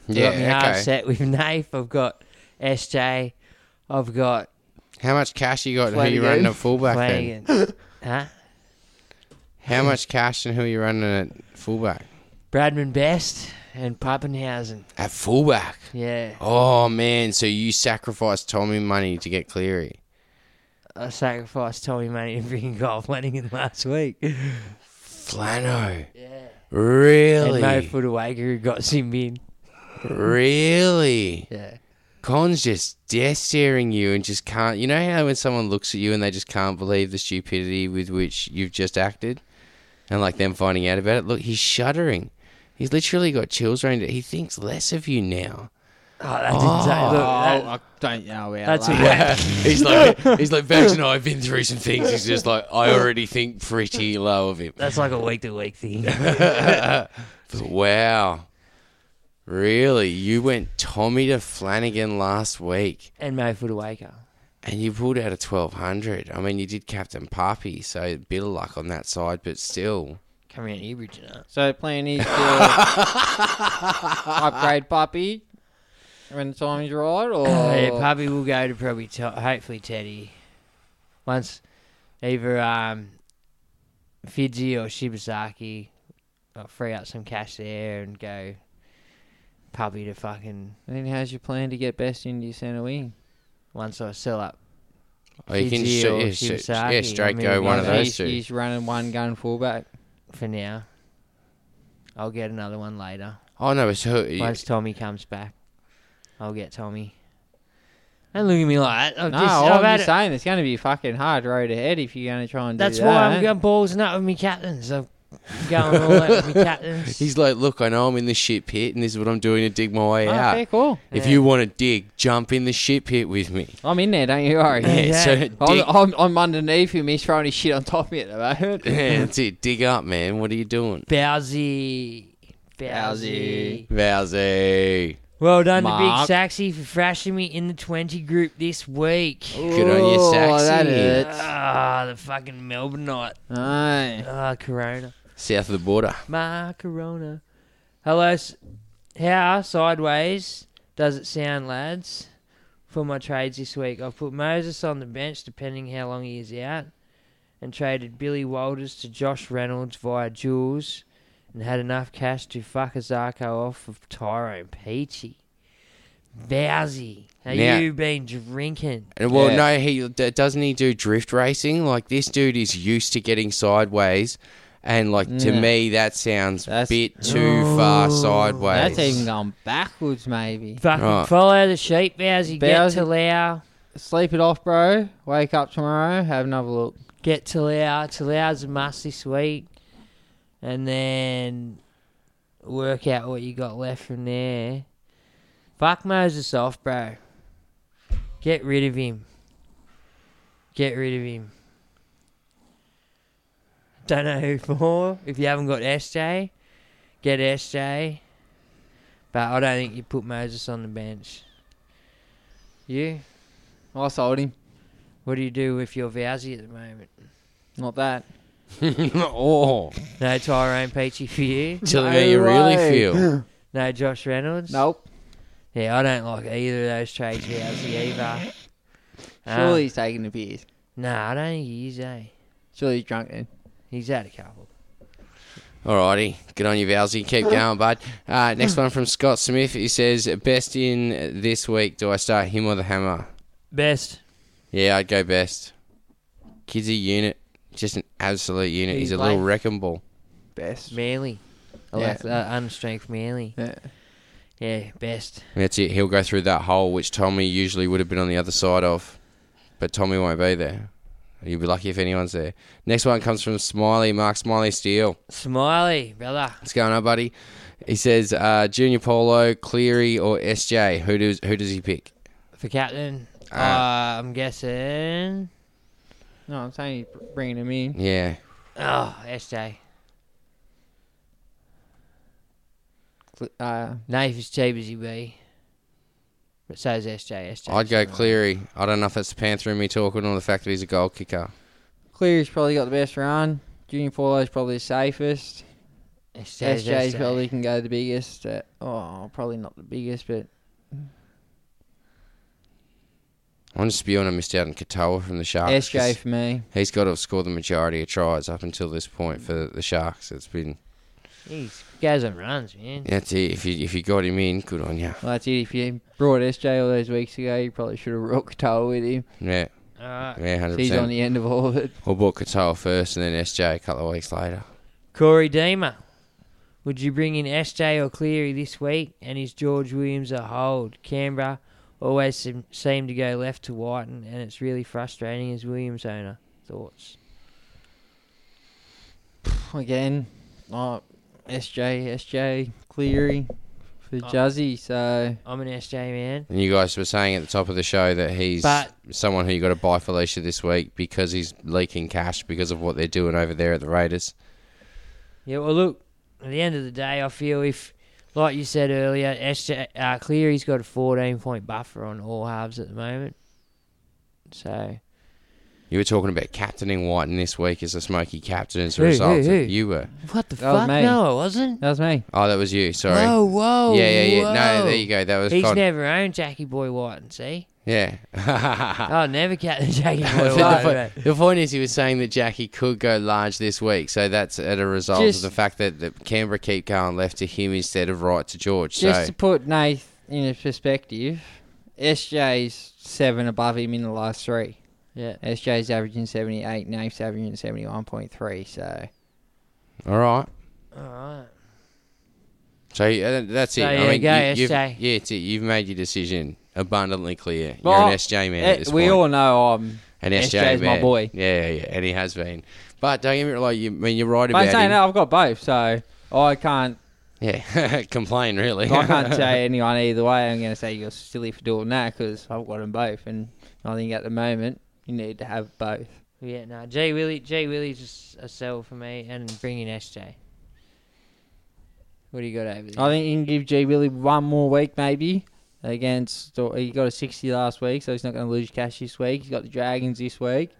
Speaker 5: I've got me
Speaker 4: Yeah,
Speaker 5: half
Speaker 4: okay.
Speaker 5: set with Nafe. I've got SJ. I've got
Speaker 4: How much cash you got? and Who you
Speaker 3: Flanagan.
Speaker 4: running at fullback? Then?
Speaker 5: Flanagan. huh?
Speaker 4: How much cash and who you running at fullback?
Speaker 5: Bradman Best and Pappenhausen.
Speaker 4: At fullback.
Speaker 5: Yeah.
Speaker 4: Oh man! So you sacrificed Tommy money to get Cleary?
Speaker 5: I sacrificed Tommy Money and freaking golf winning in last week.
Speaker 4: Flano.
Speaker 5: Yeah.
Speaker 4: Really?
Speaker 5: And Mo Futawaker got Simbi in.
Speaker 4: really?
Speaker 5: Yeah.
Speaker 4: Con's just death staring you and just can't. You know how when someone looks at you and they just can't believe the stupidity with which you've just acted, and like them finding out about it. Look, he's shuddering. He's literally got chills around it. He thinks less of you now.
Speaker 5: Oh, that's insane. Look, that-
Speaker 3: I don't know about
Speaker 5: that's a
Speaker 3: that.
Speaker 5: whack.
Speaker 4: Ah, he's like, he's like, Vex and I have been through some things. He's just like, I already think pretty low of him.
Speaker 5: That's like a week to week thing.
Speaker 4: Wow, really? You went Tommy to Flanagan last week.
Speaker 5: and Mo Futawaker.
Speaker 4: And you pulled out a twelve hundred. I mean, you did Captain Papi, so a bit of luck on that side, but still.
Speaker 5: Come around here, Bridget.
Speaker 3: So plan is to upgrade puppy when the time's right, or
Speaker 5: Yeah, probably will go to probably to- hopefully Teddy. Once either um, Fiji or Shibasaki, I'll free up some cash there and go probably to fucking
Speaker 3: And then how's your plan to get best into your centre wing?
Speaker 5: once I sell up.
Speaker 4: Oh, you can
Speaker 5: Fiji
Speaker 4: stra-
Speaker 5: or
Speaker 4: yeah, stra-
Speaker 5: Shibasaki,
Speaker 4: yeah,
Speaker 5: I
Speaker 4: straight
Speaker 5: mean,
Speaker 4: go
Speaker 5: if
Speaker 4: one
Speaker 5: you
Speaker 4: of
Speaker 3: He's-
Speaker 5: think
Speaker 4: those
Speaker 3: he's,
Speaker 4: two.
Speaker 3: He's running one gun fullback.
Speaker 5: for now. I'll get another one later.
Speaker 4: Oh no, it's who? you-
Speaker 5: Once Tommy comes back, I'll get Tommy. Don't look at me like that. I've
Speaker 3: No,
Speaker 5: just, I've
Speaker 3: I'm
Speaker 5: had
Speaker 3: just
Speaker 5: it-
Speaker 3: saying it's going to be a fucking hard road ahead if you're going to try and
Speaker 5: That's
Speaker 3: do
Speaker 5: why
Speaker 3: that.
Speaker 5: I'm going balls up with me captains. I'm going all out with me captains.
Speaker 4: He's like, look, I know I'm in the shit pit, and this is what I'm doing to dig my way
Speaker 3: Oh,
Speaker 4: out.
Speaker 3: okay, cool.
Speaker 4: If
Speaker 5: Yeah.
Speaker 4: you want to dig, jump in the shit pit with me.
Speaker 3: I'm in there, don't you worry.
Speaker 4: Yeah, so dig,
Speaker 3: I'm, I'm, I'm underneath him. He's throwing his shit on top of me at the moment.
Speaker 4: yeah, that's it. Dig up, man. What are you doing?
Speaker 5: Bowsy. Bowsy.
Speaker 3: Bowsy.
Speaker 4: Vowsy.
Speaker 5: Well done
Speaker 3: Mark.
Speaker 5: to Big Saxy for thrashing me in the 20 group this week.
Speaker 4: Good on you,
Speaker 3: Oh, that
Speaker 4: Saxy.
Speaker 3: hurts.
Speaker 5: Ah, the fucking Melbourneite.
Speaker 3: Aye.
Speaker 5: Ah, Corona.
Speaker 4: South of the border.
Speaker 5: My Corona. Hello. s- How sideways does it sound, lads? For my trades this week, I've put Moses on the bench, depending how long he is out, and traded Billy Walters to Josh Reynolds via Jules, and had enough cash to fuck a Zarko off of Tyrone Peachy. Bowsy, have
Speaker 4: Now-
Speaker 5: you been drinking?
Speaker 4: And well,
Speaker 3: Yeah.
Speaker 4: no, he d- doesn't. He do drift racing. Like this dude is used to getting sideways, and like to
Speaker 3: Yeah.
Speaker 4: me, that sounds a
Speaker 3: That's-
Speaker 4: bit too far sideways.
Speaker 3: That's even going backwards, maybe.
Speaker 5: Fucking
Speaker 4: Right.
Speaker 5: follow the sheep, Bowsy. Get
Speaker 3: Bowsy-
Speaker 5: to Lau.
Speaker 3: Sleep it off, bro. Wake up tomorrow. Have another look.
Speaker 5: get Talau. Talau's a must this week. And then work out what you got left from there. Fuck Moses off, bro. Get rid of him. Get rid of him. Don't know who for. If you haven't got SJ, get SJ. But I don't think you put Moses on the bench. You?
Speaker 3: I sold him.
Speaker 5: What do you do if you're Vowsy at the moment?
Speaker 3: Not that.
Speaker 4: oh,
Speaker 5: No Tyrone Peachy for you.
Speaker 4: tell me
Speaker 3: No
Speaker 4: how you really
Speaker 3: way.
Speaker 4: feel.
Speaker 5: No Josh Reynolds.
Speaker 3: Nope.
Speaker 5: Yeah, I don't like either of those trades Vowsy either. Um,
Speaker 4: Ah.
Speaker 3: Surely he's taking the beers.
Speaker 5: Nah, I don't think he is, eh?
Speaker 3: Surely he's drunk then.
Speaker 5: He's had a couple.
Speaker 4: Alrighty, good on you, Vowsy. Keep going, bud. Uh, next one from Scott Smith. He says, "Best in this week. Do I start him or the hammer?
Speaker 5: Best.
Speaker 4: Yeah, I'd go best. Kids a unit. Just an absolute unit.
Speaker 5: Who
Speaker 4: He's
Speaker 5: you
Speaker 4: a little
Speaker 5: play?
Speaker 4: wrecking ball.
Speaker 3: Best.
Speaker 5: Manly. I
Speaker 3: Yeah.
Speaker 5: like that. Unstrength Manly.
Speaker 3: Yeah.
Speaker 5: Yeah, best.
Speaker 4: And that's it. He'll go through that hole, which Tommy usually would have been on the other side of, but Tommy won't be there. You'll be lucky if anyone's there. Next one comes from Smiley, Mark Smiley Steele.
Speaker 5: Smiley, brother.
Speaker 4: What's going on, buddy? He says, uh, Junior Polo, Cleary, or SJ. Who does who does he pick?
Speaker 5: For captain, uh, I'm guessing.
Speaker 3: No, I'm saying he's br- bringing him in.
Speaker 4: Yeah,
Speaker 5: Oh, SJ.
Speaker 3: Cl- Uh,
Speaker 5: Nath is cheap as you be. But so is SJ. SJ.
Speaker 4: I'd go Cleary. I don't know if that's the Panther in me talking or the fact that he's a goal kicker.
Speaker 3: Cleary's probably got the best run. Junior Paulo's probably the safest.
Speaker 5: SJ's,
Speaker 3: SJ's probably can go the biggest. Uh, oh, probably not the biggest, but
Speaker 4: I'm just spewing I missed out on Katoa from the Sharks.
Speaker 3: SJ for me.
Speaker 4: He's got to have scored the majority of tries up until this point for the Sharks. It's been
Speaker 5: He's goes on runs, man.
Speaker 4: that's it. If you if you got him in, good on you.
Speaker 3: Well, that's it. If you brought SJ all those weeks ago, you probably should have brought Katoa with him.
Speaker 4: Yeah,
Speaker 5: Alright.
Speaker 4: yeah, hundred
Speaker 3: He's on
Speaker 4: percent.
Speaker 3: the end of all of it.
Speaker 4: We'll book Katoa first and then SJ a couple of weeks later.
Speaker 5: Corey Deemer. Would you bring in SJ or Cleary this week? And is George Williams a hold? Canberra always seem, seem to go left to Whiten, and it's really frustrating as Williams owner. Thoughts?
Speaker 3: Again, oh, SJ, SJ, Cleary for
Speaker 4: Ah.
Speaker 3: Juzzy. So,
Speaker 5: I'm an SJ man.
Speaker 4: And you guys were saying at the top of the show that he's
Speaker 5: But-
Speaker 4: someone who you got to buy Felicia this week because he's leaking cash because of what they're doing over there at the Raiders.
Speaker 5: Yeah, well, look, at the end of the day, I feel if, like you said earlier, SJ uh, Cleary's got a 14 point buffer on all halves at the moment. So,
Speaker 4: You were talking about captaining White and this week as a smoky captain as a
Speaker 5: Who, who,
Speaker 4: result.
Speaker 5: who?
Speaker 4: You were.
Speaker 5: what the
Speaker 3: That was
Speaker 5: fuck?
Speaker 3: me.
Speaker 5: No, I wasn't.
Speaker 3: that was me.
Speaker 4: Oh, that was you. Sorry.
Speaker 5: Whoa, whoa.
Speaker 4: yeah, yeah, yeah. No,
Speaker 5: whoa.
Speaker 4: there you go. That was
Speaker 5: He's
Speaker 4: Con-
Speaker 5: never owned Jackie Boy Whiten, see?
Speaker 4: Yeah.
Speaker 5: Oh, never captain Jackie Boy
Speaker 4: But the,
Speaker 5: Whiten.
Speaker 4: point, the point is, he was saying that Jackie could go large this week, so that's at a result
Speaker 3: Just-
Speaker 4: of the fact that, that Canberra keep going left to him instead of right to George.
Speaker 3: Just
Speaker 4: so
Speaker 3: to put Nath in a perspective, SJ's seven above him in the last three.
Speaker 5: Yeah.
Speaker 3: SJ's averaging 78, Nath's averaging 71.3. So,
Speaker 4: all right,
Speaker 5: All right.
Speaker 4: so uh, that's it.
Speaker 5: So,
Speaker 4: I
Speaker 5: yeah,
Speaker 4: mean,
Speaker 5: go
Speaker 4: you, you've,
Speaker 5: SJ.
Speaker 4: yeah, it's it. You've made your decision abundantly clear. You're
Speaker 3: Well,
Speaker 4: an SJ man
Speaker 3: eh,
Speaker 4: at this
Speaker 3: we
Speaker 4: point.
Speaker 3: all know I'm
Speaker 4: an SJ
Speaker 3: SJ's
Speaker 4: man.
Speaker 3: my boy.
Speaker 4: Yeah, yeah, yeah, and he has been. But don't get me wrong, like you I mean you're right
Speaker 3: But I'm
Speaker 4: about
Speaker 3: saying
Speaker 4: him.
Speaker 3: that I've got both, so I can't
Speaker 4: Yeah, complain really.
Speaker 3: I can't say anyone either way. I'm going to say you're silly for doing that because I've got them both, and I think at the moment you need to have both.
Speaker 5: Yeah, no. Jay Willie, Jay Willie's just a sell for me and bring in SJ. What do you got over there?
Speaker 3: I think you can give G Willie one more week maybe against. Or he got a 60 last week, so he's not going to lose cash this week. He's got the Dragons this week,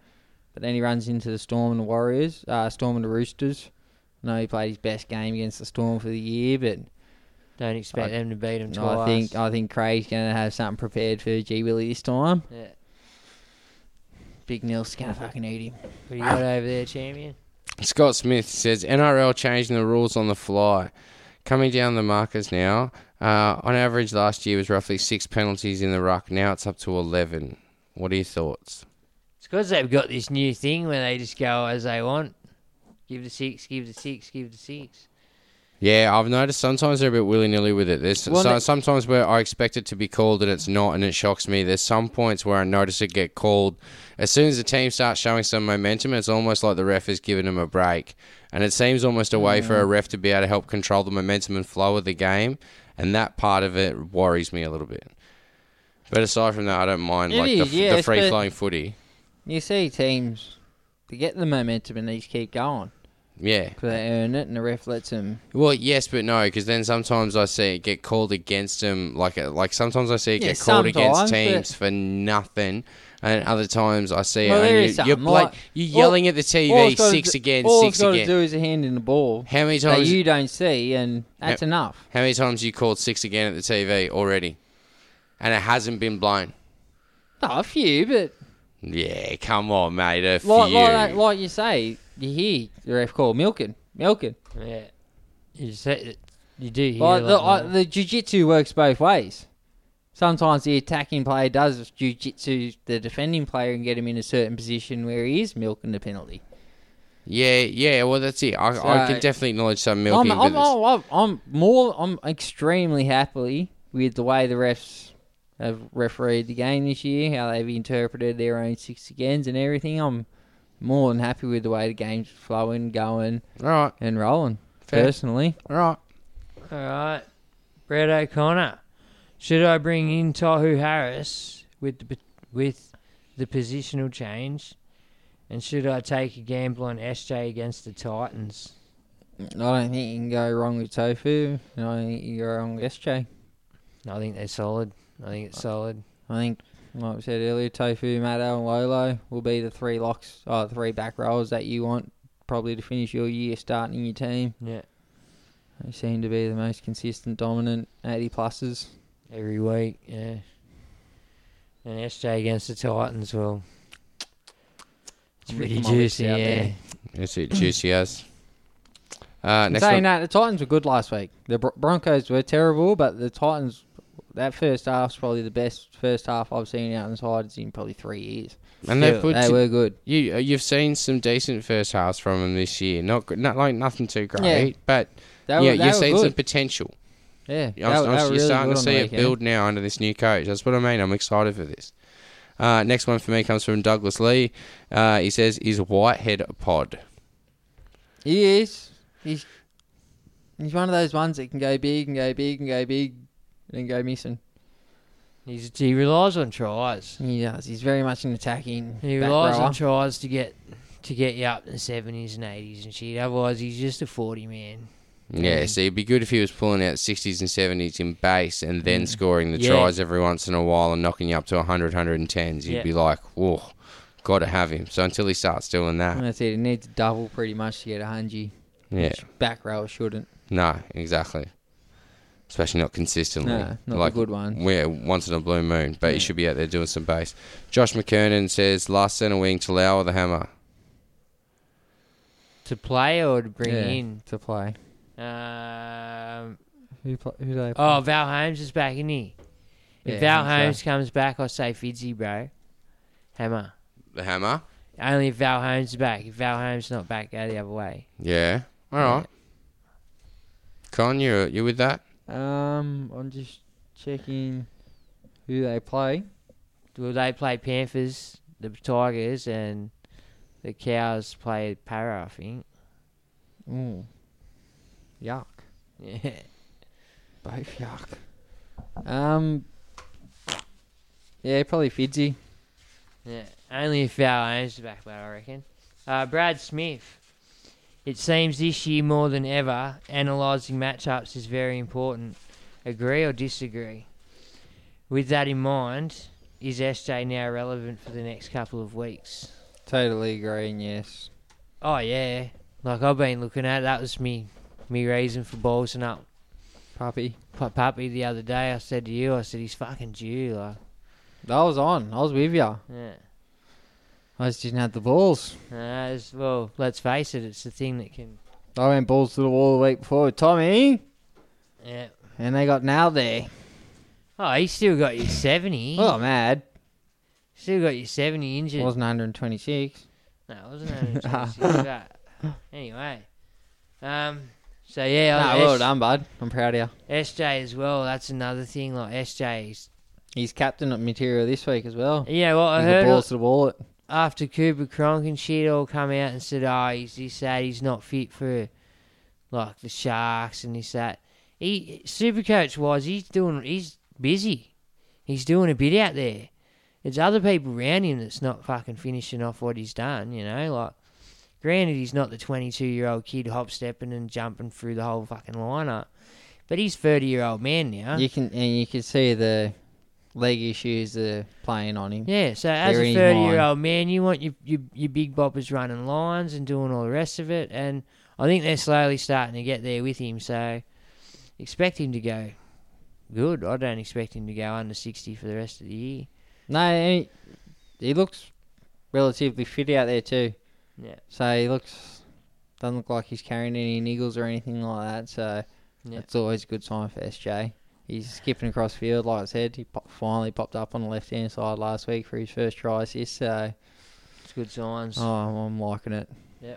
Speaker 3: but then he runs into the Storm and the Warriors, uh, Storm and the Roosters. I know he played his best game against the Storm for the year, but
Speaker 5: Don't expect
Speaker 3: I-
Speaker 5: them to beat him twice.
Speaker 3: I think I think Craig's going to have something prepared for G Willie this time.
Speaker 5: yeah.
Speaker 3: Big Nil's going to fucking eat him.
Speaker 5: What do you got over there, champion?
Speaker 4: Scott Smith says NRL changing the rules on the fly. Coming down the markers now. Uh, on average, last year was roughly six penalties in the ruck. Now it's up to eleven. What are your thoughts?
Speaker 5: It's because they've got this new thing where they just go as they want. Give the six, give the six, give the six.
Speaker 4: Yeah, I've noticed sometimes they're a bit willy nilly with it. There's
Speaker 3: Well,
Speaker 4: so,
Speaker 3: they-
Speaker 4: sometimes where I expect it to be called and it's not, and it shocks me. There's some points where I notice it get called. As soon as the team starts showing some momentum, it's almost like the ref is giving them a break, and it seems almost a way
Speaker 3: Mm.
Speaker 4: for a ref to be able to help control the momentum and flow of the game, and that part of it worries me a little bit. But aside from that, I don't mind
Speaker 3: It
Speaker 4: like the,
Speaker 3: is,
Speaker 4: f- the
Speaker 3: yes,
Speaker 4: free
Speaker 3: but-
Speaker 4: flowing footy.
Speaker 3: You see teams, they get the momentum and they just keep going.
Speaker 4: Yeah.
Speaker 3: 'cause they earn it and the ref lets them.
Speaker 4: Well, yes, but no, because then sometimes I see it get called against them, like uh, like sometimes I see it
Speaker 3: Yeah,
Speaker 4: get called against
Speaker 3: sometimes, but-
Speaker 4: teams for nothing, and other times I see
Speaker 3: Well,
Speaker 4: it.
Speaker 3: there
Speaker 4: And
Speaker 3: is
Speaker 4: you, you're
Speaker 3: something,
Speaker 4: like,
Speaker 3: like-
Speaker 4: you're
Speaker 3: all-
Speaker 4: yelling at the
Speaker 3: all
Speaker 4: TV
Speaker 3: it's gotta
Speaker 4: six
Speaker 3: do-
Speaker 4: again,
Speaker 3: all
Speaker 4: six
Speaker 3: it's gotta
Speaker 4: again.
Speaker 3: do is a hand in the ball
Speaker 4: How many
Speaker 3: that
Speaker 4: times?
Speaker 3: you don't see, and that's
Speaker 4: Yeah.
Speaker 3: enough.
Speaker 4: how many times you called six again at the TV already, and it hasn't been blown?
Speaker 3: No, a few, but
Speaker 4: Yeah, come on, mate, a
Speaker 3: like
Speaker 4: few.
Speaker 3: like, that- like you say, you hear the ref call milking, milking.
Speaker 5: Yeah. You just say You do hear
Speaker 3: Like
Speaker 5: a
Speaker 3: the
Speaker 5: lot
Speaker 3: I,
Speaker 5: more.
Speaker 3: the jiu-jitsu works both ways. Sometimes the attacking player does jiu-jitsu the defending player and get him in a certain position where he is milking the penalty.
Speaker 4: Yeah, yeah. Well, that's it. I, I can
Speaker 3: So-
Speaker 4: definitely acknowledge some
Speaker 3: I'm,
Speaker 4: milking. but
Speaker 3: I'm,
Speaker 4: it's-
Speaker 3: I'm, I'm, I'm more. I'm extremely happily with the way the refs have refereed the game this year, how they've interpreted their own six agains and everything. I'm more than happy with the way the game's flowing, going,
Speaker 4: all right,
Speaker 3: and rolling.
Speaker 4: Fair.
Speaker 3: Personally,
Speaker 4: all right.
Speaker 5: All right, Brett O'Connor. Should I bring in Tahu Harris with the p- with the positional change, and should I take a gamble on SJ against the Titans?
Speaker 3: I don't think you can go wrong with tofu. and I don't think you can go wrong with SJ.
Speaker 5: I think they're solid. I think it's solid.
Speaker 3: I think, like we said earlier, tofu, Maddo, and Lolo will be the three locks, oh, the three back rows that you want probably to finish your year starting your team.
Speaker 5: Yeah,
Speaker 3: They seem to be the most consistent, dominant 80 pluses.
Speaker 5: every week. Yeah, and SJ against the Titans. Well, it's
Speaker 3: I'm
Speaker 5: pretty
Speaker 3: licking my lips
Speaker 5: juicy.
Speaker 3: out
Speaker 5: Yeah,
Speaker 3: there.
Speaker 4: That's it. Juicy as. Uh, next
Speaker 3: Saying
Speaker 4: one.
Speaker 3: that, the Titans were good last week. The Bro- Broncos were terrible, but the Titans, that first half's probably the best first half I've seen out in sides in probably three years.
Speaker 4: And they
Speaker 3: Still,
Speaker 4: put
Speaker 3: they
Speaker 4: you-
Speaker 3: were good.
Speaker 4: You uh, you've seen some decent first halves from them this year. Not gr- not like nothing too great, but
Speaker 3: They were-
Speaker 4: yeah,
Speaker 3: they
Speaker 4: you've
Speaker 3: were
Speaker 4: seen some
Speaker 3: good.
Speaker 4: potential.
Speaker 3: Yeah,
Speaker 4: I'm,
Speaker 3: they were-
Speaker 4: I'm-
Speaker 3: they were
Speaker 4: you're
Speaker 3: really
Speaker 4: starting
Speaker 3: good
Speaker 4: to
Speaker 3: on the
Speaker 4: see it
Speaker 3: weekend.
Speaker 4: build now under this new coach. That's what I mean. I'm excited for this. Uh, next one for me comes from Douglas Lee. Uh, he says, "Is Whitehead a pod?"
Speaker 3: He is. He's he's one of those ones that can go big and go big and go big and go missing.
Speaker 5: He's, he relies on tries.
Speaker 3: He does. He's very much an attacking.
Speaker 5: He
Speaker 3: Mm. back
Speaker 5: relies
Speaker 3: rower.
Speaker 5: on tries to get to get you up in the seventies and eighties and shit. Otherwise, he's just a forty man.
Speaker 3: Mm.
Speaker 4: Yeah, so it'd be good if he was pulling out 60s and 70s in base and then
Speaker 3: Mm.
Speaker 4: scoring the
Speaker 5: Yeah.
Speaker 4: tries every once in a while and knocking you up to 100, 110s. You'd
Speaker 5: Yeah.
Speaker 4: be like, whoa, got to have him. So until he starts doing
Speaker 3: And
Speaker 4: that,
Speaker 3: That's it. He needs to double pretty much to get a hundred.
Speaker 4: yeah,
Speaker 3: Back row shouldn't.
Speaker 4: no, exactly. Especially not consistently.
Speaker 3: No, not the good ones.
Speaker 4: Yeah, once in a blue moon, but he should be out there doing some base. Josh McKernan says, last centre wing to Lau or the hammer?
Speaker 5: To play or to bring
Speaker 3: Yeah,
Speaker 5: in.
Speaker 3: to play.
Speaker 5: Um,
Speaker 3: Who play? Who do they?
Speaker 5: oh, Val Holmes is back, isn't he? If
Speaker 3: Yeah,
Speaker 5: Val
Speaker 3: I think
Speaker 5: Holmes
Speaker 3: so.
Speaker 5: comes back, I say Fidzy, bro. Hammer.
Speaker 4: The hammer?
Speaker 5: Only if Val Holmes is back. If Val Holmes is not back, go the other way.
Speaker 4: Yeah. All right. Con, you you with that?
Speaker 3: Um, I'm just checking who they play.
Speaker 5: Will they play Panthers, the Tigers, and the Cows play Para, I think.
Speaker 3: Mm. Yuck.
Speaker 5: Yeah.
Speaker 3: Both yuck. Um. Yeah, probably Fidzi.
Speaker 5: Yeah, only if our aims are back, though, I reckon. Uh, Brad Smith. It seems this year more than ever, analysing matchups is very important. Agree or disagree? With that in mind, is SJ now relevant for the next couple of weeks?
Speaker 3: Totally green. Yes.
Speaker 5: Oh yeah, like I've been looking at. That was me, me reason for ballsing up
Speaker 3: Puppy.
Speaker 5: Pu- Puppy the other day. I said to you, I said he's fucking due. Like,
Speaker 3: I was on. I was with ya.
Speaker 5: yeah.
Speaker 3: I just didn't have the balls.
Speaker 5: Uh, it's- well, let's face it, it's the thing that can.
Speaker 3: I went balls to the wall the week before with Tommy,
Speaker 5: Yeah.
Speaker 3: and they got nailed there.
Speaker 5: Oh, he still got your 70.
Speaker 3: Oh, I'm mad.
Speaker 5: Still got your 70 injured.
Speaker 3: It wasn't 126.
Speaker 5: no, it wasn't that interesting, it was that. Anyway. Um, so, yeah,
Speaker 3: Nah,
Speaker 5: I-
Speaker 3: well
Speaker 5: S-
Speaker 3: done, bud. I'm proud of you.
Speaker 5: SJ as well. That's another thing. Like, SJ's.
Speaker 3: He's captain at material this week as well.
Speaker 5: You know what? I
Speaker 3: He's
Speaker 5: heard
Speaker 3: the balls to the wall. It.
Speaker 5: after Cooper Cronk and shit all come out and said, oh, he's this, that, he's not fit for, like, the Sharks and this, that. He, Supercoach wise, he's doing, he's busy. He's doing a bit out there. It's other people around him that's not fucking finishing off what he's done, you know? Like, granted, he's not the 22 year old kid hop stepping and jumping through the whole fucking lineup, but he's 30 year old man now.
Speaker 3: You can and you can see the leg issues are playing on him.
Speaker 5: Yeah, so as
Speaker 3: They're
Speaker 5: a
Speaker 3: in
Speaker 5: 30
Speaker 3: line.
Speaker 5: year old man, you want your, your, your big boppers running lines and doing all the rest of it. And I think they're slowly starting to get there with him. So expect him to go good. I don't expect him to go under 60 for the rest of the year.
Speaker 3: No, he, he looks relatively fit out there too.
Speaker 5: Yeah.
Speaker 3: So he looks doesn't look like he's carrying any niggles or anything like that. So
Speaker 5: Yeah.
Speaker 3: that's always a good sign for SJ. He's skipping across field, like I said. He pop, finally popped up on the left hand side last week for his first try assist. So
Speaker 5: It's good signs.
Speaker 3: oh, I'm, I'm liking it.
Speaker 5: Uh,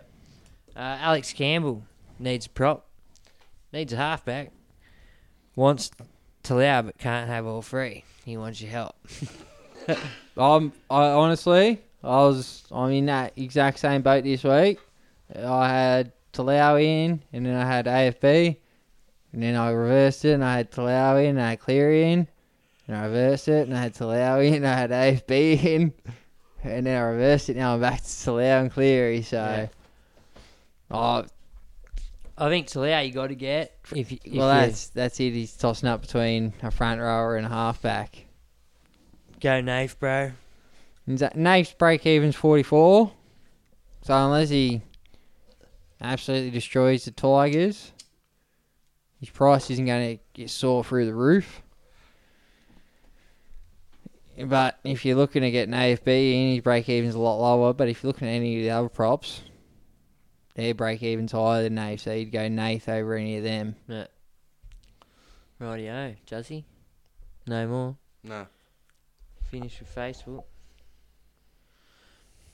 Speaker 5: Alex Campbell needs a prop, needs a halfback, wants Talau but can't have all three. He wants your help.
Speaker 3: Um, I honestly, I was I'm in that exact same boat this week. I had Talau in, and then I had AFB, and then I reversed it, and I had Talau in, and I had Cleary in, and I reversed it, and I had Talau in, and I had AFB in, and then I reversed it. Now I'm back to Talau and Cleary. So, oh,
Speaker 5: I think Talau you got to get if you, if
Speaker 3: well,
Speaker 5: you
Speaker 3: that's that's it. He's tossing up between a front rower and a halfback.
Speaker 5: go Nath, bro.
Speaker 3: And that Nate's break even's 44. So unless he absolutely destroys the Tigers, his price isn't going to get soar through the roof. But if you're looking to get an AFB in, his break even's a lot lower. But if you're looking at any of the other props, their break even's higher than Nath. So you'd go Nath over any of them.
Speaker 5: Yeah. Rightio, Juzzy. No more.
Speaker 4: No.
Speaker 5: Finish with Facebook.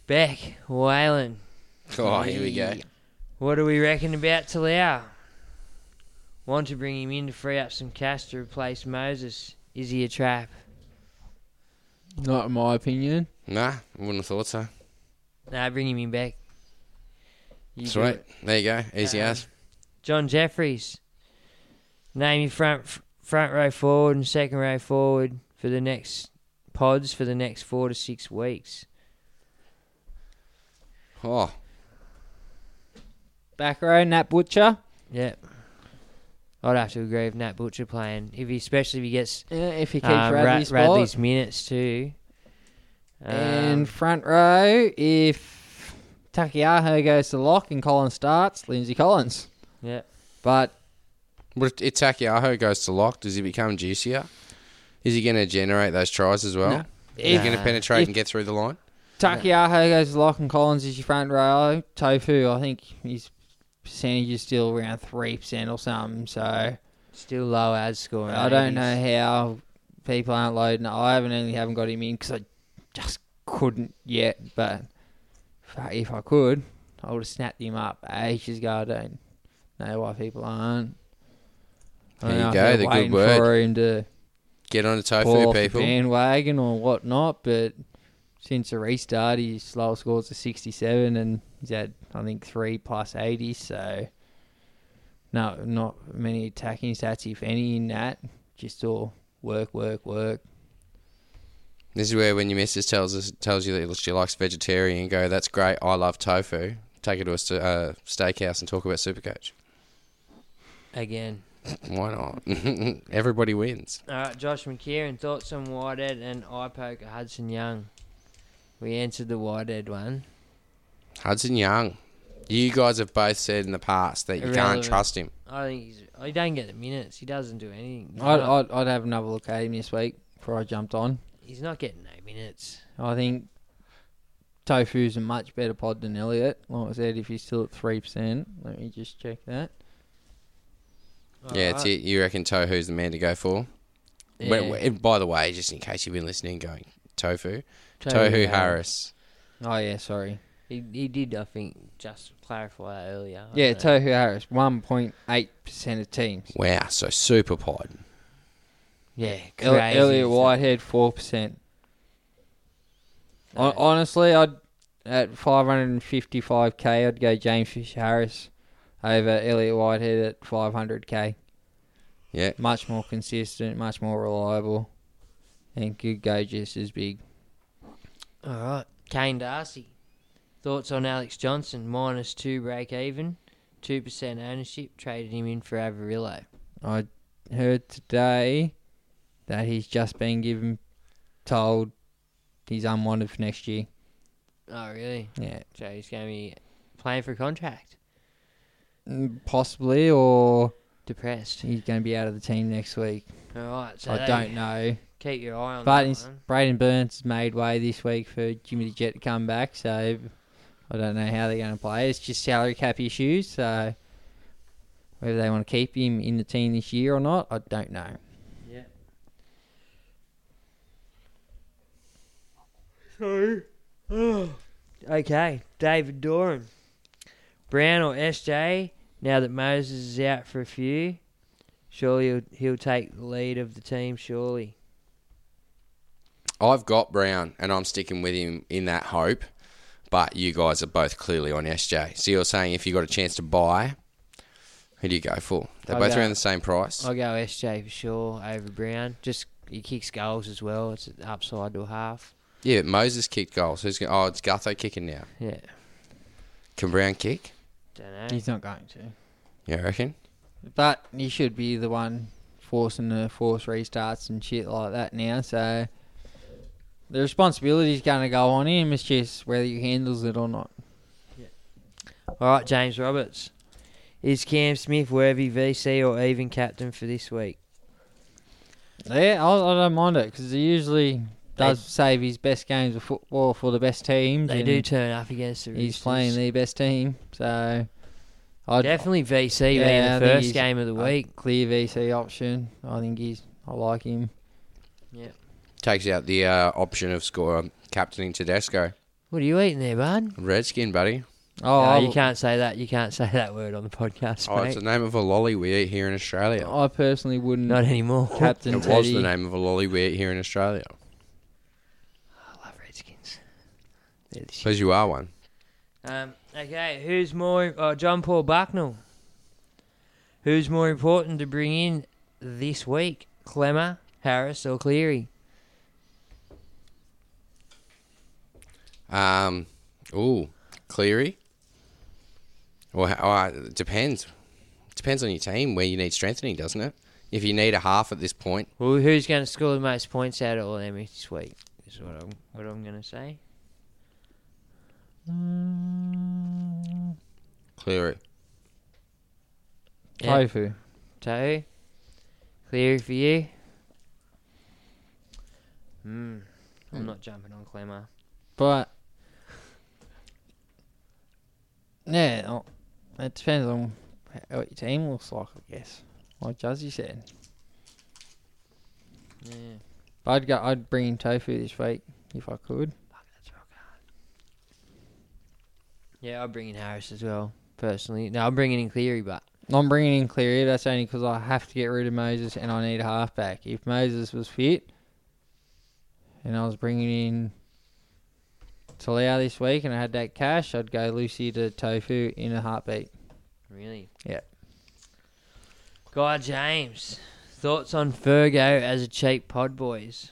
Speaker 5: Beck, Whalen,
Speaker 4: Oh, here we go.
Speaker 5: what do we reckon about Talau? Want to bring him in to free up some cash to replace Moses. Is he a trap?
Speaker 3: Not in my opinion.
Speaker 4: Nah, wouldn't have thought so.
Speaker 5: Nah, bring him in back. You do
Speaker 4: Sweet.
Speaker 5: it.
Speaker 4: There you go. Easy
Speaker 5: Um,
Speaker 4: as.
Speaker 5: John Jeffries. Name your front f- front row forward and second row forward for the next pods for the next four to six weeks.
Speaker 4: Oh,
Speaker 3: Back row, Nat Butcher.
Speaker 5: Yep. I'd have to agree with Nat Butcher playing, if he, especially if he gets
Speaker 3: Yeah, if he keeps
Speaker 5: uh, Ra-
Speaker 3: Radley's spot.
Speaker 5: Radley's minutes too.
Speaker 3: And
Speaker 5: Um,
Speaker 3: front row, if Takiaho goes to lock and Collins starts, Lindsay Collins.
Speaker 5: yeah,
Speaker 3: But
Speaker 4: but if Takiaho goes to lock, does he become juicier? Is he going to generate those tries as well?
Speaker 3: No.
Speaker 4: Is
Speaker 3: If-
Speaker 4: he going to penetrate
Speaker 3: if-
Speaker 4: and get through the line?
Speaker 3: Takiaho goes to lock and Collins is your front row, Tofu, I think his percentage is still around 3% or something. So
Speaker 5: still low as scoring.
Speaker 3: I don't
Speaker 5: 80s.
Speaker 3: know how people aren't loading. it. I haven't only haven't got him in because I just couldn't yet. But if I- if I could, I would have snapped him up ages ago. I don't know why people aren't. I don't
Speaker 4: There you
Speaker 3: know if
Speaker 4: go,
Speaker 3: they're
Speaker 4: the good
Speaker 3: waiting
Speaker 4: word.
Speaker 3: For him to
Speaker 4: Get on to
Speaker 3: fall
Speaker 4: tofu,
Speaker 3: off the
Speaker 4: people.
Speaker 3: bandwagon or whatnot, but since the restart, his lowest scores are 67, and he's had I think three plus 80. So no, not many attacking stats, if any, in that. Just all work, work, work.
Speaker 4: This is where when your missus tells us tells you that she likes vegetarian, go that's great. I love tofu. Take her to a st- uh, steakhouse and talk about Supercoach.
Speaker 5: again.
Speaker 4: Why not? Everybody wins.
Speaker 5: All right, Josh McKieran, thoughts on Whitehead and eye poke at Hudson Young. We answered the Whitehead one.
Speaker 4: Hudson Young. You guys have both said in the past that you can't
Speaker 5: Irrelevant.
Speaker 4: trust him.
Speaker 5: I think he's, oh, he don't get the minutes. He doesn't do anything. He's,
Speaker 3: I'd,
Speaker 5: not,
Speaker 3: I'd, I'd have another look at him this week before I jumped on.
Speaker 5: he's not getting no minutes.
Speaker 3: I think Tofu's a much better pod than Elliot. Like I said, if he's still at 3%, let me just check that.
Speaker 4: yeah, it's it. You reckon Tohu's the man to go for? But-
Speaker 3: Yeah.
Speaker 4: and by the way, just in case you've been listening, going tofu,
Speaker 3: Tohu
Speaker 4: tohu
Speaker 3: Harris.
Speaker 4: Harris.
Speaker 3: Oh, yeah, sorry.
Speaker 5: He, he did, I think, just clarify that earlier. I
Speaker 3: Yeah,
Speaker 5: don't know.
Speaker 3: Tohu Harris, one point eight percent of teams.
Speaker 4: Wow, so super pod.
Speaker 5: yeah,
Speaker 3: El-
Speaker 5: crazy.
Speaker 3: Elliot Whitehead four percent. Honestly, I'd at five hundred and fifty-five k, I'd go James Fish Harris over Elliot Whitehead at five hundred k.
Speaker 4: Yeah,
Speaker 3: Much more consistent, much more reliable, and could go just as big.
Speaker 5: All right. Kane Darcy. Thoughts on Alex Johnson? Minus two break even, 2% ownership, traded him in for Avarillo.
Speaker 3: I heard today that he's just been given told he's unwanted for next year.
Speaker 5: Oh, really?
Speaker 3: Yeah.
Speaker 5: So he's going to be playing for a contract.
Speaker 3: Mm, Possibly, or
Speaker 5: Depressed.
Speaker 3: he's going to be out of the team next week.
Speaker 5: All right. So
Speaker 3: I
Speaker 5: they-
Speaker 3: don't know.
Speaker 5: Keep your eye on
Speaker 3: But
Speaker 5: that
Speaker 3: it's-
Speaker 5: one.
Speaker 3: Braden Burns has made way this week for Jimmy the Jet to come back, so I don't know how they're going to play. It's just salary cap issues, so whether they want to keep him in the team this year or not, I don't know.
Speaker 5: Yeah. So, okay, David Doran. Brown or SJ, now that Moses is out for a few, surely he'll, he'll take the lead of the team, surely.
Speaker 4: I've got Brown, and I'm sticking with him in that hope. But you guys are both clearly on SJ. So you're saying if you got a chance to buy, who do you go for? They're
Speaker 5: I'll
Speaker 4: both
Speaker 5: go-
Speaker 4: around the same price.
Speaker 5: I'll go SJ for sure over Brown. Just he kicks goals as well. It's an upside to a half.
Speaker 4: Yeah, Moses kicked goals. Who's going? Oh, it's Gutho kicking now.
Speaker 5: Yeah.
Speaker 4: Can Brown kick?
Speaker 5: Don't know.
Speaker 3: He's not going to.
Speaker 4: You reckon?
Speaker 3: But he should be the one forcing the force restarts and shit like that now. So the responsibility's going to go on him. It's just whether he handles it or not.
Speaker 5: All right, James Roberts. Is Cam Smith worthy VC or even captain for this week?
Speaker 3: Yeah, I, I don't mind it because he usually does save his best games of football for the best teams.
Speaker 5: They
Speaker 3: and
Speaker 5: do turn up against the
Speaker 3: He's
Speaker 5: Roosters.
Speaker 3: playing the best team, so I
Speaker 5: Definitely VC being
Speaker 3: I
Speaker 5: the
Speaker 3: think
Speaker 5: first
Speaker 3: he's
Speaker 5: game of the
Speaker 3: a
Speaker 5: week.
Speaker 3: clear VC option. I think he's. I like him.
Speaker 4: Takes out the uh, option of score captaining Tedesco.
Speaker 5: What are you eating there, bud?
Speaker 4: Redskin, buddy.
Speaker 3: Oh,
Speaker 5: No,
Speaker 3: I,
Speaker 5: you can't say that. You can't say that word on the podcast,
Speaker 4: Oh,
Speaker 5: mate.
Speaker 4: it's the name of a lolly we eat here in Australia.
Speaker 3: I personally wouldn't.
Speaker 5: Not anymore.
Speaker 3: Captain
Speaker 4: it was
Speaker 3: Oh, Teddy.
Speaker 4: the name of a lolly we eat here in Australia.
Speaker 5: I love Redskins. They're the shit.
Speaker 4: Because you are one.
Speaker 5: Um, okay, who's more? Oh, John Paul Bucknell. Who's more important to bring in this week? Clemmer, Harris, or Cleary?
Speaker 4: Um, ooh, Cleary. Well, h- uh, it depends. Depends on your team where you need strengthening, doesn't it? If you need a half at this point,
Speaker 5: Well, who's going to score the most points out of all them this week? Is what I'm what I'm going to say.
Speaker 4: Cleary.
Speaker 5: Yeah.
Speaker 3: Tofu.
Speaker 5: Toe. Cleary for you. Hmm. I'm not jumping on Clemmer.
Speaker 3: But yeah, oh, it depends on how- what your team looks like, I guess. Like Jazzy said,
Speaker 5: Yeah.
Speaker 3: but I'd go. I'd bring in tofu this week if I could.
Speaker 5: That's rock hard. Yeah, I'll bring in Harris as well, personally. No, I'm bringing in Cleary, but
Speaker 3: I'm bringing in Cleary. That's only because I have to get rid of Moses and I need a halfback. If Moses was fit, and I was bringing in Talau this week, and I had that cash, I'd go Lucy to Tofu in a heartbeat.
Speaker 5: really.
Speaker 3: Yeah.
Speaker 5: Guy James, thoughts on Fergo as a cheap pod, boys?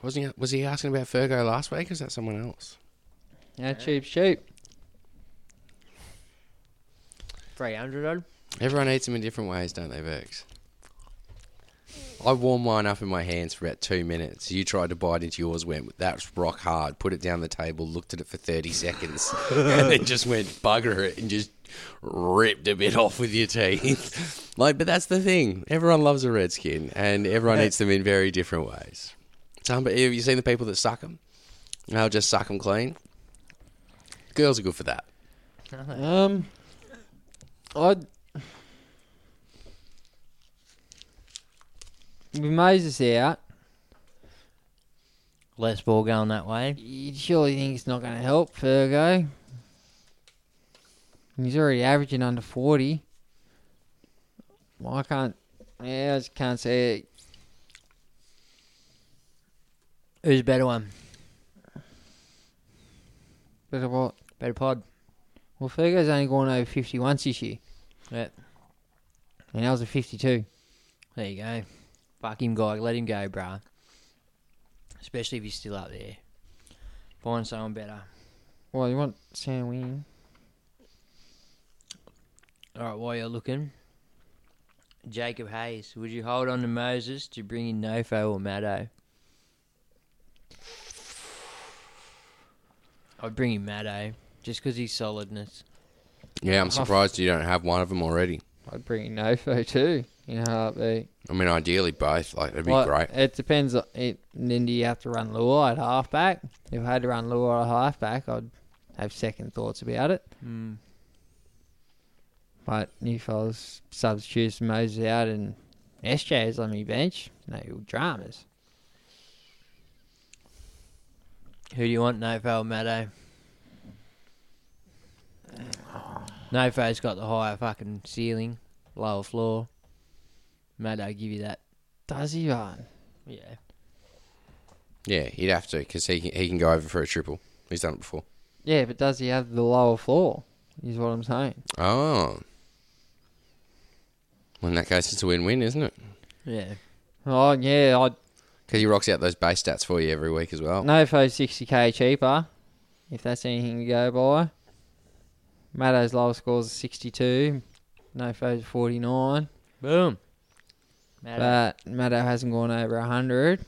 Speaker 4: Wasn't he, was he asking about Fergo last week? Or is that someone else?
Speaker 3: Now cheap sheep.
Speaker 5: 300 odd?
Speaker 4: Everyone eats them in different ways, don't they, Burks? I warm mine up in my hands for about two minutes. You tried to bite into yours, went, that's rock hard, put it down the table, looked at it for 30 seconds, and then just went bugger it and just ripped a bit off with your teeth. like, but that's the thing. Everyone loves a redskin, and everyone eats them in very different ways. Some, have you seen the people that suck them? They'll just suck them clean. Girls are good for that.
Speaker 3: Um, I'd. With Moses out,
Speaker 5: Less ball going that way.
Speaker 3: you'd surely think it's not going to help Fergo. He's already averaging under 40. Well, I can't. Yeah, I just can't see it.
Speaker 5: Who's a better one?
Speaker 3: But what?
Speaker 5: Better pod.
Speaker 3: Well, Fergo's only gone over 50 once this year,
Speaker 5: Yep.
Speaker 3: and that was a 52.
Speaker 5: There you go. Fuck him, guy. Let him go, bruh. Especially if he's still up there. Find someone better.
Speaker 3: Well, you want Sam Wing?
Speaker 5: All right, while you're looking, Jacob Hayes, would you hold on to Moses to bring in Nofo or Maddo? I'd bring in Maddo just because he's solidness.
Speaker 4: Yeah, I'm surprised you don't have one of them already.
Speaker 3: I'd bring in Nofo too in a heartbeat.
Speaker 4: I mean, ideally both. Like that'd be
Speaker 3: Well,
Speaker 4: great.
Speaker 3: It depends. on- It, then do you have to run Lua at halfback? If I had to run Lua at halfback, I'd have second thoughts about it.
Speaker 5: Mm.
Speaker 3: But if I was substitutes Moses out and SJ is on my bench, no dramas.
Speaker 5: Who do you want, Nofo or Maddo? Nofo's got the higher fucking ceiling, lower floor. Mad, I'll give you that.
Speaker 3: Does he run?
Speaker 5: Yeah.
Speaker 4: Yeah, he'd have to because he, he can go over for a triple. He's done it before.
Speaker 3: Yeah, but does he have the lower floor? Is what I'm saying.
Speaker 4: Oh. Well, in that case, it's a win win, isn't it?
Speaker 5: Yeah.
Speaker 3: Oh yeah, I
Speaker 4: Because he rocks out those base stats for you every week as well.
Speaker 3: No for 60k cheaper, if that's anything to go by. Maddo's lowest scores are 62. No foes 49.
Speaker 5: Boom. Mad,
Speaker 3: But Maddo hasn't gone over 100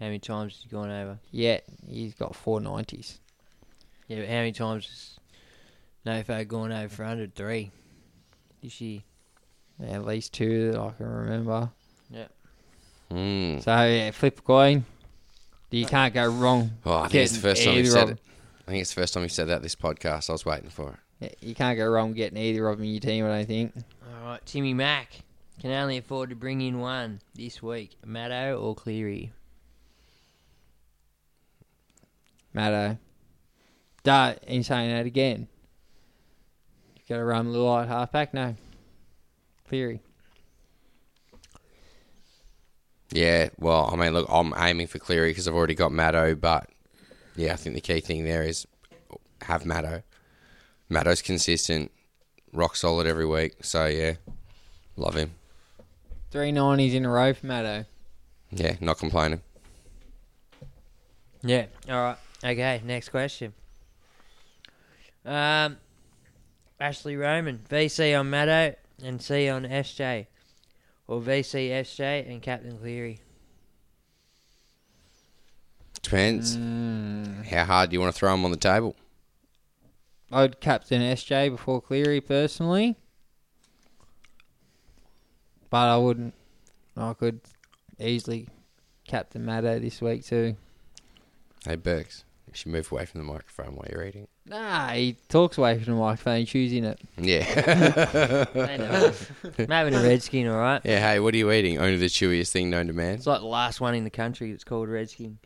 Speaker 5: how many times has he gone over?
Speaker 3: yet. He's got 490s.
Speaker 5: Yeah, but how many times has Nofo gone over for 103 this year?
Speaker 3: Yeah, at least two that I can remember.
Speaker 4: Mm.
Speaker 3: So, yeah, flip a coin. You can't go wrong.
Speaker 4: Oh, I think it's the
Speaker 3: getting
Speaker 4: first time he
Speaker 3: either
Speaker 4: said
Speaker 3: of
Speaker 4: it. I think it's the first time he said that this podcast. I was waiting for it.
Speaker 3: Yeah, You can't go wrong getting either of them in your team, I don't think.
Speaker 5: All right, Timmy Mack can only afford to bring in one this week. Maddo or Cleary?
Speaker 3: Maddo. Duh, he's saying that again. You got to run little light halfback? No. Cleary.
Speaker 4: Yeah, well, I mean, look, I'm aiming for Cleary because I've already got Maddo, but yeah, I think the key thing there is have Maddo. Maddo's consistent, rock solid every week. So yeah, love him.
Speaker 3: Three nineties in a row for uh. Maddo.
Speaker 4: Yeah, not complaining.
Speaker 5: Yeah. All right. Okay. Next question. Um, Ashley Roman, VC on Maddo and C on SJ, or VC SJ and Captain Cleary.
Speaker 4: Depends how hard you want to throw him on the table.
Speaker 3: I'd captain SJ before Cleary personally, but I wouldn't. I could easily captain Maddo this week too.
Speaker 4: Hey, Burks, you should move away from the microphone while you're eating.
Speaker 3: Nah, he talks away from the microphone, choosing it.
Speaker 4: Yeah,
Speaker 5: Ain't no- I'm having a redskin, all right.
Speaker 4: yeah. Hey, what are you eating? Only the chewiest thing known to man.
Speaker 5: It's like the last one in the country that's called redskin.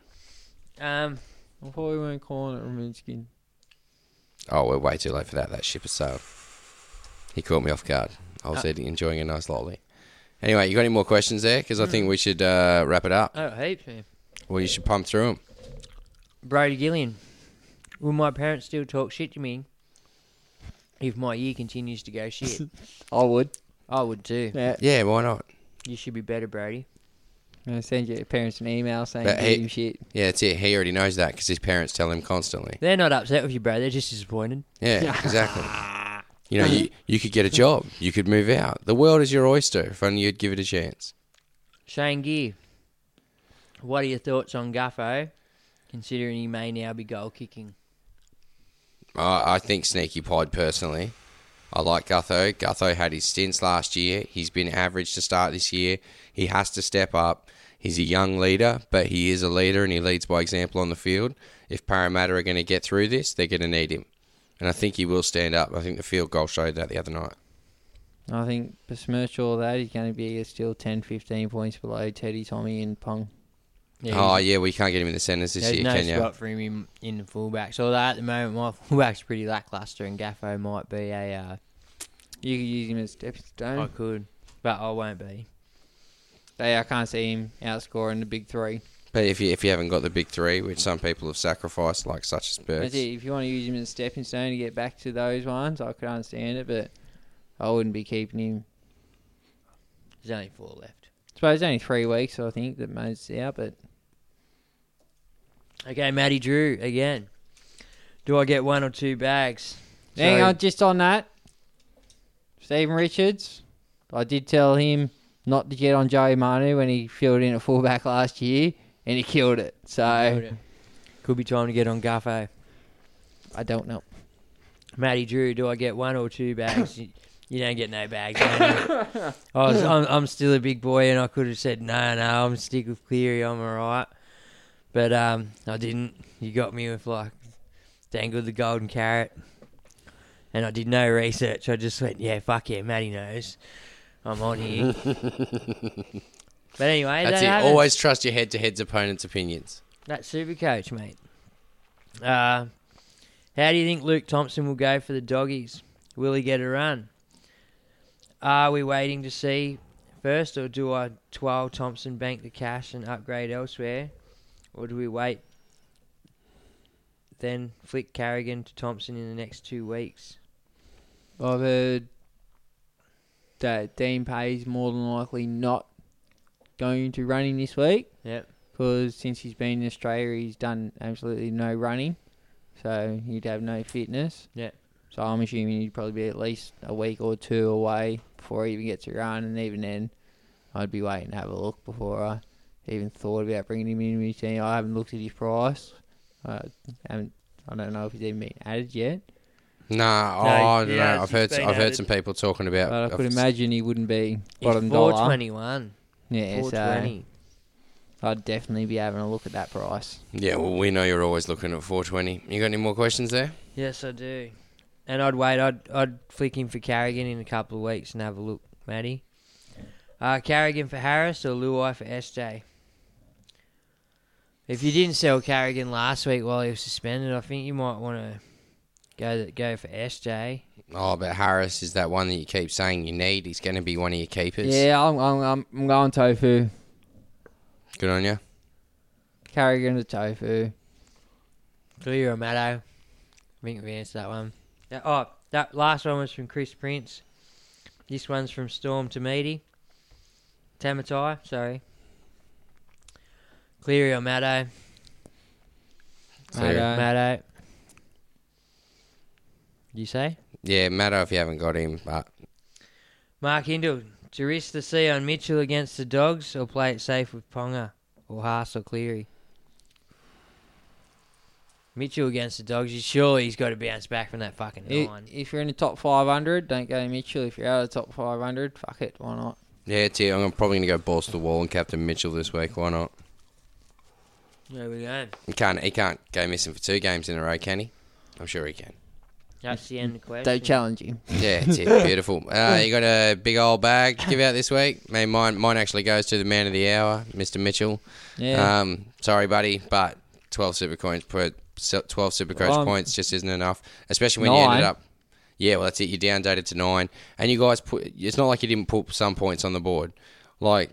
Speaker 5: Um,
Speaker 3: I thought we weren't calling it Raminskin.
Speaker 4: Oh, we're way too late for that. That ship has sailed. He caught me off guard. I was eating, enjoying a nice lolly. Anyway, you got any more questions there? Because I think we should uh, wrap it up.
Speaker 5: oh heaps, man.
Speaker 4: Well, you should pump through them.
Speaker 5: Brody Gillian. Will my parents still talk shit to me if my year continues to go shit?
Speaker 3: I would.
Speaker 5: I would too.
Speaker 3: Yeah.
Speaker 4: Yeah, why not?
Speaker 5: You should be better, Brody.
Speaker 3: I'm gonna send your parents an email saying
Speaker 4: But
Speaker 3: hey.
Speaker 4: he-
Speaker 3: shit.
Speaker 4: Yeah, that's it. He already knows that because his parents tell him constantly.
Speaker 5: They're not upset with you, bro. They're just disappointed.
Speaker 4: Yeah, exactly. You know, you, you could get a job. You could move out. The world is your oyster if only you'd give it a chance.
Speaker 5: Shane Gear. What are your thoughts on Guffo, considering he may now be goal kicking?
Speaker 4: I, I think Sneaky Pod personally. I like Gutho. Gutho had his stints last year. He's been average to start this year. He has to step up. He's a young leader, but he is a leader and he leads by example on the field. If Parramatta are going to get through this, they're going to need him. And I think he will stand up. I think the field goal showed that the other night.
Speaker 3: I think besmirch all that. He's gonna be still 10, 15 points below Teddy, Tommy, and Pong.
Speaker 4: oh, yeah, well, you can't get him in the centres this
Speaker 5: There's
Speaker 4: year,
Speaker 5: no
Speaker 4: can you?
Speaker 5: spot for him in, in the fullbacks. Although at the moment my fullback's pretty lackluster, and Gaffo might be a uh,
Speaker 3: You could use him as stepping stone.
Speaker 5: I could, but I won't be.
Speaker 3: They, I can't see him outscoring the big three.
Speaker 4: But if you, if you haven't got the big three, which some people have sacrificed, like such as Burks,
Speaker 3: That's it. If you want to use him as a stepping stone to get back to those ones, I could understand it, but I wouldn't be keeping him.
Speaker 5: There's only four left.
Speaker 3: I suppose only three weeks, I think, that Mo's out, but
Speaker 5: Okay, Matty Drew again. Do I get one or two bags?
Speaker 3: hang
Speaker 5: So-
Speaker 3: on, just on that, Stephen Richards, I did tell him not to get on Joey Manu when he filled in at fullback last year, and he killed it. So
Speaker 5: Could be time to get on Guffo.
Speaker 3: I don't know.
Speaker 5: Matty Drew, do I get one or two bags? you, you don't get no bags. man. I was, I'm, I'm still a big boy, and I could have said no, no. I'm stick with Cleary. I'm all right, but um, I didn't. You got me with like dangled the golden carrot, and I did no research. I just went, yeah, fuck yeah, Matty knows. I'm on here. but anyway,
Speaker 4: that's
Speaker 5: they
Speaker 4: it.
Speaker 5: haven't-
Speaker 4: Always trust your head to head's opponent's opinions.
Speaker 5: That's super coach, mate. Uh, how do you think Luke Thompson will go for the doggies? Will he get a run? Are we waiting to see first, or do I twirl Thompson, bank the cash, and upgrade elsewhere? Or do we wait, then flick Carrigan to Thompson in the next two weeks?
Speaker 3: I've heard that Dean Pay's more than likely not going to running this week
Speaker 5: Yep.
Speaker 3: because since he's been in Australia, he's done absolutely no running, so he'd have no fitness.
Speaker 5: Yep.
Speaker 3: So I'm assuming he'd probably be at least a week or two away before he even gets a run, and even then, I'd be waiting to have a look before I even thought about bringing him in. my team. I haven't looked at his price. I haven't. I don't know if he's even been added yet.
Speaker 4: Nah,
Speaker 5: No,
Speaker 4: oh,
Speaker 5: he
Speaker 4: no,
Speaker 5: has.
Speaker 4: I've
Speaker 5: He's
Speaker 4: heard
Speaker 5: been
Speaker 4: I've heard
Speaker 5: added.
Speaker 4: some people talking about.
Speaker 3: But I could
Speaker 4: I've-
Speaker 3: imagine he wouldn't be bottom
Speaker 5: He's
Speaker 3: dollar. eh.
Speaker 5: 421.
Speaker 3: Yeah, so
Speaker 5: 420.
Speaker 3: I'd definitely be having a look at that price.
Speaker 4: Yeah, well, we know you're always looking at 420. You got any more questions there?
Speaker 5: Yes, I do. And I'd wait. I'd I'd flick him for Carrigan in a couple of weeks and have a look, Matty. Uh, Carrigan for Harris or Luai for SJ? If you didn't sell Carrigan last week while he was suspended, I think you might want to go go for SJ.
Speaker 4: Oh, but Harris is that one that you keep saying you need. He's going to be one of your keepers.
Speaker 3: Yeah, I'm, I'm, I'm, I'm going tofu.
Speaker 4: Good on you.
Speaker 3: Carrigan to tofu.
Speaker 5: Clear or Matto? I think we answered that one. Yeah, oh, that last one was from Chris Prince. This one's from Storm Tamiti. Tamatai, sorry. Cleary or Matto?
Speaker 4: Clear.
Speaker 3: Matto.
Speaker 5: Matto. You say?
Speaker 4: Yeah, matter if you haven't got him, but
Speaker 5: Mark Hindle, to risk the sea on Mitchell against the Dogs or play it safe with Ponga or Haas or Cleary? Mitchell against the Dogs, you sure he's got to bounce back from that fucking
Speaker 3: I-
Speaker 5: nine?
Speaker 3: If you're in the top 500, don't go Mitchell. If you're out of the top 500, fuck it, why not?
Speaker 4: yeah, it's it. I'm probably going to go balls to the wall and Captain Mitchell this week. Why not?
Speaker 5: There we go.
Speaker 4: He can't. He can't go missing for two games in a row, can he? I'm sure he can.
Speaker 5: That's the end of the question.
Speaker 3: Don't challenge him.
Speaker 4: Yeah, it's it. Beautiful. Uh, you got a big old bag to give out this week. Man, mine, mine actually goes to the man of the hour, Mr. Mitchell.
Speaker 3: Yeah.
Speaker 4: Um, sorry, buddy, but 12 super coins per se- 12 super coach
Speaker 3: Well, I'm-
Speaker 4: points just isn't enough, especially when you ended
Speaker 3: Nine.
Speaker 4: up. Yeah, well, that's it. You downdated to nine, and you guys put. It's not like you didn't put some points on the board, like.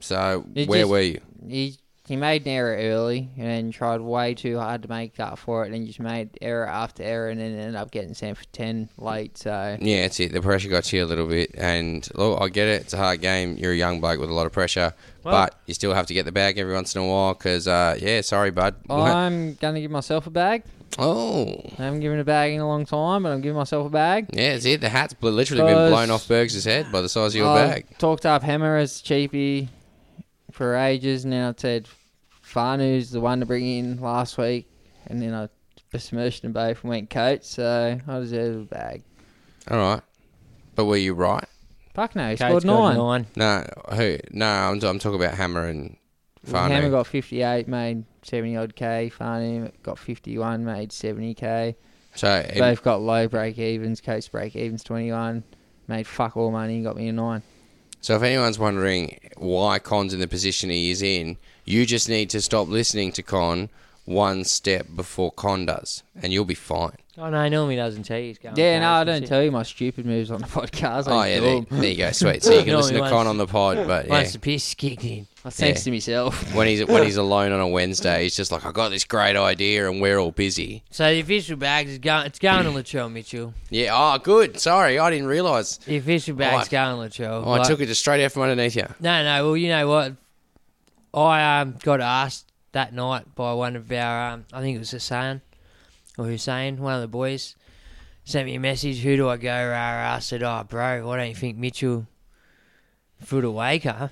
Speaker 4: So
Speaker 3: It
Speaker 4: where
Speaker 3: just-
Speaker 4: were you?
Speaker 3: He, he made an error early and then tried way too hard to make up for it and just made error after error and then ended up getting sent for 10 late. So,
Speaker 4: Yeah, it's it. The pressure got to you a little bit, and look, I get it. It's a hard game. You're a young bloke with a lot of pressure, but you still have to get the bag every once in a while. Because uh, yeah, sorry, bud.
Speaker 3: I'm going to give myself a bag.
Speaker 4: oh,
Speaker 3: I haven't given a bag in a long time, but I'm giving myself a bag.
Speaker 4: yeah, it's it. The hat's bl- literally been
Speaker 3: Because-
Speaker 4: blown off Bergs' head by the size of your
Speaker 3: I
Speaker 4: bag.
Speaker 3: Talked up Hammer as cheapy for ages. Now I said Fanu's the one to bring in last week, and then I besmirched them both and went coach. So I deserve a bag.
Speaker 4: All right, but were you right?
Speaker 3: Fuck no, he
Speaker 5: Kate's
Speaker 3: scored nine.
Speaker 5: got nine.
Speaker 4: No, who? No, I'm, I'm talking about Hammer and
Speaker 3: Hammer
Speaker 4: Farno.
Speaker 3: got 58, made 70 odd K. Fanu got 51, made 70 K.
Speaker 4: so it-
Speaker 3: Both got low break evens. Coach break evens 21, made fuck all money, got me a nine.
Speaker 4: So if anyone's wondering why Con's in the position he is in, you just need to stop listening to Con one step before Con does, and you'll be fine.
Speaker 5: Oh no, he normally doesn't tell you he's going.
Speaker 3: Yeah, no,
Speaker 5: first
Speaker 3: I
Speaker 5: and
Speaker 3: don't
Speaker 5: shit.
Speaker 3: tell you my stupid moves on the podcast.
Speaker 4: Oh
Speaker 3: I
Speaker 4: yeah,
Speaker 3: do
Speaker 4: there,
Speaker 3: 'em.
Speaker 4: there you go, sweet. So you can
Speaker 5: No,
Speaker 4: listen
Speaker 5: he
Speaker 4: to Con
Speaker 5: wants-
Speaker 4: on the pod, but yeah,
Speaker 5: Once the piss kicked in.
Speaker 3: I thinks to myself.
Speaker 4: when he's when he's alone on a Wednesday, he's just like, I got this great idea, and we're all busy.
Speaker 5: So the official bags is going. It's going to Latrell Mitchell.
Speaker 4: Yeah. Oh, good. Sorry, I didn't realise.
Speaker 5: The official bags
Speaker 4: I-
Speaker 5: going to Latrell.
Speaker 4: Oh, I took it just straight out from underneath you.
Speaker 5: No, no. Well, you know what? I um, got asked that night by one of our, um, I think it was Hassan or Hussein, one of the boys, sent me a message. Who do I go? Rah, rah. I said, oh, bro, why don't you think Mitchell Futawaker?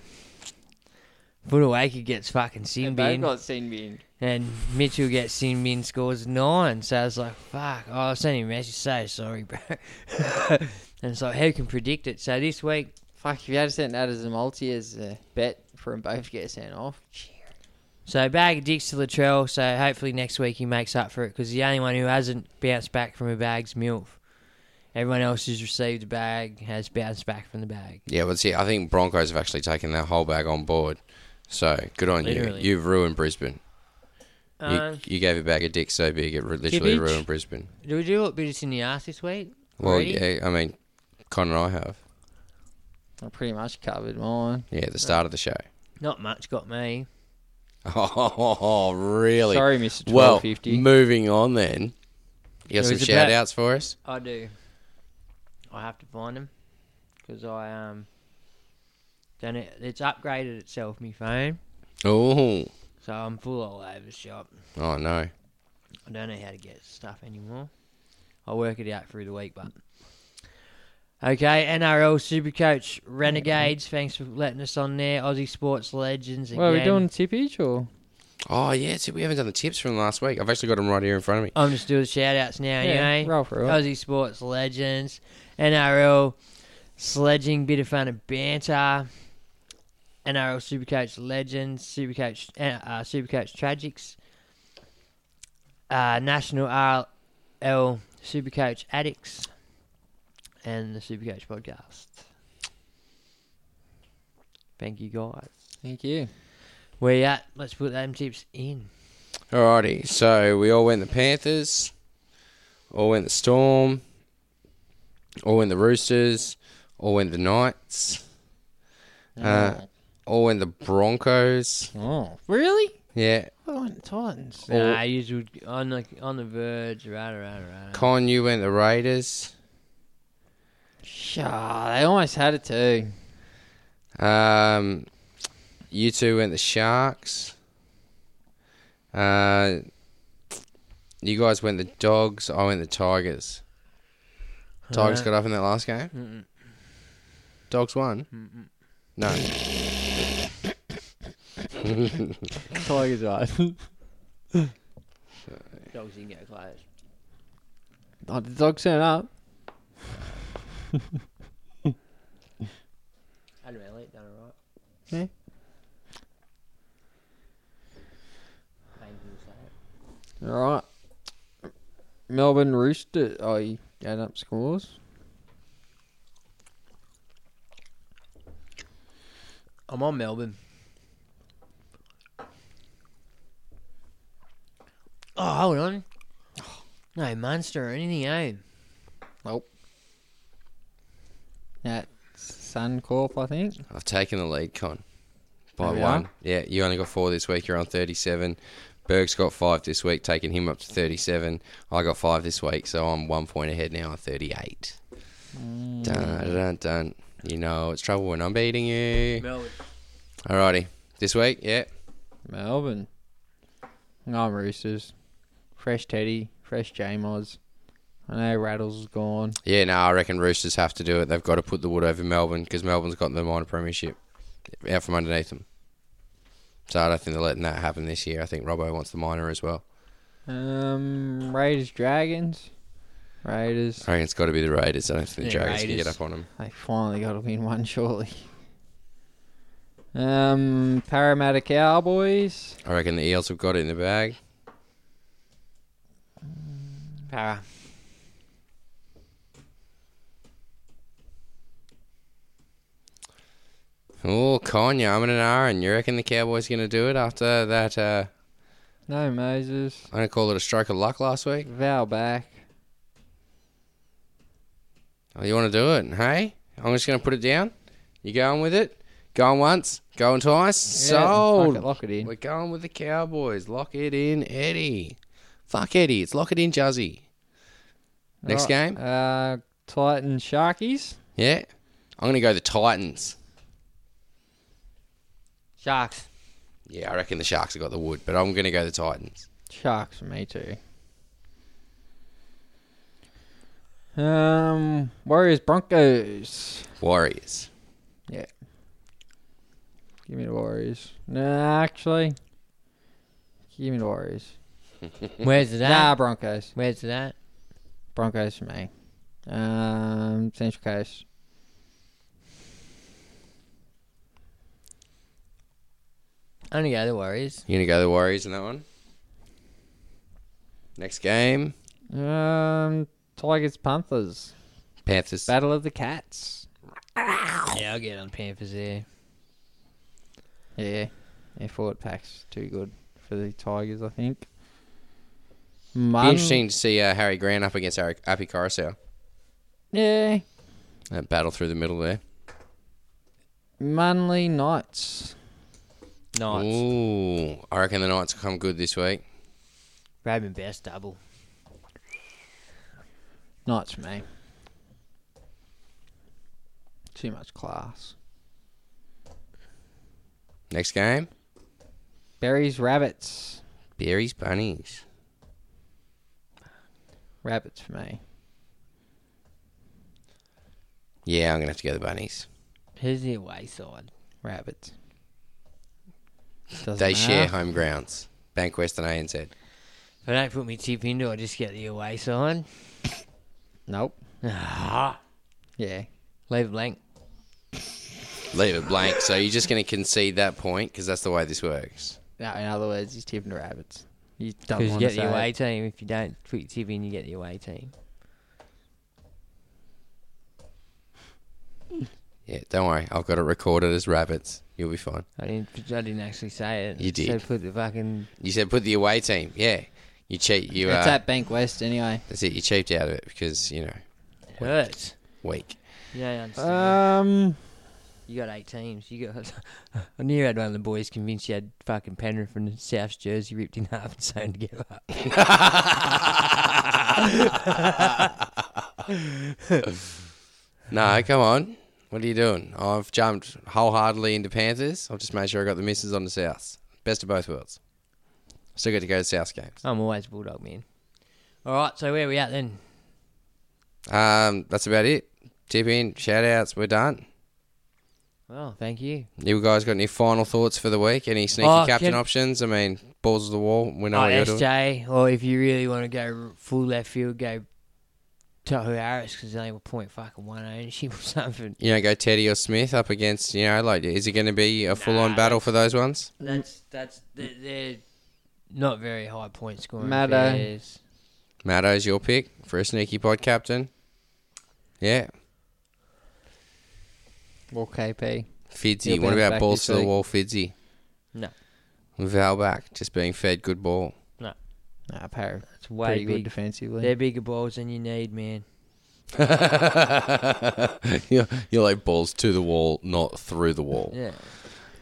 Speaker 5: Futawaker gets fucking sin
Speaker 3: They've
Speaker 5: bin.
Speaker 3: got sin bin.
Speaker 5: And Mitchell gets in min scores nine. So I was like, fuck. Oh, I sent him a message, so sorry, bro. and it's like, who can predict it? So this week,
Speaker 3: Fuck, if you had sent that as a multi as a bet for them both to get sent off.
Speaker 5: so bag of dicks to Latrell. So hopefully next week he makes up for it because the only one who hasn't bounced back from a bag's MILF. Everyone else who's received a bag has bounced back from the bag.
Speaker 4: Yeah, but see, I think Broncos have actually taken their whole bag on board. So good on
Speaker 5: Literally.
Speaker 4: you. You've ruined Brisbane. You,
Speaker 5: Um,
Speaker 4: Uh, you gave a bag of dicks so big it ru- literally
Speaker 5: Kibbage?
Speaker 4: ruined Brisbane.
Speaker 5: do we do a bit of in the ass this week?
Speaker 4: Well,
Speaker 5: Already?
Speaker 4: yeah, I mean, Connor and I have.
Speaker 3: I pretty much covered mine.
Speaker 4: Yeah, at the start of the show.
Speaker 5: Not much got me.
Speaker 4: Oh, really?
Speaker 3: Sorry, Mr.
Speaker 4: Well,
Speaker 3: 1250.
Speaker 4: moving on then. You got
Speaker 5: There
Speaker 4: some
Speaker 5: was a
Speaker 4: shout
Speaker 5: bet.
Speaker 4: outs for us?
Speaker 5: I do. I have to find them because I um. Then it, it's upgraded itself, my phone.
Speaker 4: Oh,
Speaker 5: So I'm full all over the shop.
Speaker 4: oh no.
Speaker 5: I don't know how to get stuff anymore. I'll work it out through the week, but. Okay, NRL Supercoach Renegades. Thanks for letting us on there. Aussie Sports Legends. Again.
Speaker 3: Well, are we doing tippage or?
Speaker 4: Oh yeah, see, we haven't done the tips from last week. I've actually got them right here in front of me.
Speaker 5: I'm just doing shout outs now,
Speaker 3: Yeah,
Speaker 5: anyway.
Speaker 3: roll for it.
Speaker 5: Aussie Sports Legends, NRL Sledging, bit of fun and banter. NRL Supercoach Legends, Supercoach, uh, Supercoach Tragics, uh, National RL Supercoach Addicts, and the Supercoach Podcast. Thank you guys.
Speaker 3: Thank you.
Speaker 5: Where you at? Let's put them tips in.
Speaker 4: Alrighty, so we all went the Panthers, all went the Storm, all went the Roosters, all went the Knights, uh, all went the Broncos.
Speaker 3: Oh, really?
Speaker 4: Yeah,
Speaker 3: I want Titans.
Speaker 5: Nah, Uh, you would on the on the verge, right, right, right.
Speaker 4: Con, you went the Raiders.
Speaker 3: Sure, they almost had it too.
Speaker 4: Um, you two went the Sharks. Uh, you guys went the Dogs. I went the Tigers. Tigers got up in that last game. Dogs won. No.
Speaker 3: Tigers, right?
Speaker 5: Dogs didn't get close.
Speaker 3: oh, the dogs turn up.
Speaker 5: Adam Elliott done alright.
Speaker 3: Yeah. All right. Melbourne Rooster. Oh, you add up scores.
Speaker 5: I'm on Melbourne. Oh, hold on. No monster or anything, eh?
Speaker 3: Nope. At Suncorp, I think.
Speaker 4: I've taken the lead, Con. By
Speaker 3: There we
Speaker 4: one.
Speaker 3: are.
Speaker 4: Yeah, you only got four this week. You're on 37. Berg's got five this week, taking him up to 37. I got five this week, so I'm one point ahead now on 38.
Speaker 3: Mm.
Speaker 4: Dun, dun, dun. You know, it's trouble when I'm beating you.
Speaker 5: Melbourne.
Speaker 4: Alrighty. This week, yeah.
Speaker 3: Melbourne. No Roosters. Fresh Teddy. Fresh J Moz. I know Rattles is gone.
Speaker 4: Yeah, no, I reckon Roosters have to do it. They've got to put the wood over Melbourne because Melbourne's got the minor premiership out from underneath them. So I don't think they're letting that happen this year. I think Robbo wants the minor as well.
Speaker 3: Um, Raiders Dragons. Raiders.
Speaker 4: I reckon it's got to be the Raiders. I don't think the
Speaker 5: Yeah,
Speaker 4: Dragons can
Speaker 5: Raiders.
Speaker 4: get up on them.
Speaker 3: They finally got to win one, surely. Um, Parramatta Cowboys.
Speaker 4: I reckon the Eels have got it in the bag.
Speaker 5: Para.
Speaker 4: Oh, Konya, I'm in an iron. You reckon the Cowboys going to do it after that? Uh,
Speaker 3: No Moses.
Speaker 4: I'm going to call it a stroke of luck last week.
Speaker 3: Val back.
Speaker 4: Oh, you want to do it? Hey, I'm just going to put it down. You going with it? Going once, going twice.
Speaker 3: Yeah,
Speaker 4: sold.
Speaker 3: fuck it, lock it in.
Speaker 4: We're going with the Cowboys. Lock it in, Eddie. Fuck Eddie. It's lock it in, Juzzy. Next
Speaker 3: Right,
Speaker 4: game?
Speaker 3: Uh, Titan Sharkies.
Speaker 4: Yeah. I'm going to go the Titans.
Speaker 5: Sharks.
Speaker 4: Yeah, I reckon the Sharks have got the wood, but I'm going to go the Titans.
Speaker 3: Sharks for me too. Um, Warriors Broncos.
Speaker 4: Warriors.
Speaker 3: Yeah. Give me the Warriors. Nah, actually. Give me the Warriors.
Speaker 5: Where's it at?
Speaker 3: Nah, Broncos.
Speaker 5: Where's it at?
Speaker 3: Broncos for me. Um, Central Coast.
Speaker 5: Only go the Warriors.
Speaker 4: You going to go the Warriors in that one? Next game?
Speaker 3: Um, Tigers Panthers.
Speaker 4: Panthers.
Speaker 3: Battle of the Cats.
Speaker 5: Yeah, I'll get on Panthers there.
Speaker 3: Yeah. Yeah, forward pack's too good for the Tigers, I think. Mun-
Speaker 4: Be interesting to see uh, Harry Grant up against Harry, Api Carousel.
Speaker 3: Yeah,
Speaker 4: That battle through the middle there.
Speaker 3: Manly Knights.
Speaker 5: Knights.
Speaker 4: Ooh, I reckon the Knights will come good this week.
Speaker 5: Raymond Best double.
Speaker 3: Knights for me. Too much class.
Speaker 4: Next game,
Speaker 3: Berries Rabbits.
Speaker 4: Berries Bunnies.
Speaker 3: Rabbits for me.
Speaker 4: Yeah, I'm gonna have to go the Bunnies.
Speaker 5: Who's the away side?
Speaker 3: Rabbits. Doesn't
Speaker 4: They share
Speaker 3: matter.
Speaker 4: home grounds. Bankwest and ANZ.
Speaker 5: If I don't put my tip into, I just get the away side.
Speaker 3: Nope.
Speaker 5: Ah,
Speaker 3: Yeah.
Speaker 5: leave it blank.
Speaker 4: Leave it blank. So you're just gonna concede that point because that's the way this works.
Speaker 3: No, in other words, he's tipping the rabbits. You don't
Speaker 5: Because you
Speaker 3: want to
Speaker 5: get
Speaker 3: say
Speaker 5: the away
Speaker 3: it.
Speaker 5: team. If you don't put your tip in, you get the away team.
Speaker 4: Yeah, don't worry. I've got it recorded as rabbits. You'll be fine.
Speaker 5: I didn't. I didn't actually say it.
Speaker 4: You
Speaker 5: So
Speaker 4: did.
Speaker 5: put the fucking.
Speaker 4: You said put the away team. Yeah, you cheat. You
Speaker 3: It's
Speaker 4: uh,
Speaker 3: at Bank West anyway.
Speaker 4: that's it. You cheaped out of it because you know
Speaker 5: Hurts. Uh,
Speaker 4: weak.
Speaker 5: You don't understand.
Speaker 3: Um,
Speaker 5: you got eight teams. You got. I knew you had one of the boys convinced you had fucking Penrith from the South jersey ripped in half and sewn together.
Speaker 4: No, come on. What are you doing? I've jumped wholeheartedly into Panthers. I've just made sure I got the misses on the Souths. Best of both worlds. Still got to go to South games.
Speaker 5: I'm always bulldog man. All right. So where we at then?
Speaker 4: Um, that's about it. Tip in, shout outs, we're done.
Speaker 5: Well, thank you.
Speaker 4: You guys got any final thoughts for the week? Any sneaky
Speaker 5: Oh,
Speaker 4: captain
Speaker 5: can-
Speaker 4: options? I mean, balls to the wall. We know
Speaker 5: Oh,
Speaker 4: what you're doing.
Speaker 5: SJ, or if you really want to go r- full left field, go Tohu Harris because they only were point fucking one ownership or something.
Speaker 4: You know, go Teddy or Smith up against, you know, like, is it going to be a full on battle for those ones?
Speaker 5: That's that's they're, they're not very high point scoring.
Speaker 3: Maddo.
Speaker 5: affairs.
Speaker 4: Matto's your pick for a sneaky pod captain. Yeah.
Speaker 3: well, KP. He'll
Speaker 4: Fidzy.
Speaker 3: be
Speaker 4: What
Speaker 3: on
Speaker 4: about
Speaker 3: back
Speaker 4: balls
Speaker 3: this
Speaker 4: to the
Speaker 3: week.
Speaker 4: wall, Fidzy?
Speaker 5: No,
Speaker 4: Valback just being fed good ball.
Speaker 5: no,
Speaker 3: Nah, Parra.
Speaker 5: it's way
Speaker 3: pretty
Speaker 5: big.
Speaker 3: good defensively.
Speaker 5: They're bigger balls than you need, man.
Speaker 4: you're, you're like balls to the wall, not through the wall.
Speaker 5: Yeah.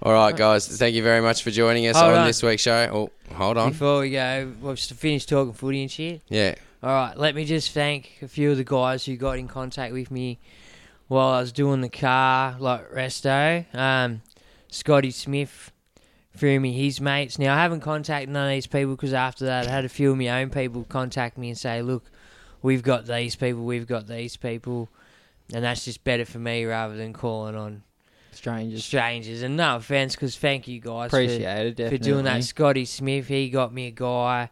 Speaker 4: All right, guys. Thank you very much for joining us
Speaker 5: Hold
Speaker 4: on
Speaker 5: on.
Speaker 4: this week's show. Oh, hold on.
Speaker 5: Before we go, we've s- finished talking footy and shit.
Speaker 4: Yeah.
Speaker 5: All right, let me just thank a few of the guys who got in contact with me while I was doing the car, like Resto, um, Scotty Smith, through me, his mates. Now, I haven't contacted none of these people because after that, I had a few of my own people contact me and say, look, we've got these people, we've got these people. And that's just better for me rather than calling on
Speaker 3: Strangers.
Speaker 5: strangers. And no offense, because thank you guys
Speaker 3: Appreciate
Speaker 5: for,
Speaker 3: it,
Speaker 5: for doing
Speaker 3: definitely.
Speaker 5: that. Scotty Smith, he got me a guy.